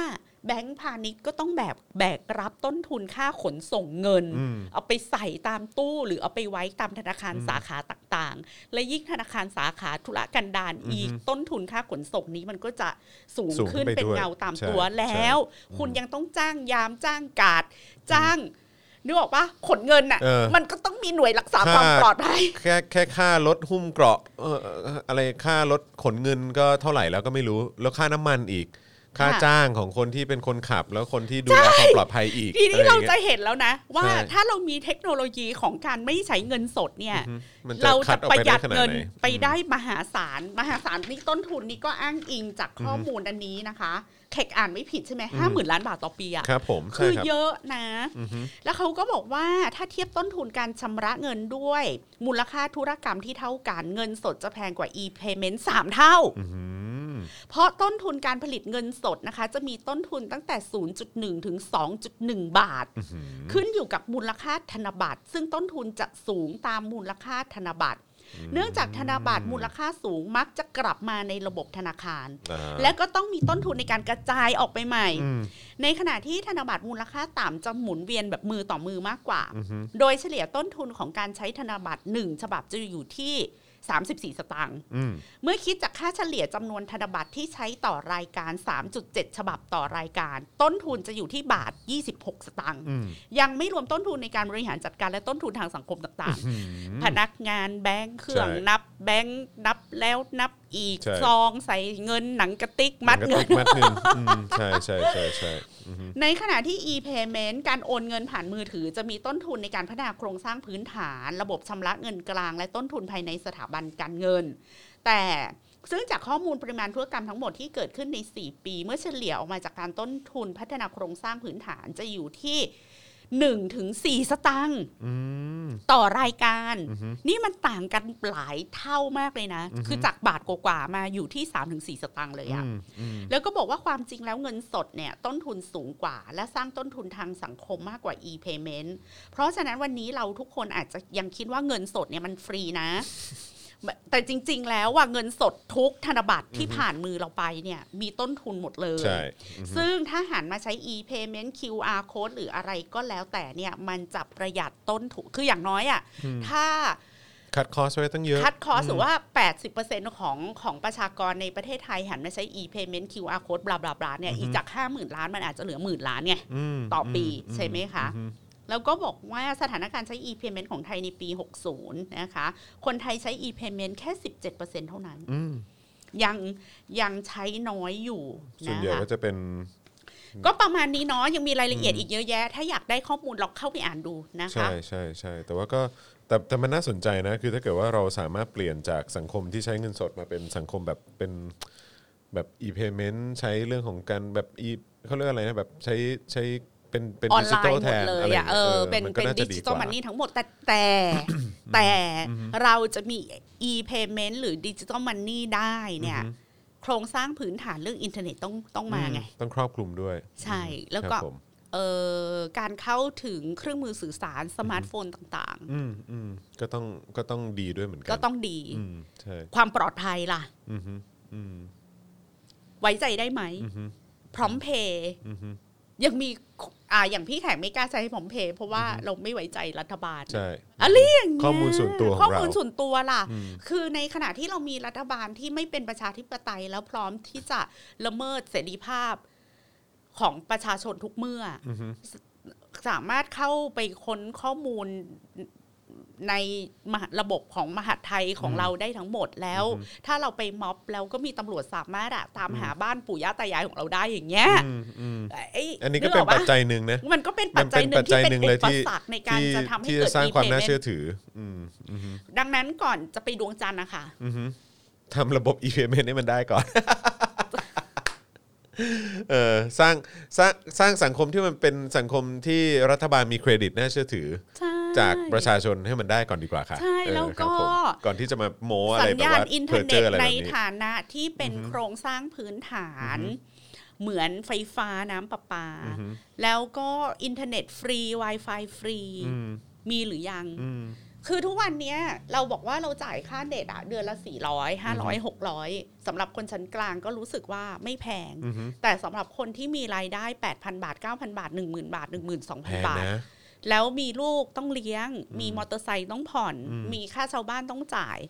S2: แบงก์พาณิชย์ก็ต้องแบบแบกรับต้นทุนค่าขนส่งเงิน
S1: อืม
S2: เอาไปใส่ตามตู้หรือเอาไปไว้ตามธนาคาร
S1: อืม
S2: สาขาต่างๆ และยิ่งธนาคารสาขาธุรกันดาร
S1: อือฮึ
S2: อีกต้นทุนค่าขนส่งนี้มันก็จะสูง
S1: สูงขึ้
S2: ขึ้
S1: น
S2: น
S1: ไป
S2: เป็น
S1: ด้วย
S2: เงาตาม
S1: ใช่
S2: ตัวแล้ว คุณ
S1: อืม
S2: ยังต้องจ้างยามจ้างกาดจ้างนึกออกปะขนเงินน่ะ
S1: เออ
S2: มันก็ต้องมีหน่วยรักษา
S1: ค่า
S2: ความปลอดภัย
S1: แค่แค่ค่ารถหุ้มเกราะเอ่อเอ่ออะไรค่ารถขนเงินก็เท่าไหร่แล้วก็ไม่รู้ แล้วค่าน้ำมันอีก ค่า
S2: ค่ะ
S1: จ้างของคนที่เป็นคนขับ แล้วคนที่ดูแลความปลอดภัยอีก
S2: ทีนี้
S1: อไอย่
S2: เรา
S1: งงี้ย
S2: จะเห็นแล้วนะ ว่า
S1: ใช่
S2: ถ้าเรามีเทคโนโลยีของการไม่ใช้เงินสดเนี่ย
S1: อือหือมัน
S2: เรา
S1: คั
S2: จะ
S1: ดออก
S2: ประ
S1: ไป
S2: ห
S1: ได้
S2: ยัด
S1: ขนาด
S2: เงิน
S1: ไหน
S2: ไปได้มหาศาลมหาศาลนี่ต้นทุนนี่ก็อ้างอิงจากข้อมูลอันนี้นะคะแขกอ่านไม่ผิดใช่ไหม
S1: อืม
S2: ห้าหมื่นล้านบาทต่อปีอะ
S1: ครับผมใช่
S2: คือ
S1: ครับ
S2: เยอะนะ
S1: อื้อหือ
S2: แล้วเขาก็บอกว่าถ้าเทียบต้นทุนการชำระเงินด้วย มูลค่าธุรกรรมที่เท่ากันเงินสดจะแพงกว่า e-payment 3 เท่า
S1: อื้อหือ
S2: เพราะต้นทุนการผลิตเงินสดนะคะ จะมีต้นทุนตั้งแต่ 0.1 ถึง 2.1 บาท ขึ้นอยู่กับมูลค่าธนบัตร ซึ่งต้นทุนจะสูงตามมูลค่าธนบัตร เนื่องจากธนบัตรมูลค่าสูงมักจะกลับมาในระบบธนาคาร
S1: อ่า
S2: และก็ต้องมีต้นทุนในการกระจายออกไปใหม่
S1: อืม
S2: ในขณะที่ธนบัตรมูลค่าต่ำจะหมุนเวียนแบบมือต่อมือมากกว่า
S1: อือหือ
S2: โดยเฉลี่ยต้นทุนของการใช้ธนบัตร 1 ฉบับจะอยู่ที่ 34 สตางค์
S1: อืม
S2: เมื่อคิดจากค่าเฉลี่ยจำนวนธนบัตรที่ใช้ต่อรายการ 3.7 ฉบับต่อรายการ ต้นทุนจะอยู่ที่บาท 26 สตางค์
S1: อืม
S2: ยังไม่รวมต้นทุนในการบริหารจัดการและต้นทุนทางสังคมต่าง
S1: อืม
S2: ๆ พนักงานแบงค์เครื่อง
S1: ใช่
S2: นับแบงค์นับแล้วนับอีก
S1: ใช่
S2: ซองใส่เงินหนังกระติกมัดเงิน
S1: มัดเงินอืมใช่ใช่ใช่ใช่อือหือ
S2: ในขณะที่ e-payment การโอนเงินผ่านมือถือ จะมีต้นทุนในการพัฒนาโครงสร้างพื้นฐาน ระบบชำระเงินกลาง และต้นทุนภายในสถาบันการเงิน แต่ซึ่งจากข้อมูลปริมาณธุรกรรมทั้งหมดที่เกิดขึ้นใน 4 ปี เมื่อเฉลี่ยออกมาจากการต้นทุนพัฒนาโครงสร้างพื้นฐานจะอยู่ที่1ถึง4สตางค์ต่อรายการ นี่มันต่างกันหลายเท่ามากเลยนะ คือจากบาทกว่าๆมาอยู่ที่3ถึง4สตางค์เลยอะ แล้วก็บอกว่าความจริงแล้วเงินสดเนี่ยต้นทุนสูงกว่า และสร้างต้นทุนทางสังคมมากกว่า e-payment เพราะฉะนั้นวันนี้เราทุกคนอาจจะยังคิดว่าเงินสดเนี่ยมันฟรีนะ แต่จริง ๆ แล้วว่าเงินสดทุกธนบัตรที่ผ่านมือเราไปเนี่ยมีต้นทุนหมดเลย
S1: ใช่อือหือ
S2: ซึ่งถ้าหันมาใช้ e-payment QR code หรืออะไรก็แล้วแต่เนี่ยมันจะประหยัดต้นทุนคืออย่างน้อยอะ่ะถ้า
S1: คัดคอสไว้ตั้งเยอะ
S2: คัดคอร์สหรือว่า 80%ของของประชากรในประเทศไทย หันมาใช้ e-payment QR code บลาบลาบลาเนี่ย
S1: อือฮึ
S2: อีกจาก 50,000 ล้านมันอาจจะเหลือหมื่นล้านไง
S1: ม
S2: ต่อปี
S1: ม
S2: ใช่ไหมคะ
S1: อือหือ
S2: แล้วก็บอกว่าสถานการณ์ใช้ e-payment ของไทยในปี 60 นะคะ คนไทยใช้ e-payment แค่ 17%เท่านั้น
S1: อืม
S2: ยังยังใช้น้อยอยู่
S1: ส่วน
S2: นะ
S1: ใหญ่
S2: คะ
S1: ก็จะเป็น
S2: ก็ประมาณนี้เนาะยังมีรายละเอียดอีกเยอะแยะ ถ้าอยากได้ข้อมูลลองเข้าไปอ่านดูนะ
S1: ใช่
S2: คะ
S1: ใช่ใช่แต่ว่าก็แต่แต่มันน่าสนใจนะ คือถ้าเกิดว่าเราสามารถเปลี่ยนจากสังคมที่ใช้เงินสดมาเป็นสังคมแบบเป็นแบบ e-payment ใช้เรื่องของการแบบ e เขาเรียกอะไรนะแบบใช้ใช้เป็นเป็น
S2: ออ
S1: ดิ
S2: น
S1: จิ
S2: ไล
S1: ตอล
S2: น์ห
S1: แท
S2: มด
S1: น
S2: เลย
S1: อะไรย่าง
S2: อ่ะเอ
S1: งี้ย
S2: อเป็น
S1: มั
S2: เป็น
S1: ก็า
S2: ดิ
S1: จะ
S2: จิตอ
S1: ก
S2: ล
S1: ว่า
S2: มันนี่ทั้งหมดแต่แต่แต่เราจะมี e-payment หรือดิจิตอลมันนี่ได้เนี่ย
S1: อือฮึ
S2: โครงสร้างพื้นฐานเรื่องอินเทอร์เน็ตต้องต้องมาไง
S1: ต้องครอบคลุมด้วย
S2: ใช่แล้ว
S1: ค
S2: ก็
S1: รับผม
S2: เออการเข้าถึงเครื่องมือสื่อสารสมาร์ทโฟนต่าง
S1: อืมอืมก็ต้องก็ต้องดีด้วยเหมือนกั
S2: ๆ ก็ต้องดี
S1: อืมใช่
S2: ความปลอดภัยล่ะ
S1: อืมฮึอืม
S2: ไว้ใจได้ไหม
S1: อืมฮึ
S2: พร้อมเพย์
S1: อืมฮึ
S2: ยังมีอ่าอย่างพี่แขกไม่กล้าใช้พร้อมเพย์เพราะว่าเราไม่ไว้ใจรัฐบาล
S1: ใช่
S2: อะไรอย่างเงี้ย
S1: ข้อมูลส่วนตัวของเรา
S2: ข้อมูลส่วนตัวล่ะ
S1: อืม
S2: คือในขณะที่เรามีรัฐบาลที่ไม่เป็นประชาธิปไตยแล้วพร้อมที่จะละเมิดเสรีภาพของประชาชนทุกเมื่อ
S1: อืมฮึ
S2: สามารถเข้าไปค้นข้อมูลในมหาระบบของมหาดไทยของเราได้ทั้งหมดแล้ว ถ้าเราไปม็อบแล้วก็มีตำรวจสามารถอะตามหาบ้านปู่ย่าตายายของเราได้อย่างเงี้ย
S1: อืมอืม
S2: ไอ้
S1: อันนี้ก็เป็น
S2: กอ
S1: ปั
S2: อ
S1: จ
S2: กะ
S1: จัยหนึ่งนะ
S2: มันก็เป็น
S1: มั
S2: ปัจ
S1: น
S2: จั
S1: เป็น
S2: ยหนึ่
S1: ปั
S2: ง
S1: จ
S2: ที่
S1: จัย
S2: เป็
S1: หนึ่
S2: น
S1: ง
S2: อุ
S1: เลย
S2: ป
S1: ที่
S2: สรรคในการ
S1: ที่
S2: จะทำให้
S1: ที่
S2: เกิ
S1: จะ
S2: ด
S1: สร้างความน่า
S2: e-payment
S1: เชื่อถือ อืมอืมฮึ
S2: ดังนั้นก่อนจะไปดวงจันทร์นะคะ
S1: อืมฮึทำระบบ e-payment ให้มันได้ก่อน เออสร้างสร้างสร้างสังคมที่มันเป็นสังคมที่รัฐบาลมีเครดิตน่าเชื่อถือ
S2: ใช่
S1: จากประชาชนให้มันได้ก่อนดีกว่าค่ะ
S2: ใช่
S1: เออ
S2: แล้ว
S1: ครับ
S2: ก็
S1: ผมก่อนที่จะมาโมอะ
S2: สั
S1: ไร
S2: ญ
S1: แบบ
S2: ญาณ
S1: ว่า
S2: อินเท
S1: เพ
S2: อ
S1: อ
S2: ร์
S1: เจ
S2: เน็
S1: อ
S2: ต
S1: ร์อะไร
S2: ใน
S1: แบบนี้
S2: ฐานะที่เป็นโครงสร้างพื้นฐาน เหมือนไฟฟ้าน้ำประปา
S1: อือฮึ
S2: แล้วก็อินเทอร์เน็ตฟรี Wi-Fi ฟรี
S1: อืม
S2: มีหรือยัง
S1: อืม
S2: คือทุกวันเนี้ยเราบอกว่าเราจ่ายค่าเน็ตอะเดือนละ 400 500 600สำหรับคนชั้นกลางก็รู้สึกว่าไม่แพง
S1: อือฮึ
S2: แต่สำหรับคนที่มีรายได้ 8,000 บาท 9,000 บาท 10,000 บาท
S1: แพง
S2: 12,000 บาท
S1: นะ
S2: แล้วมีลูกต้องเลี้ยง มีมอเตอร์ไซค์ต้องผ่อน มีค่าชาวบ้านต้องจ่าย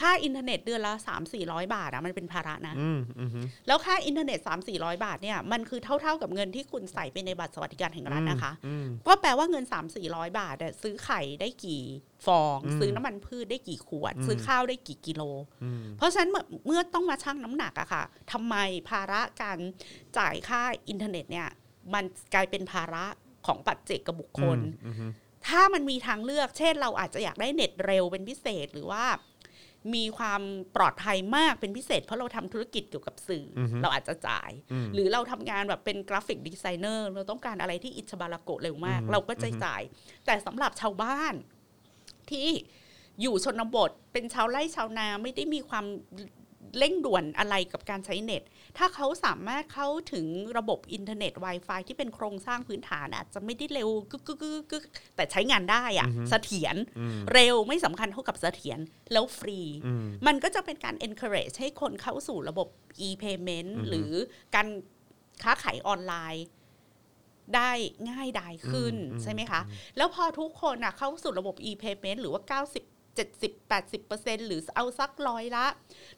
S2: ค่าอินเทอร์เน็ตเดือนละ3 4 0 0 บาทอะมันเป็นภาระนะ
S1: อืมอืมฮึ
S2: แล้วค่าอินเทอร์เน็ต3 4 0 0 บาทเนี่ยมันคือเท่าๆกับเงินที่คุณใส่ไปในบัตรสวัสดิการแห่งรัฐนะคะ
S1: อืม
S2: ก็แปลว่าเงิน 3 4 0 0 บาทเนี่ยซื้อไข่ได้กี่ฟอง ซื้อน้ำมันพืชได้กี่ขวด ซื้อข้าวได้กี่กิโล
S1: อืม
S2: เพราะฉะนั้นเมื่อเมื่อต้องมาชั่งน้ำหนักอะค่ะทำไมภาระการจ่ายค่าอินเทอร์เน็ตเนี่ย มันกลายเป็นภาระของปัจเจกกับบุคคล ถ้ามันมีทางเลือก เช่น เราอาจจะอยากได้เน็ตเร็วเป็นพิเศษหรือว่า มีความปลอดภัยมากเป็นพิเศษ เพราะเราทำธุรกิจเกี่ยวกับสื่ออเราอาจจะจ่าย
S1: อืม
S2: หรือเราทำงานแบบเป็นกราฟิกดีไซเนอร์เราต้องการอะไรที่อิชบาระโกะเร็วมาก เราก็จะจ่าย แต่สำหรับชาวบ้านที่อยู่ชนบทเป็นชาวไร่ชาวนาไม่ได้มีความเร่งด่วนอะไรกับการใช้เน็ต ถ้าเขาสามารถเข้าถึงระบบอินเทอร์เน็ต Wi-Fi ที่เป็นโครงสร้างพื้นฐานอาจจะไม่ได้เร็วกึกกึกกึกกึกแต่ใช้งานได้อะเสถียรเร็วไม่สำคัญเท่ากับเสถียรแล้วฟรี มันก็จะเป็นการ encourage ให้คนเข้าสู่ระบบ e-payment หรือการค้าขายออนไลน์ ได้ง่ายดายขึ้นใช่ไหมคะ แล้วพอทุกคนอะเข้าสู่ระบบ e-payment หรือว่า 90 70 80 หรือเอาสักร้อยละ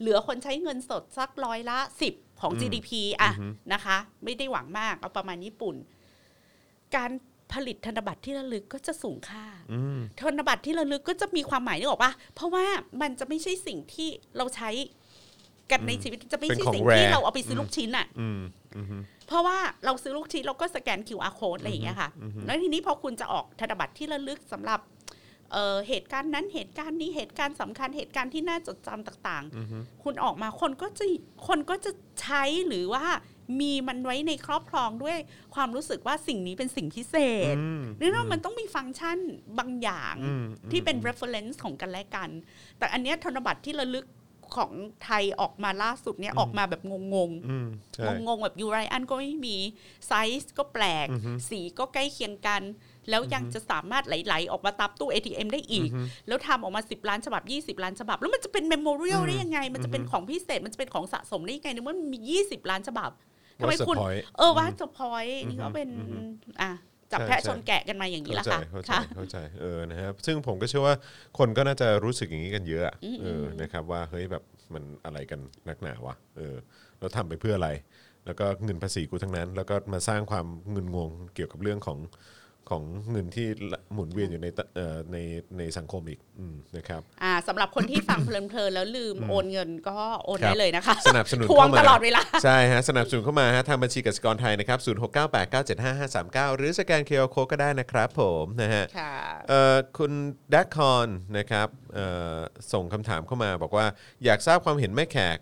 S2: เหลือคนใช้เงินสดสักร้อยละ 10 ของ GDP อะนะคะ ไม่ได้หวังมาก เอาประมาณญี่ปุ่น การผลิตธนบัตรที่ระลึกก็จะสูงค่า
S1: อืม
S2: ธนบัตรที่ระลึกก็จะมีความหมายนึกออกปะเพราะว่ามันจะไม่ใช่สิ่งที่เราใช้กันในชีวิตจะไม่
S1: เป็น
S2: ใช่
S1: ของ
S2: สิ่ง
S1: rare
S2: ที่เราเอาไปซื้อลูกชิ้นอะ
S1: อืมอืมฮึ
S2: เพราะว่าเราซื้อลูกชิ้นเราก็สแกน QR code อะไรอย่างเงี้ยค่ะ แล้วทีนี้พอคุณจะออกธนบัตรที่ระลึกสำหรับเอ่อเหตุการณ์นั้นเหตุการณ์นี้เหตุการณ์สำคัญเหตุการณ์ที่น่าจดจำต่างๆ คุณออกมาคนก็จะคนก็จะใช้หรือว่ามีมันไว้ในครอบครองด้วยความรู้สึกว่าสิ่งนี้เป็นสิ่งพิเศษ นี่เนาะมันต้องมีฟังก์ชันบางอย่าง
S1: อืม
S2: ที่เป็น reference ของกันและกัน แต่อันเนี้ยธนบัตรที่ระลึกของไทยออกมาล่าสุดเนี่ยออกมาแบบงงง
S1: อืมใช่
S2: ๆงงๆแบบยูไรอันก็ไม่มี ไซส์ก็แปลก
S1: อือฮึ
S2: สีก็ใกล้เคียงกัน แล้วยังจะสามารถไหล ๆ ออกมาตับตู้ ATM ได้อีก
S1: อือฮึ
S2: แล้วทำออกมา 10 ล้านฉบับ 20 ล้านฉบับ แล้วมันจะเป็นเมมโมเรียลได้ยังไง มันจะเป็นของพิเศษมันจะเป็นของสะสมได้ยังไงในเมื่อมันมี 20 ล้านฉบับทำไม
S1: What's the
S2: คุณ
S1: point?
S2: เออว่าจะพอยนี่ก็เป็น
S1: อือฮึ
S2: อ่ะจับ
S1: ใช่
S2: แพะ
S1: ใช่
S2: ชนแกะกันมาอย่างนี้
S1: เข้า
S2: ละ
S1: ใจ
S2: ค่ะ
S1: เข้าใจ
S2: ค่ะ
S1: เข้าใจเออนะครับซึ่งผมก็เชื่อว่าคนก็น่าจะรู้สึกอย่างนี้กันเยอะอะ
S2: อืม
S1: เออนะครับว่าเฮ้ยแบบมันอะไรกันนักหนาวะเออแล้วทำไปเพื่ออะไร แล้วก็เงินภาษีกูทั้งนั้น แล้วก็มาสร้างความงุนงงเกี่ยวกับเรื่องของ ของเงินที่หมุนเวียนอยู่ในตะเอ่อในในสังคมอีกอืมนะครับ
S2: อ่าสำหรับคนที่ฟัง เพลินๆแล้วลืมโอนเงินก็โอน
S1: ครับ
S2: ได้เลยนะคะ
S1: สนับสนุน
S2: ทวง
S1: เข้ามา
S2: ตลอดเวลา
S1: ใช่ฮะสนับสนุนเข้ามาฮะทางบัญชีกสิกรไทยนะครับ0 6 9 8 9 7 5 5 3 9 หรือสแกนเคอร์โคก็ได้นะครับผมนะฮะ
S2: ค่ะ
S1: เอ่อคุณดักคอนนะครับเอ่อส่งคำถามเข้ามาบอกว่าอยากทราบความเห็นแม่แขก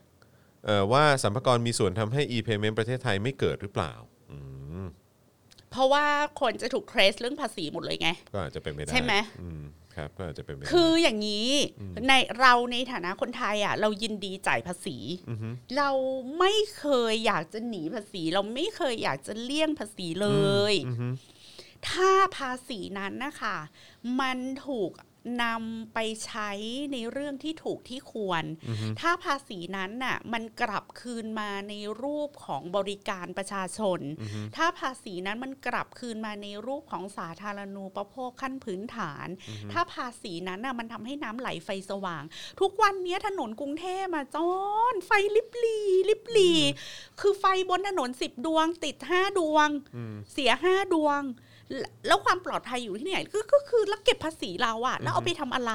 S1: เอ่อว่าสัมภากระมีส่วนทำให้ e-payment ประเทศไทยไม่เกิดหรือเปล่าอืม
S2: เพราะว่าคนจะถูกเทรสเรื่องภาษีหมดเลยไง
S1: ก็อาจจะเป็นไปได้
S2: ใช่ไหม
S1: อืมครับก็อาจจะเป็นไปได้
S2: คืออย่างนี้ในเราในฐานะคนไทยอ่ะ เรายินดีจ่ายภาษี
S1: อฮึ
S2: เราไม่เคยอยากจะหนีภาษี เราไม่เคยอยากจะเลี่ยงภาษีเลย
S1: อือฮึ
S2: ถ้าภาษีนั้นนะคะมันถูกนำไปใช้ในเรื่องที่ถูกที่ควร ถ้าภาษีนั้นน่ะมันกลับคืนมาในรูปของบริการประชาชน ถ้าภาษีนั้นมันกลับคืนมาในรูปของสาธารณูปโภคขั้นพื้นฐาน ถ้าภาษีนั้นน่ะมันทำให้น้ำไหลไฟสว่าง ทุกวันเนี้ยถนนกรุงเทพมาจอนไฟลิบหลีลิบหลี คือไฟบนถนนสิบดวง ติดห้าดวง
S1: อืม
S2: เสียห้าดวงแลแล้วความปลอดภัยอยู่ที่ไหนก็ก็คือแล้วเก็บภาษีเราอะแล้วเอาไปทำอะไร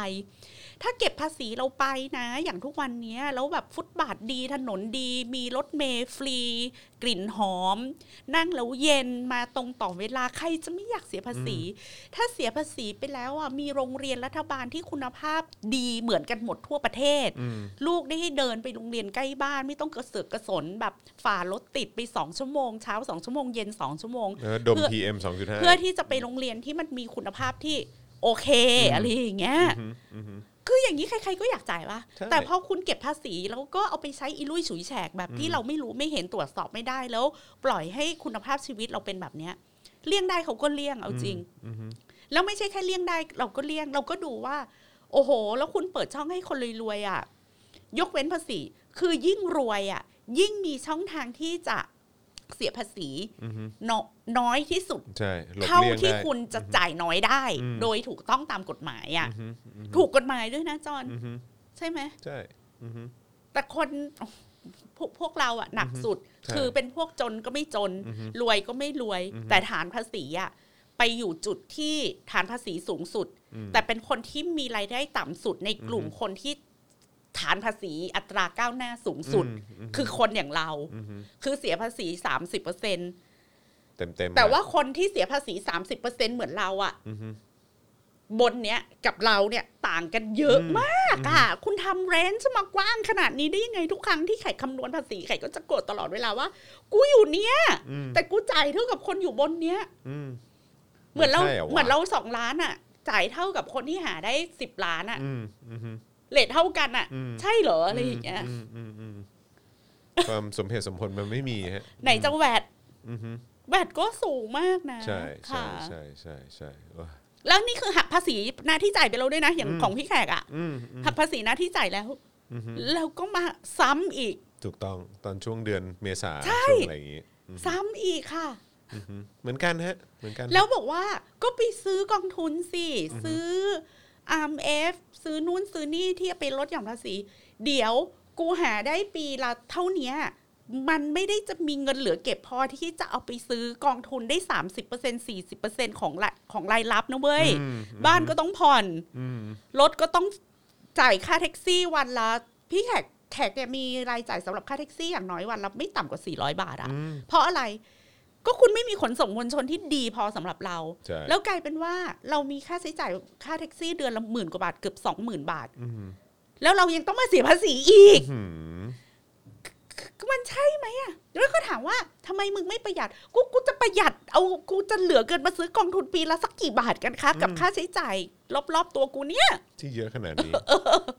S2: ถ้าเก็บภาษีเราไปนะ อย่างทุกวันเนี้ยแล้วแบบฟุตบาทดีถนนดี มีรถเมล์ฟรี กลิ่นหอม นั่งแล้วเย็นมาตรงต่อเวลาใครจะไม่อยากเสียภาษี ถ้าเสียภาษีไปแล้วอะมีโรงเรียนรัฐบาลที่คุณภาพดีเหมือนกันหมดทั่วประเทศ
S1: อืม
S2: ลูกได้ให้เดินไปโรงเรียนใกล้บ้านไม่ต้องกระเสือกกระสนแบบฝ่ารถติดไปสองชั่วโมงเช้าสองชั่วโมงเย็นสองชั่วโมง
S1: แล้วดม
S2: เพื่อ
S1: PM 2.5
S2: เพื่อที่จะไปโรงเรียนที่มันมีคุณภาพที่โอเคอะไรอย่างเงี้ย
S1: อืมอืม
S2: คืออย่างนี้ใครๆก็อยากจ่ายปะ
S1: ใช่
S2: แต่พอคุณเก็บภาษีแล้วก็เอาไปใช้อีลุยฉุยแฉกแบบที่เราไม่รู้ไม่เห็นตรวจสอบไม่ได้แล้ว ปล่อยให้คุณภาพชีวิตเราเป็นแบบเนี้ยเลี่ยงได้เขาก็เลี่ยงเอาจริง
S1: อืม
S2: แล้วไม่ใช่แค่เลี่ยงได้เราก็เลี่ยงเราก็ดูว่า โอ้โห แล้วคุณเปิดช่องให้คนรวยๆอ่ะ ยกเว้นภาษี คือยิ่งรวยอ่ะ ยิ่งมีช่องทางที่จะเสียภาษี
S1: อืม
S2: นน้อยที่สุด
S1: ใช่หลบ
S2: เท่า
S1: ลี่ยง
S2: ที่
S1: ได้
S2: คุณจะจ่ายน้อยได้
S1: อืม
S2: โดยถูกต้องตามกฎหมายอ่ะ
S1: อืมอืม
S2: ถูกกฎหมายด้วยนะจอน
S1: อืม
S2: ใช่ไหม
S1: ใช่อืม
S2: แต่คนพวกพวกเราอะหนักสุด
S1: ใช่
S2: คือเป็นพวกจนก็ไม่จน
S1: อือฮึ
S2: รวยก็ไม่รวย
S1: อือฮึ
S2: แต่ฐานภาษีอะไปอยู่จุดที่ฐานภาษีสูงสุด
S1: อืม
S2: แต่เป็นคนที่มีรายได้ต่ำสุดในกลุ่ม
S1: อือฮึ
S2: คนที่ฐานภาษีอัตราก้าวหน้าสูงสุด คือคนอย่างเรา คือเสียภาษี30%
S1: เต็มเต็มๆ
S2: แต่ว่าคนที่เสียภาษี 30%เหมือนเราอะ
S1: อืม
S2: บนเนี้ยกับเราเนี่ยต่างกันเยอะ
S1: อืม
S2: มาก ยากอ่ะคุณทำเรนจ์มากว้างขนาดนี้ได้ยังไงทุกครั้งที่ไข่คำนวณภาษีไข่ก็จะโกรธตลอดเวลาว่า กูอยู่เนี้ย
S1: อืม
S2: แต่กูจ่ายเท่ากับคนอยู่บนเนี้ย
S1: อืม
S2: เหมือนเรา
S1: ใช่เหรอวะ
S2: เหมือนเราสองล้านอ่ะ จ่ายเท่ากับคนที่หาได้สิบล้านอ่ะ
S1: อืมอืม
S2: เลทเท่ากันอ่ะ
S1: อืม
S2: ใช่เหรออะไรอย่างเงี้ย
S1: มอืมอืมอืมความสมเหตุสมผลมันไม่มีฮะ
S2: ไหนจะแวด
S1: อืมฮึ
S2: แวดก็สูงมากนะ
S1: ใช่ใช่
S2: ค่ะ
S1: ใช่ใช่ใช่โอ้ย
S2: แล้วนี่คือหักภาษีหน้าที่จ่ายไปแล้วด้วยนะ อย่าง
S1: อืม
S2: ของพี่แขกอ่ะ
S1: อืมอืม
S2: หักภาษีหน้าที่จ่ายแล้ว
S1: อืมฮึ
S2: แล้วก็มาซ้ำอีก
S1: ถูกต้องตอนช่วงเดือนเมษา
S2: ใช่
S1: ช่วงอะไรอย่างงี้อืม
S2: ซ้ำอีกค่ะ
S1: อืมฮึเหมือนกันฮะ เหมือนกัน
S2: แล้วบอกว่าก็ไปซื้อกองทุนสิ ซื้อ RMF ซื้อนู่นซื้อนี่ที่จะไปลดหย่อนภาษี เดี๋ยวกูหาได้ปีละเท่าเนี้ย มันไม่ได้จะมีเงินเหลือเก็บพอที่จะเอาไปซื้อกองทุนได้ 30% 40%ของรายของรายรับนะเว้ย
S1: อืม
S2: บ้านก็ต้องผ่อน
S1: อืม
S2: รถก็ต้องจ่ายค่าแท็กซี่วันละ พี่แขกแขกเนี่ยมีรายจ่ายสำหรับค่าแท็กซี่อย่างน้อยวันละไม่ต่ำกว่า 400 บาทอะ
S1: อืม
S2: เพราะอะไรก็คุณไม่มีขนส่งมวลชนที่ดีพอสำหรับเรา
S1: ใช่
S2: แล้วกลายเป็นว่าเรามีค่าใช้จ่ายค่าแท็กซี่เดือนละหมื่นกว่าบาทเกือบสองหมื่นบาท
S1: อืม
S2: แล้วเรายังต้องมาเสียภาษีอีก
S1: อืม
S2: มันใช่ไหมอะแล้วก็ถามว่าทำไมมึงไม่ประหยัด กูกูจะประหยัดเอากูจะเหลือเกินมาซื้อกองทุนปีละสักกี่บาทกันคะกับค่าใช้จ่ายรอบๆตัวกูเนี่ย
S1: ที่เยอะขนา ดนี้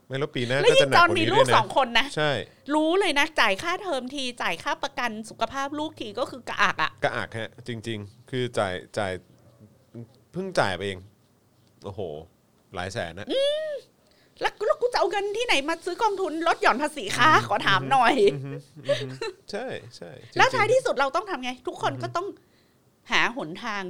S1: ไม่แล้วปีหน้า
S2: แล้ว
S1: ก็จะ
S2: ยิ่ง
S1: หนั
S2: ต
S1: ก
S2: อน
S1: กว่า
S2: มี
S1: นี้
S2: ลู
S1: ด้ว
S2: ก
S1: ย
S2: ส
S1: นะ
S2: องคนนะ
S1: ใช่
S2: รู้เลยนะจ่ายค่าเทอมทีจ่ายค่าประกันสุขภาพลูกทีก็คือกระอักอะ
S1: กระอักฮะ จริง ๆ คือจ่ายจ่ายเพิ่งจ่ายไปเองโอ้โห หลายแสนนะ
S2: แล้วกูแล้วกูจะเอาเงินที่ไหนมาซื้อกองทุนลดหย่อนภาษีคะขอถามหน่อย
S1: ใช่ใช่จริงๆ
S2: แล้วท้ายที่สุดเราต้องทำไง ทุกคนก็ต้องหาหนทาง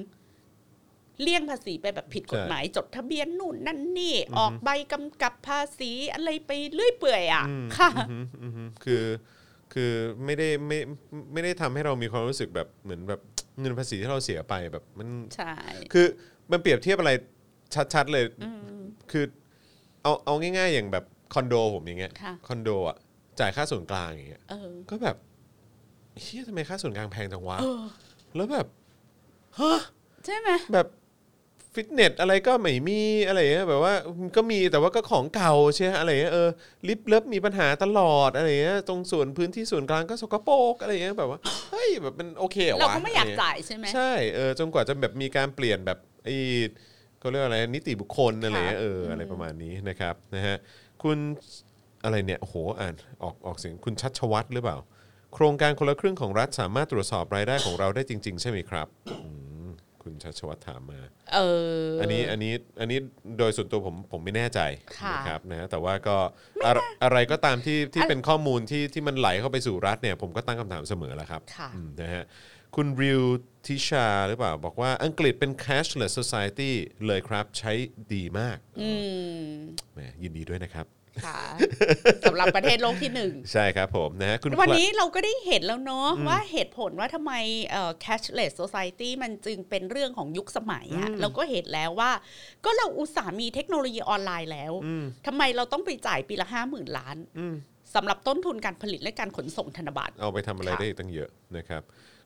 S2: เลี่ยงภาษีไปแบบผิดกฎหมาย จดทะเบียนนู่นนั่นนี่ ออกใบกำกับภาษีอะไรไปเรื่อยเปื่อยอ่ะ
S1: อืม
S2: ค่ะ
S1: อืมอืมคือคือไม่ได้ไม่ไม่ได้ทำให้เรามีความรู้สึกแบบเหมือนแบบ เงินภาษีที่เราเสียไปแบบมัน
S2: ใช่
S1: คือมันเปรียบเทียบอะไรชัดๆเลย
S2: อืม
S1: คือเอาเอาง่ายๆ อย่างแบบคอนโดผมอย่างเงี้ย
S2: ค่ะ
S1: คอนโดอ่ะจ่ายค่าส่วนกลางอย่างเงี้ย
S2: เออ
S1: ก็แบบเฮียทำไมค่าส่วนกลางแพงจังวะ
S2: เออ
S1: แล้วแบบ
S2: ใช่ไหม
S1: แบบฟิตเนสอะไรก็ไม่มีอะไรเงี้ยแบบว่าก็มีแต่ว่าก็ของเก่าใช่ไหมอะไรเงี้ยเออลิฟต์เลิฟมีปัญหาตลอดอะไรเงี้ยตรงส่วนพื้นที่ส่วนกลางก็สกปรกอะไรเงี้ยแบบว่าเฮ้ยแบบมันโอเคเหรอวะ
S2: เราก็ไม่อยา
S1: ะ
S2: ก
S1: รเงี้
S2: จ่ายใช่ไหม
S1: ใช่เออจนกว่าจะแบบมีการเปลี่ยนแบบไอ้เขาเรียกว่าอะไรนิติบุคคลอะไรเงี้ยเอออะไรประมาณนี้นะครับนะฮะคุณอะไรเนี่ยโอ้โหอ่านออกออกเสียงคุณชัชวัตรหรือเปล่า โครงการคนละครึ่งของรัฐสามารถตรวจสอบรายได้ของเราได้จริง ๆ ใช่ไหมครับอืมคุณชัชวัตรถามมา
S2: เอออั
S1: อันนี้อันนี้อันนี้โดยส่วนตัวผมผมไม่แน่ใจ
S2: ค่ะ
S1: นะครับนะแต่ว่าก็อะไรอะไรก็ตามที่ที่เป็นข้อมูลที่ที่มันไหลเข้าไปสู่รัฐเนี่ยผมก็ตั้งคำถามเสมอแหล้วครับ
S2: ค่ะ
S1: อืมนะฮะคุณริวทิชาหรือเปล่า บอกว่าอังกฤษเป็น cashless society เลยครับใช้ดีมาก
S2: อืม
S1: แหมยินดีด้วยนะครับ
S2: ค่ะสำหรับประเทศโลกที่หนึ่ง
S1: ใช่ครับผมนะฮะคุณ
S2: วันนี้เราก็ได้เห็นแล้วเนาะว่าเหตุผลว่าทำไมเอ่อ cashless society มันจึงเป็นเรื่องของยุคสมัยอะเราก็เห็นแล้วว่า ก็เราอุตส่าห์มีเทคโนโลยีออนไลน์แล้วทำไมเราต้องไปจ่ายปีละห้าหมื่นล้าน
S1: อืม
S2: สำหรับต้นทุนการผลิตและการขนส่งธนบัตร
S1: เอาไปทำอะไร
S2: ค่ะ
S1: ได้อีกตั้งเยอะนะครับ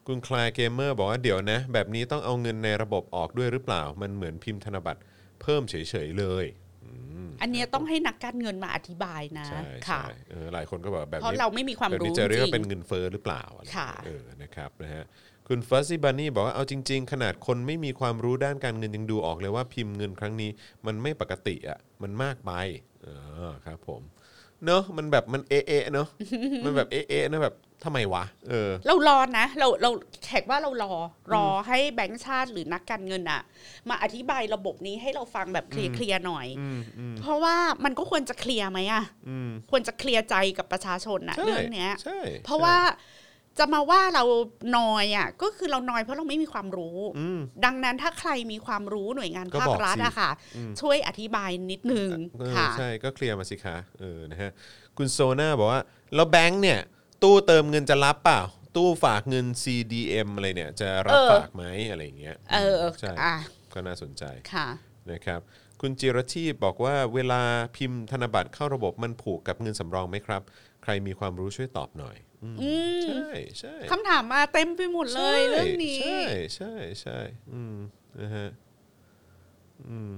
S1: คุณคลายเกมเมอร์บอกว่าเดี๋ยวนะ แบบนี้ต้องเอาเงินในระบบออกด้วยหรือเปล่า มันเหมือนพิมพ์ธนบัตรเพิ่มเฉยๆเลยอืม
S2: อันเนี้ยต้องให้นักการเงินมาอธิบายนะ
S1: ใช่
S2: ค่ะ
S1: ใช่เออหลายคนก็บอกแบบ
S2: เพราะ
S1: นี้
S2: เราไม่มีความ
S1: แบบ
S2: รู้
S1: นี้
S2: จ
S1: จะเรียก
S2: ริ
S1: ว่าเป็น
S2: ง
S1: เงินเฟ้อหรือเปล่าอะไร
S2: ค่ะ
S1: เออนะครับนะฮะคุณฟัซซี่บันนี่บอกว่าเอาจริง ๆ ขนาดคนไม่มีความรู้ด้านการเงินยังดูออกเลยว่าพิมพ์เงินครั้งนี้ มันไม่ปกติอ่ะมันมากไปเออครับผมเนอะมันแบบมันเอะเอะเนอะ มันแบบเอะเอะเนอะแบบทำไมวะเออ
S2: เรารอนะเราเราแขกว่าเรารอรอให้แบงก์ชาติหรือนักการเงินอะมาอธิบายระบบนี้ให้เราฟังแบบเคลียร์ๆหน่อย
S1: อืมอืม
S2: เพราะว่ามันก็ควรจะเคลียร์ไหมอะ
S1: อืม
S2: ควรจะเคลียร์ใจกับประชาชนอะ
S1: ใช่
S2: เรื่องเนี้ย
S1: ใช่
S2: เพราะว่าจะมาว่าเรานอยอะก็คือเรานอยเพราะเราไม่มีความรู้
S1: อืม
S2: ดังนั้นถ้าใครมีความรู้หน่วยงาน
S1: ก็
S2: ภา
S1: บ
S2: ค
S1: อก
S2: รัฐ
S1: สิ
S2: อะค่ะ
S1: อืม
S2: ช่วยอธิบายนิดนึง
S1: เออ
S2: ค่ะ
S1: ใช่ก็เคลียร์มาสิคะเออนะฮะคุณโซน่าบอกว่าแล้วแบงค์เนี่ย ตู้เติมเงินจะรับเปล่า ตู้ฝากเงิน CDM อะไรเนี่ย จะรับ
S2: เออ
S1: ฝากไหมอะไรอย่างเงี้ย
S2: เออ
S1: ใช่
S2: อ่ะ
S1: ก็น่าสนใจ
S2: ค่ะ
S1: นะครับ คุณจิรชีพบอกว่าเวลาพิมพ์ธนบัตรเข้าระบบมันผูกกับเงินสำรองไหมครับ ใครมีความรู้ช่วยตอบหน่อยอืม
S2: อืม
S1: ใช่ใช่
S2: คำถามมาเต็มไปหมดเลยเรื่องนี้
S1: ใช่ใช่ใช่อืมนะฮะอืม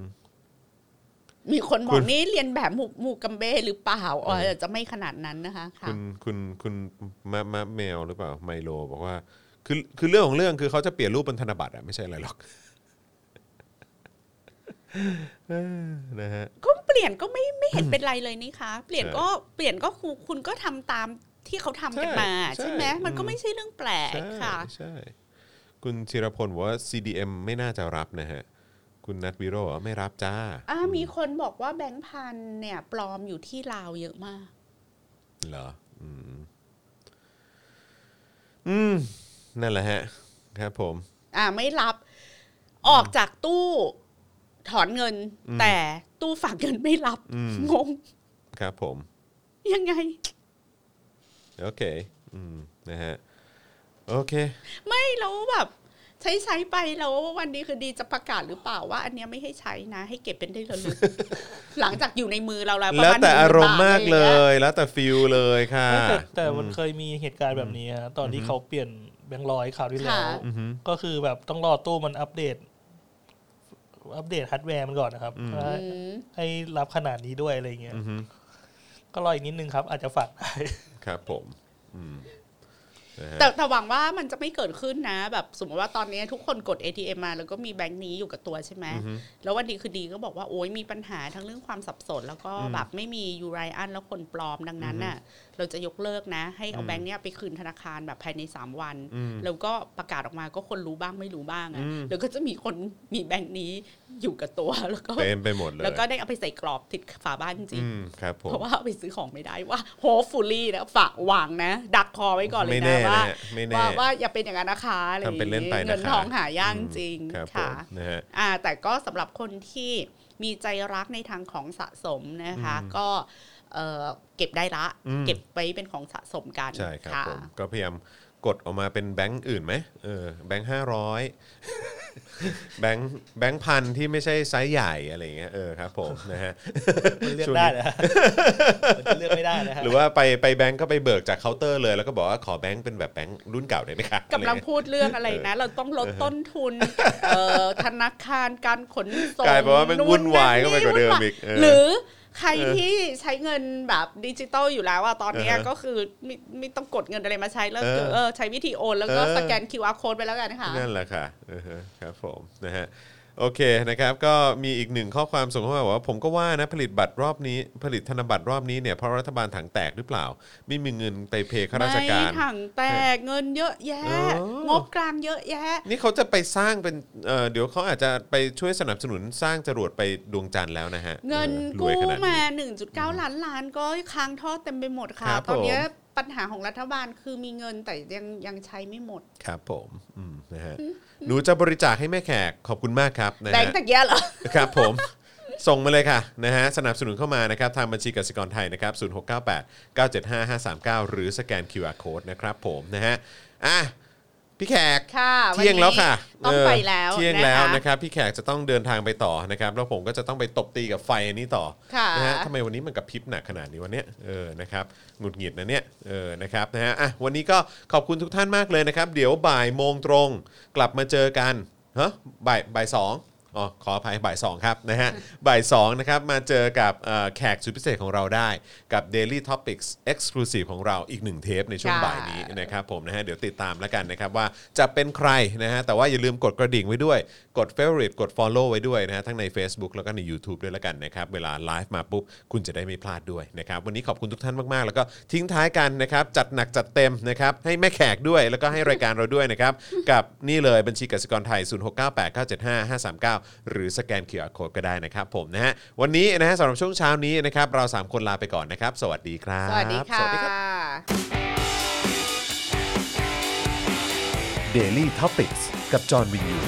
S2: มีคนบ
S1: คุ
S2: อ
S1: ณ
S2: กนี่เรียนแบบหมู่หมู่กัมเบ้หรือเปล่าอ๋ออาจจะไม่ขนาดนั้นนะคะค่ะ
S1: คุณคุณคุณมะมะแมวหรือเปล่าไมโลบอกว่าคือคือเรื่องของเรื่องคือเขาจะเปลี่ยนรูปเป็นธนบัตรอะไม่ใช่อะไรหรอก เออนะฮะ
S2: ก็เปลี่ยนก็ไม่ไม่เห็นเป็นไรเลยนี่คะเปลี่ยน
S1: ใช่
S2: ก็เปลี่ยนก็คุณคุณก็ทำตามที่เขาทำกันมา
S1: ใช่
S2: ใช่ไหม
S1: ใช่
S2: มันก็ไม่ใช่เรื่องแปลก
S1: ใช่
S2: ค่ะ
S1: ใช่คุณธีรพลบอกว่า CDM ไม่น่าจะรับนะฮะ คุณนัทวิโรจน์บอกว่าไม่รับจ้า
S2: อ่ามีคนบอกว่าแบงค์พันเนี่ย ปลอมอยู่ที่ลาวเยอะมาก
S1: เหรออืมอืมนั่นแหละฮะ ครับผม
S2: อ่าไม่รับออกจากตู้ถอนเงิน แต่ตู้ฝากเงินไม่รับ
S1: อืม
S2: งง
S1: ครับผม
S2: ยังไง
S1: โอเค อืมนะฮะโอเค
S2: ไม่แล้วแบบใช้ใช้ไปแล้ววันนี้คือดีจะประกาศหรือเปล่าว่า อันเนี้ยไม่ให้ใช้นะ ให้เก็บเป็นที่ระลึ ก หลังจากอยู่ในมือเราแล้วประ
S1: แล้ว
S2: มาณ
S1: แต่อารมณ์
S2: 10,000บท
S1: มากเล
S2: อะไรอางงี้
S1: ย แล้วแต่ฟิลเลยค่ะ
S3: แต่แต่มันเคยมีเหตุการณ์แบบนี้ฮะตอนที่เขาเปลี่ยนแบงค์ร้อยคราวที่แล้ว
S2: ค่ะ
S1: อือฮึ
S3: ก็คือแบบต้องรอตู้มันอัปเดต อัปเดตฮาร์ดแวร์มันก่อนนะครับว่า
S2: อืม
S3: ให้รับขนาดนี้ด้วยอะไรเงี้ย
S1: อือฮึ
S3: ก็รออีกนิดนึงครับ อาจจะฝาก ได้
S1: ครับผมอืมนะฮะ
S2: แต่แต่หวังว่ามันจะไม่เกิดขึ้นนะแบบสมมติว่าตอนนี้ทุกคนกด ATM มา แล้วก็มีแบงค์นี้อยู่กับตัวใช่ไหมแล้ววันดีคือดีก็บอกว่าโอ้ยมีปัญหาทั้งเรื่องความสับสน แล้วก็แบบไม่มียูไรอันแล้วคนปลอมดังนั้นน่ะ เราจะยกเลิกนะ ให้เอาแบงค์เนี้ยไปคืนธนาคารแบบภายใน 3 วัน แล้วก็ประกาศออกมาก็คนรู้บ้างไม่รู้บ้างอะแล้วก็จะมีคนมีแบงค์นี้อยู่กับตัว แล้วก็
S1: เต็มไปหมดเลย
S2: แล้วก็ได้เอาไปใส่กรอบติดฝาบ้านจริ
S1: อื
S2: ง
S1: มครับผม
S2: เพราะว่าเอาไปซื้อของไม่ได้ว่าโฮฟูลี่นะฝากหวังนะ ดักคอไว้ก่อนเลย
S1: ไม่
S2: นะ
S1: แน่นะ
S2: ว่า
S1: ฮะไม่แน่
S2: ว่าว่าอย่าเป็นอย่างนั้นนะคะอะไรอย่าง
S1: ทำเป็นเล่นไป
S2: งี้
S1: นะคะ
S2: เงินทองหายากจริง
S1: ครับผ
S2: ค่ะ
S1: มนะฮะ
S2: อ่าแต่ก็สำหรับคนที่มีใจรักในทางของสะสมนะคะ ก็เอ่อเก็บได้ละ
S1: อืม
S2: เก็บไว้เป็นของสะสมกัน
S1: ใช่ครับ
S2: ค่ะ
S1: ผมก็พยายาม กดออกมาเป็นแบงค์อื่นไหมเออแบงค์ห้าร้ อยแบงค์แบงค์พันที่ไม่ใช่ไซส์ใหญ่อะไรอย่างเงี้ยเออครับผมนะ ฮะ
S3: มันเลือกได้เหรอฮะ มันจะเลือกไม่ได้นะฮะ
S1: หรือว่าไปไปแบงค์ก็ไปเบิกจากเคาน์เตอร์เลยแล้วก็บอกว่าขอแบงค์เป็นแบบแบงค์รุ่นเก่าหน่อยนะคะ
S2: กำลั
S1: อะไร
S2: ง
S1: เงี้ย
S2: พูดเรื่องอะไรนะ เราต้องลดต้นทุนเอ่อธนาคารการขนส่ง
S1: กลายเป็นว่ามันวุ่นวายเข้าไปกว่าเดิมอีกเออ
S2: หรือใครที่ใช้เงินแบบดิจิตอลอยู่แล้วอะตอนเนี้ย
S1: เออ
S2: ก็คือไม่ไม่ต้องกดเงินอะไรมาใช้แล้ว
S1: เออ
S2: เออใช้วิธีโอนแล้วก็
S1: เออ
S2: สแกน QR code ไปแล้วกันค่ะ
S1: นั่นแหละค่ะอือฮะครับผมนะฮะโอเคนะครับก็มีอีกหนึ่งข้อความส่งเข้ามาบอกว่า ผมก็ว่านะผลิตบัตรรอบนี้ ผลิตธนบัตรรอบนี้เนี่ยเพราะรัฐบาลถังแตกหรือเปล่า ไม่มีเงินไปเพย์ข้าราชการ
S2: ไม่ถังแตกเงินเยอะแยะ
S1: เออ
S2: งบกลางเยอะแยะ
S1: นี่เขาจะไปสร้างเป็นเอ่อเดี๋ยวเขาอาจจะไปช่วยสนับสนุนสร้างจรวดไปดวงจันทร์แล้วนะฮะ
S2: เงิน
S1: ออรว
S2: กู้
S1: ยขนาดนี้
S2: มา 1.9 ล้านล้านก็ค้างท่อเต็มไปหมดค่ะ
S1: ครับผม
S2: ตอนเนี้ยปัญหาของรัฐบาลคือมีเงินแต่ยังยังใช้ไม่หมด
S1: ครับผมอืมนะฮะหนูจะบริจาคให้แม่แขกขอบคุณมากครับนะ
S2: แบง
S1: ฮะ
S2: ค์ตะเกียเหรอ
S1: ครับผม ส่งมาเลยค่ะนะฮะสนับสนุนเข้ามานะครับ ทางบัญชีกสิกรไทยนะครับ 0698 975 539 หรือสแกน QR Code นะครับผมนะฮะอ่ะพี่แขก
S2: ค่ะ
S1: เที่ยงแล้วค่ะ
S2: วันนี้ต้อง
S1: เ
S2: ไปแล้ว
S1: เที่ยงแล้วนะ
S2: ค
S1: ครับ พี่แขกจะต้องเดินทางไปต่อนะครับ แล้วผมก็จะต้องไปตบตีกับไฟอันนี้ต่อ
S2: ค่ะ
S1: นะฮะทำไมวันนี้มันกับพริบหนักขนาดนี้วันเนี้ยเออนะครับหงุดหงิดนะเนี่ยเออนะครับนะฮะอ่ะวันนี้ก็ขอบคุณทุกท่านมากเลยนะครับ เดี๋ยวบ่ายโมงตรง กลับมาเจอกันฮะบ่ายบ่ายสองอ๋อขออภัยบ่ายสองครับนะฮะ บ่ายสองนะครับมาเจอกับเอ่อแขกสุดพิเศษของเราได้กับ Daily Topics Exclusive ของเราอีกหนึ่งเทปในช่วง
S2: ค่ะ
S1: บ่ายนี้ นะครับผมนะฮะเดี๋ยวติดตามแล้วกันนะครับว่าจะเป็นใครนะฮะแต่ว่าอย่าลืมกดกระดิ่งไว้ด้วย กด favorite กด follow ไว้ด้วยนะฮะทั้งใน Facebook แล้วก็ใน YouTube ด้วยแล้วกันนะครับเวลาไลฟ์มาปุ๊บ คุณจะได้ไม่พลาดด้วยนะครับวันนี้ขอบคุณทุกท่านมากๆ แล้วก็ทิ้งท้ายกันนะครับจัดหนักจัดเต็มนะครับให้แม่แขกด้วยแล้วก็ให้รายการเราด้วยนะครับ กับนี่เลยบัญชีกสิกรไทย 0698975539 หรือสแกน QR Code ก็ได้นะครับผมนะฮะวันนี้นะฮะสำหรับช่วงเช้านี้นะครับเราสามคนลาไปก่อนนะครับสวัสดีครับ
S2: สวัสดีค่ะ
S4: Daily t o p i c กกับจอห์นวินยู